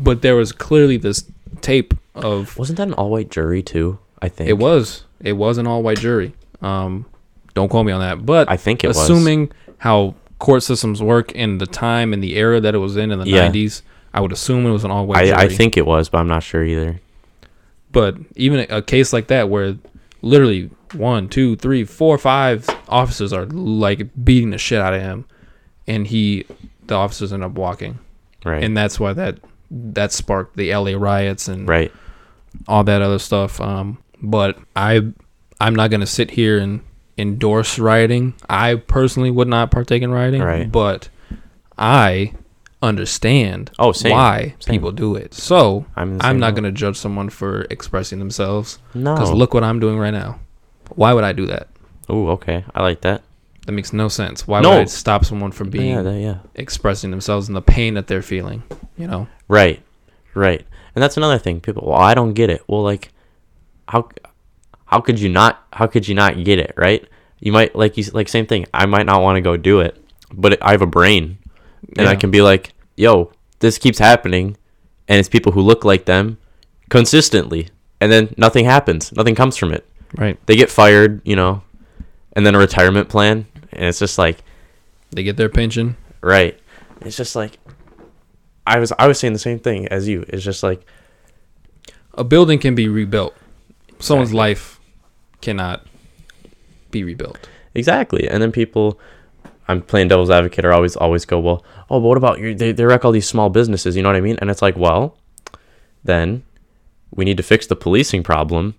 [SPEAKER 1] but there was clearly this tape of
[SPEAKER 2] wasn't that an all white jury too? I think
[SPEAKER 1] it was it was an all white jury. Um, don't quote me on that, but
[SPEAKER 2] I think it was.
[SPEAKER 1] assuming how court systems work in the time and the era that it was in in the
[SPEAKER 2] Yeah.
[SPEAKER 1] 90s, I would assume it was an all white
[SPEAKER 2] I,
[SPEAKER 1] jury.
[SPEAKER 2] I think it was, but I'm not sure either.
[SPEAKER 1] But even a case like that where literally one, two, three, four, five officers are like beating the shit out of him and he the officers end up walking.
[SPEAKER 2] Right.
[SPEAKER 1] And that's why that that sparked the LA riots and
[SPEAKER 2] right.
[SPEAKER 1] all that other stuff. Um but I I'm not gonna sit here and endorse rioting. I personally would not partake in rioting.
[SPEAKER 2] Right.
[SPEAKER 1] But I understand
[SPEAKER 2] Oh, same.
[SPEAKER 1] why
[SPEAKER 2] Same.
[SPEAKER 1] people do it. So
[SPEAKER 2] I'm in the
[SPEAKER 1] I'm
[SPEAKER 2] same
[SPEAKER 1] not
[SPEAKER 2] boat.
[SPEAKER 1] going to judge someone for expressing themselves
[SPEAKER 2] No.
[SPEAKER 1] because look what I'm doing right now. Why would I do that?
[SPEAKER 2] Oh, okay. I like that.
[SPEAKER 1] That makes no sense. Why would
[SPEAKER 2] No.
[SPEAKER 1] I stop someone from being
[SPEAKER 2] yeah, that, yeah.
[SPEAKER 1] expressing themselves and the pain that they're feeling? You know,
[SPEAKER 2] Right, right, and that's another thing. People, well, I don't get it. Well, like, how, how could you not? How could you not get it? Right? You might like you s- like same thing. I might not want to go do it, but I have a brain, and I
[SPEAKER 1] Yeah.
[SPEAKER 2] can be like, yo, this keeps happening, and it's people who look like them, consistently, and then nothing happens. Nothing comes from it.
[SPEAKER 1] right?
[SPEAKER 2] They get fired, you know, and then a retirement plan, and it's just like,
[SPEAKER 1] They get their pension.
[SPEAKER 2] Right. It's just like I was I was saying the same thing as you. It's just like
[SPEAKER 1] A building can be rebuilt. Someone's
[SPEAKER 2] Exactly.
[SPEAKER 1] life cannot be rebuilt.
[SPEAKER 2] exactly. And then people I'm playing devil's advocate are always always go, "Well, oh, but what about your they they wreck all these small businesses, you know what I mean?" And it's like, "Well, then we need to fix the policing problem,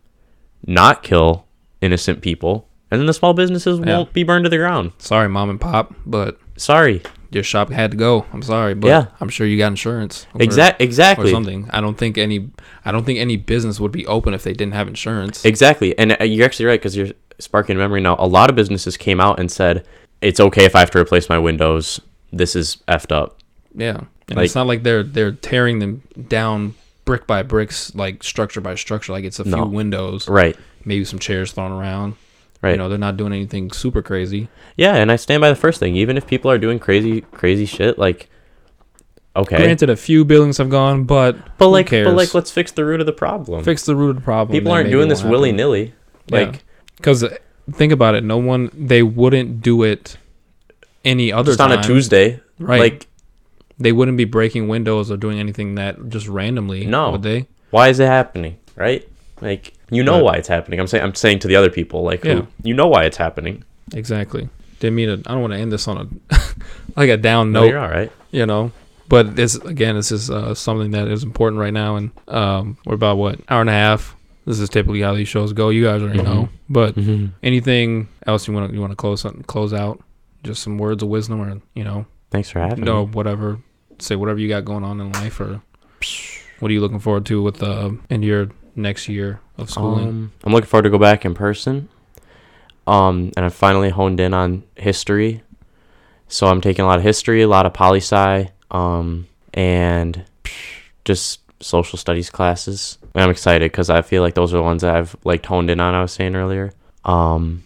[SPEAKER 2] not kill innocent people, and then the small businesses
[SPEAKER 1] Yeah.
[SPEAKER 2] won't be burned to the ground."
[SPEAKER 1] Sorry, mom and pop, but
[SPEAKER 2] Sorry.
[SPEAKER 1] your shop had to go. I'm sorry, but
[SPEAKER 2] Yeah.
[SPEAKER 1] I'm sure you got insurance. or-
[SPEAKER 2] Exact
[SPEAKER 1] Or
[SPEAKER 2] exactly.
[SPEAKER 1] something. I don't think any. I don't think any business would be open if they didn't have insurance.
[SPEAKER 2] Exactly, and uh, you're actually right because you're sparking memory now. A lot of businesses came out and said it's okay if I have to replace my windows. This is effed up.
[SPEAKER 1] Yeah, and
[SPEAKER 2] Like-
[SPEAKER 1] it's not like they're they're tearing them down brick by bricks, like structure by structure. Like it's a few
[SPEAKER 2] No.
[SPEAKER 1] windows,
[SPEAKER 2] Right,
[SPEAKER 1] maybe some chairs thrown around.
[SPEAKER 2] right.
[SPEAKER 1] You know, they're not doing anything super crazy.
[SPEAKER 2] yeah, and I stand by the first thing. Even if people are doing crazy, crazy shit, like okay,
[SPEAKER 1] Granted, a few buildings have gone, but
[SPEAKER 2] but
[SPEAKER 1] who
[SPEAKER 2] like,
[SPEAKER 1] cares?
[SPEAKER 2] but like, let's fix the root of the problem.
[SPEAKER 1] fix the root of the problem.
[SPEAKER 2] people aren't doing this willy nilly.
[SPEAKER 1] Yeah.
[SPEAKER 2] Like,
[SPEAKER 1] because think about it. No one they wouldn't do it any other
[SPEAKER 2] just
[SPEAKER 1] time.
[SPEAKER 2] on a Tuesday,
[SPEAKER 1] right?
[SPEAKER 2] Like,
[SPEAKER 1] they wouldn't be breaking windows or doing anything that just randomly.
[SPEAKER 2] No.
[SPEAKER 1] would they?
[SPEAKER 2] why is it happening? Right? Like, you know
[SPEAKER 1] Right.
[SPEAKER 2] why it's happening. I'm saying, I'm saying to the other people, like,
[SPEAKER 1] Yeah.
[SPEAKER 2] who, you know why it's happening.
[SPEAKER 1] Exactly. Didn't mean to. I don't want to end this on a like a down
[SPEAKER 2] No,
[SPEAKER 1] note.
[SPEAKER 2] you're all right.
[SPEAKER 1] you know But this again, this is uh, something that is important right now, and um, we're about what hour and a half. This is typically how these shows go. You guys already know. But
[SPEAKER 2] Mm-hmm.
[SPEAKER 1] anything else you want to you want to close on- close out? Just some words of wisdom, or you know,
[SPEAKER 2] Thanks for having
[SPEAKER 1] no
[SPEAKER 2] me.
[SPEAKER 1] whatever. Say whatever you got going on in life, or what are you looking forward to with uh, in your next year of schooling?
[SPEAKER 2] Um, I'm looking forward to go back in person. Um, and I finally honed in on history. So I'm taking a lot of history, a lot of poli sci, um, and just social studies classes. And I'm excited because I feel like those are the ones that I've like honed in on. I was saying earlier. Um,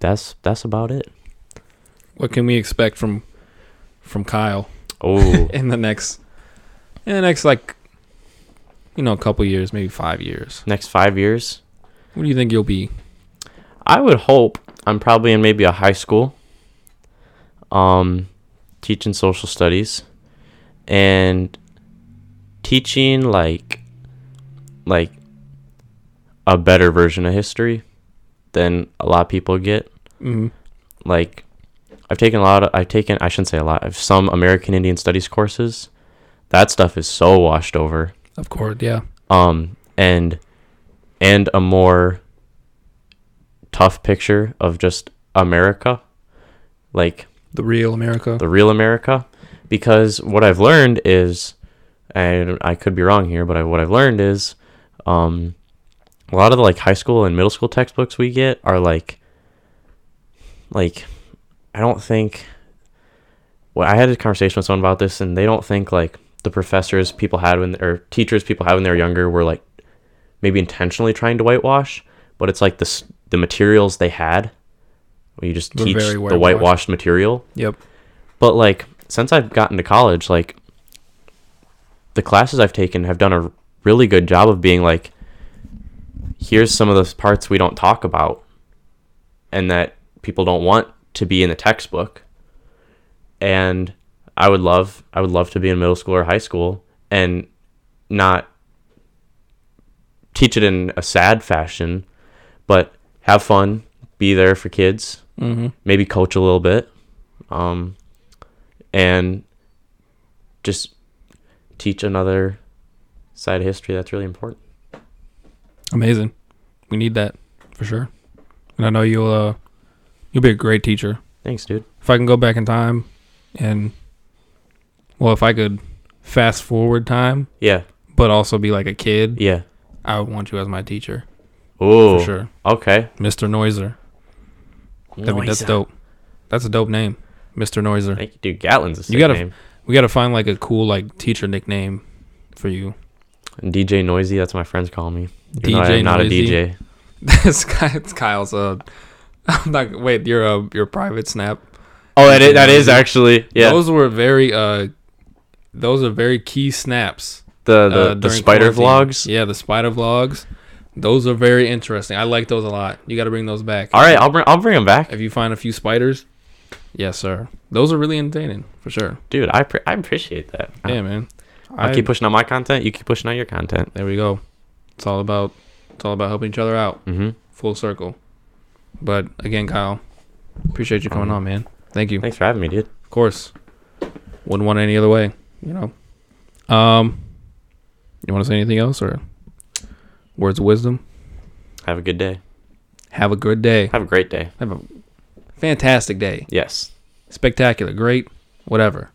[SPEAKER 2] that's that's about it.
[SPEAKER 1] what can we expect from from Kyle
[SPEAKER 2] Oh,
[SPEAKER 1] in the next in the next like you know a couple years, maybe five years?
[SPEAKER 2] next five years,
[SPEAKER 1] What do you think you'll be?
[SPEAKER 2] I would hope I'm probably in maybe a high school, um, teaching social studies, and teaching like, like, a better version of history than a lot of people get. Mm-hmm.
[SPEAKER 1] Mm,
[SPEAKER 2] Like, I've taken a lot of I've taken I shouldn't say a lot. I've some American Indian Studies courses. That stuff is so washed over
[SPEAKER 1] of course, yeah.
[SPEAKER 2] um and and a more tough picture of just America like
[SPEAKER 1] The real America.
[SPEAKER 2] the real America because what I've learned is and I could be wrong here but I, what I've learned is um a lot of the like high school and middle school textbooks we get are like like I don't think well I had a conversation with someone about this and they don't think like the professors people had when or teachers people had when they were younger were like maybe intentionally trying to whitewash but it's like this the materials they had where you just
[SPEAKER 1] Were
[SPEAKER 2] teach
[SPEAKER 1] very
[SPEAKER 2] the
[SPEAKER 1] whitewashed.
[SPEAKER 2] whitewashed material
[SPEAKER 1] Yep.
[SPEAKER 2] but like since I've gotten to college, like the classes I've taken have done a really good job of being like, here's some of the parts we don't talk about, and that people don't want to be in the textbook. And I would love, I would love to be in middle school or high school and not teach it in a sad fashion, but have fun, be there for kids,
[SPEAKER 1] Mm-hmm.
[SPEAKER 2] maybe coach a little bit, um, and just teach another side of history that's really important.
[SPEAKER 1] Amazing. We need that for sure. And I know you'll uh you'll be a great teacher.
[SPEAKER 2] Thanks, dude.
[SPEAKER 1] If I can go back in time and well, if I could fast forward time,
[SPEAKER 2] Yeah,
[SPEAKER 1] but also be like a kid,
[SPEAKER 2] yeah.
[SPEAKER 1] I would want you as my teacher
[SPEAKER 2] Oh,
[SPEAKER 1] for sure,
[SPEAKER 2] okay.
[SPEAKER 1] Mr. Noiser. That'd be- that's
[SPEAKER 2] Noiser.
[SPEAKER 1] dope. That's a dope name, Mr. Noiser.
[SPEAKER 2] Thank you, dude. Gatlin's a sick
[SPEAKER 1] You gotta-
[SPEAKER 2] name.
[SPEAKER 1] We gotta find like a cool like teacher nickname for you.
[SPEAKER 2] And DJ Noisy, that's what my friends call me. Even though I
[SPEAKER 1] DJ
[SPEAKER 2] am not
[SPEAKER 1] Noisy.
[SPEAKER 2] a DJ.
[SPEAKER 1] That's Ky- it's Kyle's. Uh, I'm not. Wait, your uh, your private snap.
[SPEAKER 2] Oh,
[SPEAKER 1] that i- that is
[SPEAKER 2] actually yeah.
[SPEAKER 1] Those were very. Uh, those are very key snaps.
[SPEAKER 2] the the,
[SPEAKER 1] uh,
[SPEAKER 2] the
[SPEAKER 1] during
[SPEAKER 2] spider
[SPEAKER 1] quarantine.
[SPEAKER 2] vlogs.
[SPEAKER 1] Yeah, the spider vlogs. Those are very interesting. I like those a lot. You got to bring those back.
[SPEAKER 2] All right, I'll bring I'll bring them back,
[SPEAKER 1] If you find a few spiders, yes, sir. Those are really entertaining for sure.
[SPEAKER 2] dude. I pre- I appreciate that.
[SPEAKER 1] Yeah, man.
[SPEAKER 2] I'll
[SPEAKER 1] I-
[SPEAKER 2] Uh, keep pushing out my content. You keep pushing out your content.
[SPEAKER 1] There we go. It's all about. It's all about helping each other out.
[SPEAKER 2] Mm-hmm.
[SPEAKER 1] Full circle. But again, Kyle, appreciate you coming
[SPEAKER 2] Um,
[SPEAKER 1] on, man. Thank you.
[SPEAKER 2] Thanks for having me, dude.
[SPEAKER 1] Of course. Wouldn't want it any other way, you know. Um you want to say anything else or words of wisdom?
[SPEAKER 2] Have a good day.
[SPEAKER 1] Have a good day.
[SPEAKER 2] Have a great day.
[SPEAKER 1] Have a fantastic day.
[SPEAKER 2] Yes.
[SPEAKER 1] Spectacular, great, whatever.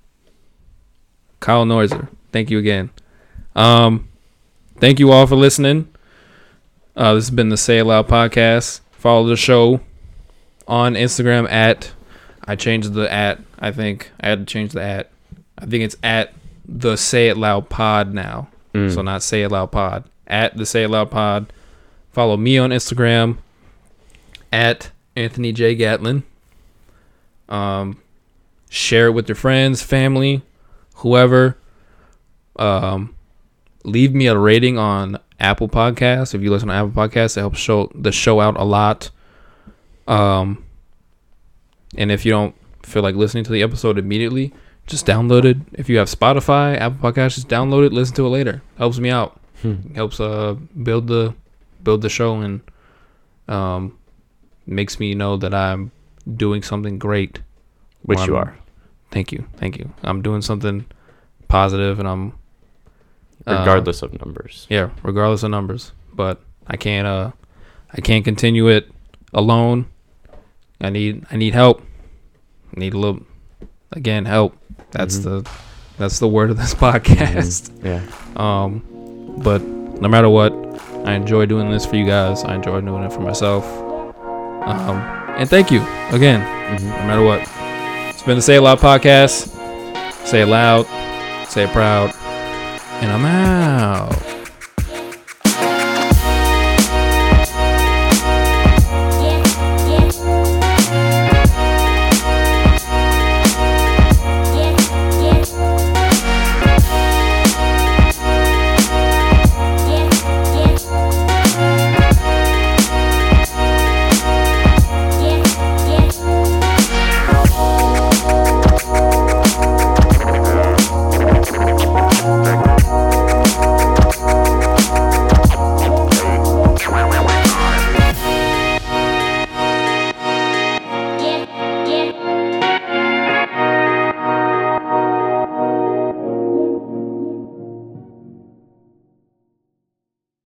[SPEAKER 1] Kyle Noiser, thank you again. Um thank you all for listening. Uh this has been the Say It Loud podcast. Follow the show on Instagram at I changed the at. I think I had to change the at. I think it's at the Say It Loud Pod now.
[SPEAKER 2] Mm.
[SPEAKER 1] So not Say It Loud Pod. At the Say It Loud Pod. Follow me on Instagram at Anthony J Gatlin. Um, share it with your friends, family, whoever. Um, leave me a rating on Apple Podcasts. If you listen to Apple Podcasts, it helps show the show out a lot. Um, and if you don't feel like listening to the episode immediately, just download it. If you have Spotify, Apple Podcasts, just download it, listen to it later. Helps me out.
[SPEAKER 2] Hmm.
[SPEAKER 1] Helps uh build the build the show and um makes me know that I'm doing something great.
[SPEAKER 2] Which
[SPEAKER 1] when
[SPEAKER 2] you
[SPEAKER 1] I'm-
[SPEAKER 2] are.
[SPEAKER 1] Thank you. Thank you. I'm doing something positive and I'm uh,
[SPEAKER 2] regardless of numbers.
[SPEAKER 1] yeah, regardless of numbers. But I can't uh I can't continue it alone. I need I need help. I need a little again help. That's
[SPEAKER 2] Mhm.
[SPEAKER 1] the that's the word of this podcast.
[SPEAKER 2] Yeah.
[SPEAKER 1] Um but no matter what, I enjoy doing this for you guys. I enjoy doing it for myself. Um and thank you again,
[SPEAKER 2] Mhm.
[SPEAKER 1] no matter what. It's been the Say It Loud podcast. Say it loud, say it proud, and I'm out.